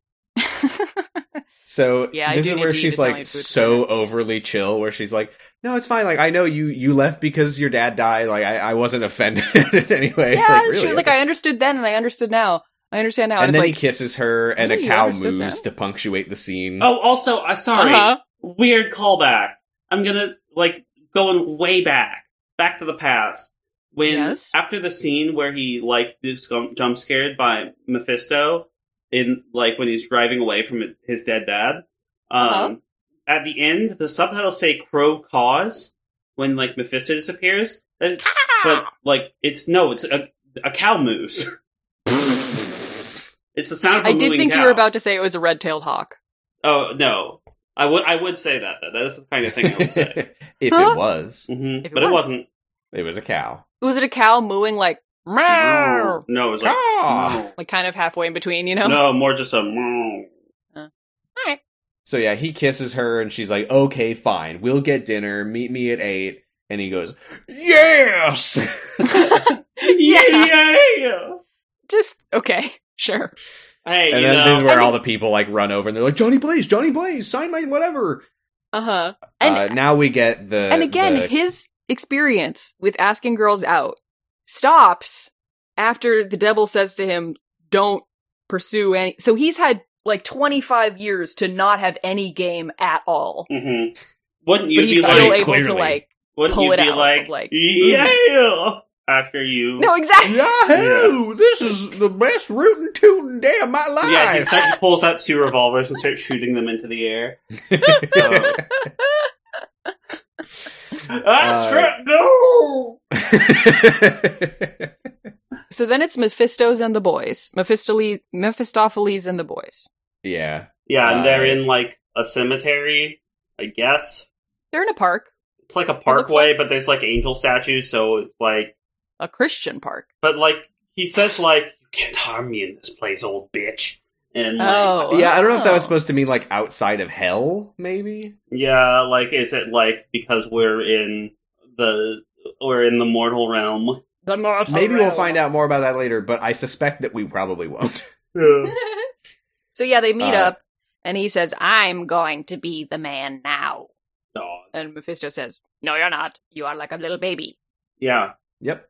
S2: So
S3: Yeah, I
S2: this
S3: do
S2: is
S3: need
S2: where
S3: to eat
S2: she's
S3: Italian
S2: like
S3: food for
S2: so overly chill, where she's like, "No, it's fine. Like I know you you left because your dad died. Like I, I wasn't offended <laughs> in any way.
S3: yeah,
S2: like, really,
S3: she was like,
S2: okay."
S3: "I understood then, and I understood now. I understand now."
S2: and
S3: it's
S2: then
S3: like,
S2: he kisses her, and
S3: really,
S2: a
S3: you
S2: cow
S3: understood
S2: moves
S3: that?
S2: to punctuate the scene.
S4: Oh, also, I sorry.
S3: Uh-huh.
S4: Weird callback. I'm gonna like going way back, back to the past. When
S3: Yes.
S4: after the scene where he like is gum- jump scared by Mephisto in like when he's driving away from his dead dad. Um,
S3: Uh-huh.
S4: At the end, the subtitles say "Crow Cause" when like Mephisto disappears, That's- but like it's no, it's a, a cow moves.
S3: <laughs>
S4: it's the sound. Of a
S3: I did
S4: mooing
S3: think you
S4: cow.
S3: were about to say it was a red-tailed hawk.
S4: Oh no, I would I would say that though. That is the kind of thing I
S2: <laughs>
S4: would say.
S2: if
S3: Huh?
S2: it was,
S4: hmm
S3: If it
S4: But it
S3: was.
S4: wasn't.
S2: it was a cow.
S3: Was it a cow mooing like meow,
S4: No, it was like
S2: Caw!
S4: no.
S3: <laughs> like kind of halfway in between, you know?
S4: no, more just a. meow.
S2: So yeah, he kisses her, and she's like, "Okay, fine. We'll get dinner. Meet me at 8. And he goes, "Yes." <laughs>
S4: Yeah.
S3: <laughs> Just okay, <laughs> sure.
S4: Hey,
S2: and
S4: you
S2: then
S4: know,
S2: this is where
S3: And-
S2: all the people like run over, and they're like, "Johnny Blaze, Johnny Blaze, sign my whatever."
S3: Uh huh. And
S2: uh, now we get the
S3: and again,
S2: the-
S3: his experience with asking girls out stops after the devil says to him, don't pursue any. So he's had like 25 years to not have any game at all.
S4: Mm-hmm. Wouldn't you
S3: but
S4: be
S3: he's still
S4: like,
S3: able to
S2: clearly.
S3: like,
S4: wouldn't
S3: pull
S4: you
S3: it
S4: be
S3: out,
S4: like,
S3: like, mm.
S4: yeah, after you?
S3: <laughs> no, exactly.
S2: Yahoo! This is the best rootin' tootin' day of my life.
S4: Yeah, he, start, he pulls out two revolvers and starts shooting them into
S2: <laughs>
S4: the air. <laughs> Oh.
S2: Uh,
S4: ah, strap, no!
S3: So then it's Mephisto's and the boys. Mephistole- Mephistopheles and the boys.
S2: <laughs> yeah.
S4: Yeah, and they're
S2: Uh,
S4: in like a cemetery, I guess.
S3: They're in a park,
S4: It's like a
S3: looks
S4: parkway,
S3: like-
S4: but there's like angel statues, so it's like,
S3: a Christian park.
S4: but like he says, like you can't harm me in this place, old bitch. And like,
S3: Oh.
S2: Yeah, I don't know if that was
S3: wow.
S2: supposed to mean like outside of hell, maybe.
S4: yeah, like is it like because we're in the we're in the mortal realm?
S3: The mortal
S2: Maybe we'll find out more about that later, but I suspect that we probably won't. <laughs>
S4: Yeah.
S3: so yeah, they meet
S2: Uh,
S3: up, and he says, "I'm going to be the man now."
S4: Dog.
S3: And Mephisto says, "No, you're not. You are like a little baby."
S4: Yeah.
S3: <laughs>
S2: yep.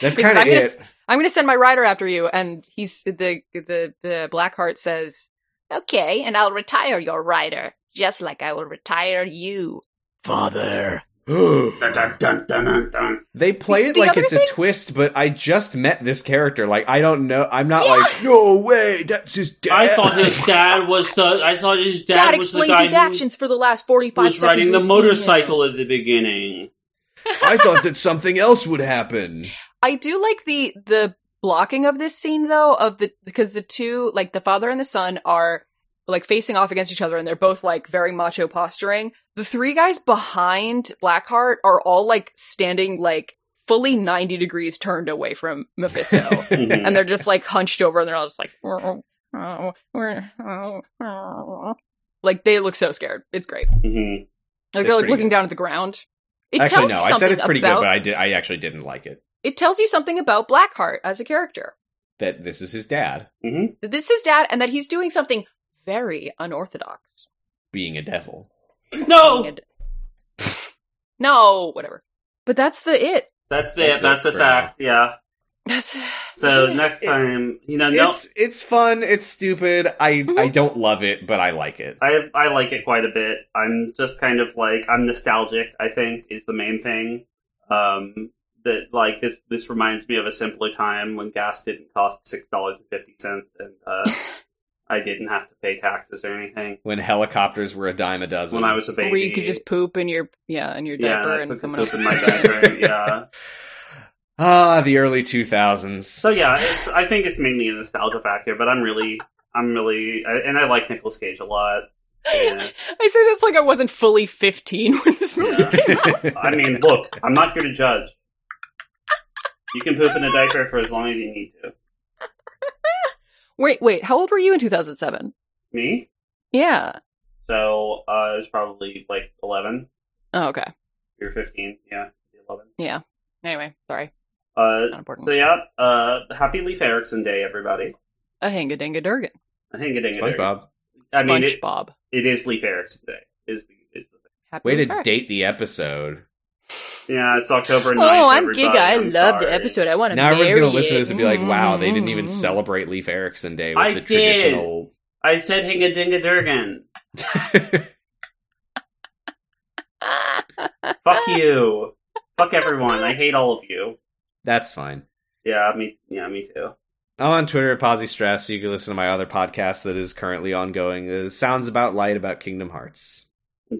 S2: That's
S3: Because
S2: kind of
S3: I'm gonna
S2: it.
S3: s- I'm going to send my rider after you, and he's the the the Blackheart says, "Okay, and I'll retire your rider, just like I will retire you,
S2: <gasps>
S3: father."
S4: Dun, dun, dun, dun, dun, dun.
S2: They play it
S3: The
S2: like
S3: other
S2: it's
S3: thing-
S2: a twist, but I just met this character. Like I don't know. I'm not
S3: Yeah.
S2: like no way. That's his dad.
S4: I thought his dad was the. I thought his dad
S3: That
S4: was the
S3: explains
S4: guy
S3: his
S4: who
S3: actions for the last forty five
S4: was
S3: seconds.
S4: riding the
S3: we've seen him.
S4: motorcycle at the beginning.
S2: <laughs> I thought that something else would happen.
S3: I do like the the blocking of this scene though of the because the two like the father and the son are like facing off against each other and they're both like very macho posturing. The three guys behind Blackheart are all like standing like fully 90 degrees turned away from
S2: <laughs>
S3: Mephisto.
S4: Mhm.
S3: and they're just like hunched over and they're all just like "Oh, oh, oh, oh." like they look so scared. It's great.
S4: Mhm.
S3: Like
S2: It's
S3: they're like
S2: pretty
S3: looking
S2: good.
S3: down at the ground. It
S2: Actually,
S3: tells
S2: no. I
S3: you
S2: said
S3: something
S2: it's pretty
S3: about-
S2: good, but I did. I actually didn't like it.
S3: it tells you something about Blackheart as a character.
S2: That this is his dad
S4: Mhm.
S3: that this is dad and that he's doing something very unorthodox.
S2: being a devil.
S4: No,
S3: No, whatever. But that's the it.
S4: that's the
S2: That's
S4: that's,
S2: it
S4: the
S2: for
S4: sack. Yeah.
S3: That's
S4: So
S3: Yeah.
S4: next
S2: It-
S4: time, you know, no,
S2: It's it's fun. It's stupid. I I don't love it, but I like it.
S4: I I like it quite a bit. I'm just kind of like I'm nostalgic. I think is the main thing. Um, that like this this reminds me of a simpler time when gas didn't cost six dollars and fifty cents, and
S3: <laughs>
S4: uh, I didn't have to pay taxes or anything
S2: when helicopters were a dime a dozen.
S4: when I was a baby.
S3: where you could just poop in your yeah in your
S4: yeah,
S3: diaper
S4: I
S3: and
S4: put
S3: someone
S4: the
S3: else
S4: poop
S3: <laughs>
S4: in my diaper. Yeah.
S2: ah the early two thousands.
S4: So yeah, it's, I think it's mainly a nostalgia factor, but I'm really, I'm really, I, and I like Nicolas Cage a lot. Yeah.
S3: I say that's like I wasn't fully fifteen <laughs> when this movie
S4: Yeah.
S3: came out.
S4: I mean, look, I'm not here to judge. You can poop in a diaper for as long as you need to.
S3: Wait, wait, how old were you in two thousand seven?
S4: Me,
S3: Yeah.
S4: so uh, I was probably like 11
S3: Oh, okay.
S4: You're 15. Yeah, 11.
S3: Anyway, sorry. Not
S4: Uh,
S3: important.
S4: so yeah, uh, happy Leif Erikson Day, everybody.
S3: a hanga dinga durgan.
S4: I think it is.
S2: <laughs> SpongeBob.
S4: I mean, it,
S3: SpongeBob.
S4: it is Leif Erikson Day. Is the is the
S3: Happy
S2: Way to
S3: birthday.
S2: date the episode.
S4: yeah? It's October 9th.
S3: Oh, I'm
S4: everybody.
S3: Giga. I
S4: I'm
S3: love
S4: sorry.
S3: the episode. I want to
S2: Now everyone's
S3: going
S2: gonna
S3: to
S2: listen to this and be like, "Wow, they didn't
S3: Mm-hmm.
S2: even celebrate Leif Erikson Day with
S4: I
S2: the
S4: did.
S2: traditional."
S4: I said Hingadingadurgan.
S3: Mm-hmm. <laughs>
S4: Fuck you. Fuck everyone. I hate all of you.
S2: <laughs> That's fine.
S4: Yeah, me. Yeah, me too.
S2: I'm on Twitter at Posy Stress. So you can listen to my other podcast that is currently ongoing. It is Sounds About Light about Kingdom Hearts.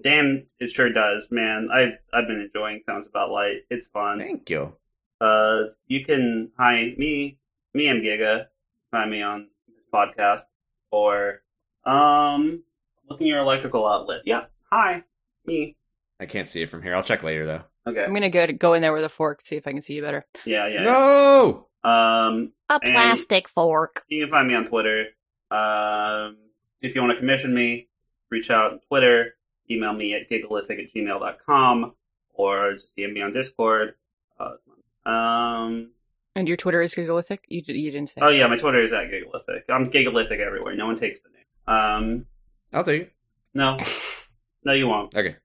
S4: Damn, it sure does, man. I I've been enjoying Sounds About Light. It's fun.
S2: Thank you.
S4: Uh, you can hi me. Me, I'm Giga. Find me on this podcast or um, look in your electrical outlet. Yeah, hi me.
S2: I can't see it from here. I'll check later though.
S4: Okay.
S3: I'm gonna go to go in there with a fork, see if I can see you better.
S4: Yeah, yeah. yeah.
S2: No.
S4: Um,
S3: A
S4: And-
S3: plastic fork.
S4: You can find me on Twitter. Um, if you want to commission me, reach out on Twitter, email me at gigalithic at gmail.com, or just DM me on Discord. Uh, um,
S3: And your Twitter is gigalithic. You d- you didn't say.
S4: oh, yeah, my Twitter is at gigalithic. I'm gigalithic everywhere. No one takes the name. Um,
S2: I'll take it.
S3: <laughs>
S4: no. No, you won't.
S2: Okay.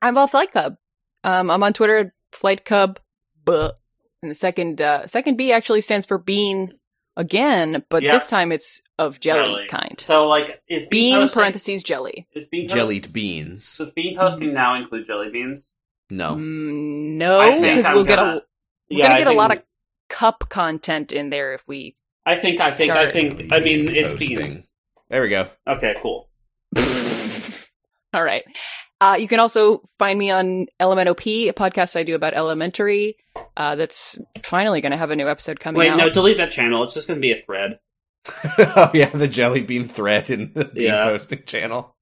S3: I'm all Flight Cub. Um, I'm on Twitter at Flight Cub. Buh. And the second uh, second B actually stands for bean again, but
S4: Yeah.
S3: this time it's of jelly,
S4: Jelly.
S3: kind.
S4: So like is
S3: bean
S4: posting,
S3: parentheses jelly.
S4: is bean post-
S2: Jellied beans.
S4: Does bean posting now include jelly beans?
S2: No.
S3: Mm,
S4: I
S3: no,
S4: think
S3: because
S4: I'm
S3: we'll get
S4: gonna-
S3: a we're
S4: yeah,
S3: gonna
S4: I
S3: get a
S4: think-
S3: lot of cup content in there if we.
S4: I think I think I
S3: Start.
S4: think I mean it's
S2: Posting.
S4: beans.
S2: There we go. <laughs>
S4: Okay, cool.
S3: All right. Uh, you can also find me on LMNOP, a podcast I do about elementary. Uh, that's finally going to have a new episode coming
S4: Wait,
S3: out.
S4: no, delete that channel. It's just gonna be a thread.
S2: oh yeah, the jelly bean thread in the bean
S4: Yeah.
S2: posting channel.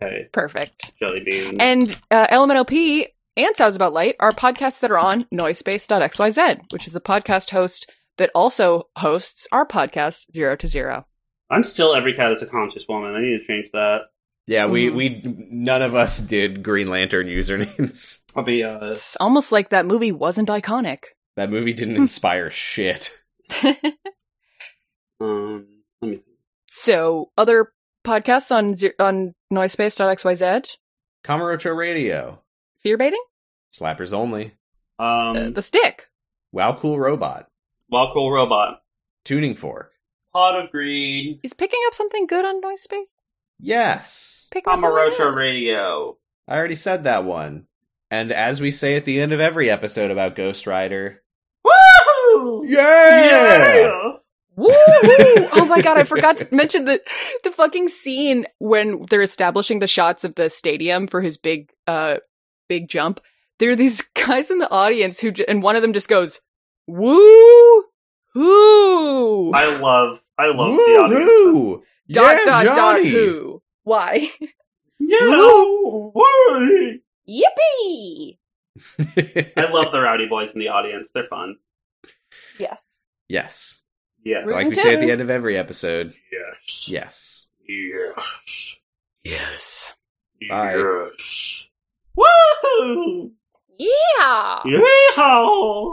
S4: Okay,
S3: Perfect.
S4: jelly beans.
S3: And uh, LMNOP and Sounds About Light are podcasts that are on noisepace.xyz, which is the podcast host that also hosts our podcast, Zero to Zero.
S4: I'm still every cat is a conscious woman. I need to change that.
S2: Yeah, we
S4: Mm-hmm.
S3: Mhm.
S2: we none of us did Green Lantern usernames. <laughs>
S4: I'll be uh
S3: It's almost like that movie wasn't iconic.
S2: That movie
S4: Hmm.
S2: didn't inspire shit.
S4: um let me
S3: so, other podcasts on ze- on noisepace.xyz,
S2: Camarocho Radio,
S3: fear baiting,
S2: slappers only.
S3: Uh,
S4: um
S3: the stick,
S2: Wow, cool robot.
S4: Wild Cool Robot.
S2: Tuning fork.
S4: Pot of Green,
S3: is picking up something good on noise space.
S2: Yes,
S3: Picking up something
S4: Camarocho
S3: good.
S4: Radio.
S2: I already said that one. And as we say at the end of every episode about Ghost Rider,
S4: Woo!
S2: yeah.
S3: Woo! oh my god, I forgot to mention the the fucking scene when they're establishing the shots of the stadium for his big uh big jump. There are these <laughs> guys in the audience who j- and one of them just goes, "Woo! Who?
S4: I love I love the audience.
S2: Woohoo!
S3: Dot
S2: Yeah,
S3: dot dot
S2: Johnny!
S3: who? Why?
S4: Yeah. woo.
S3: Yippee!
S4: I love the rowdy boys in the audience. They're fun.
S3: Yes.
S2: <laughs> yes,
S4: Yeah.
S3: Right.
S2: like we
S3: Rootin'
S2: say at
S3: too.
S2: the end of every episode.
S4: Yes.
S2: Yes.
S4: Yes.
S3: Yes.
S2: Bye.
S4: Yes. Woo!
S3: Yeah.
S4: Yeehaw!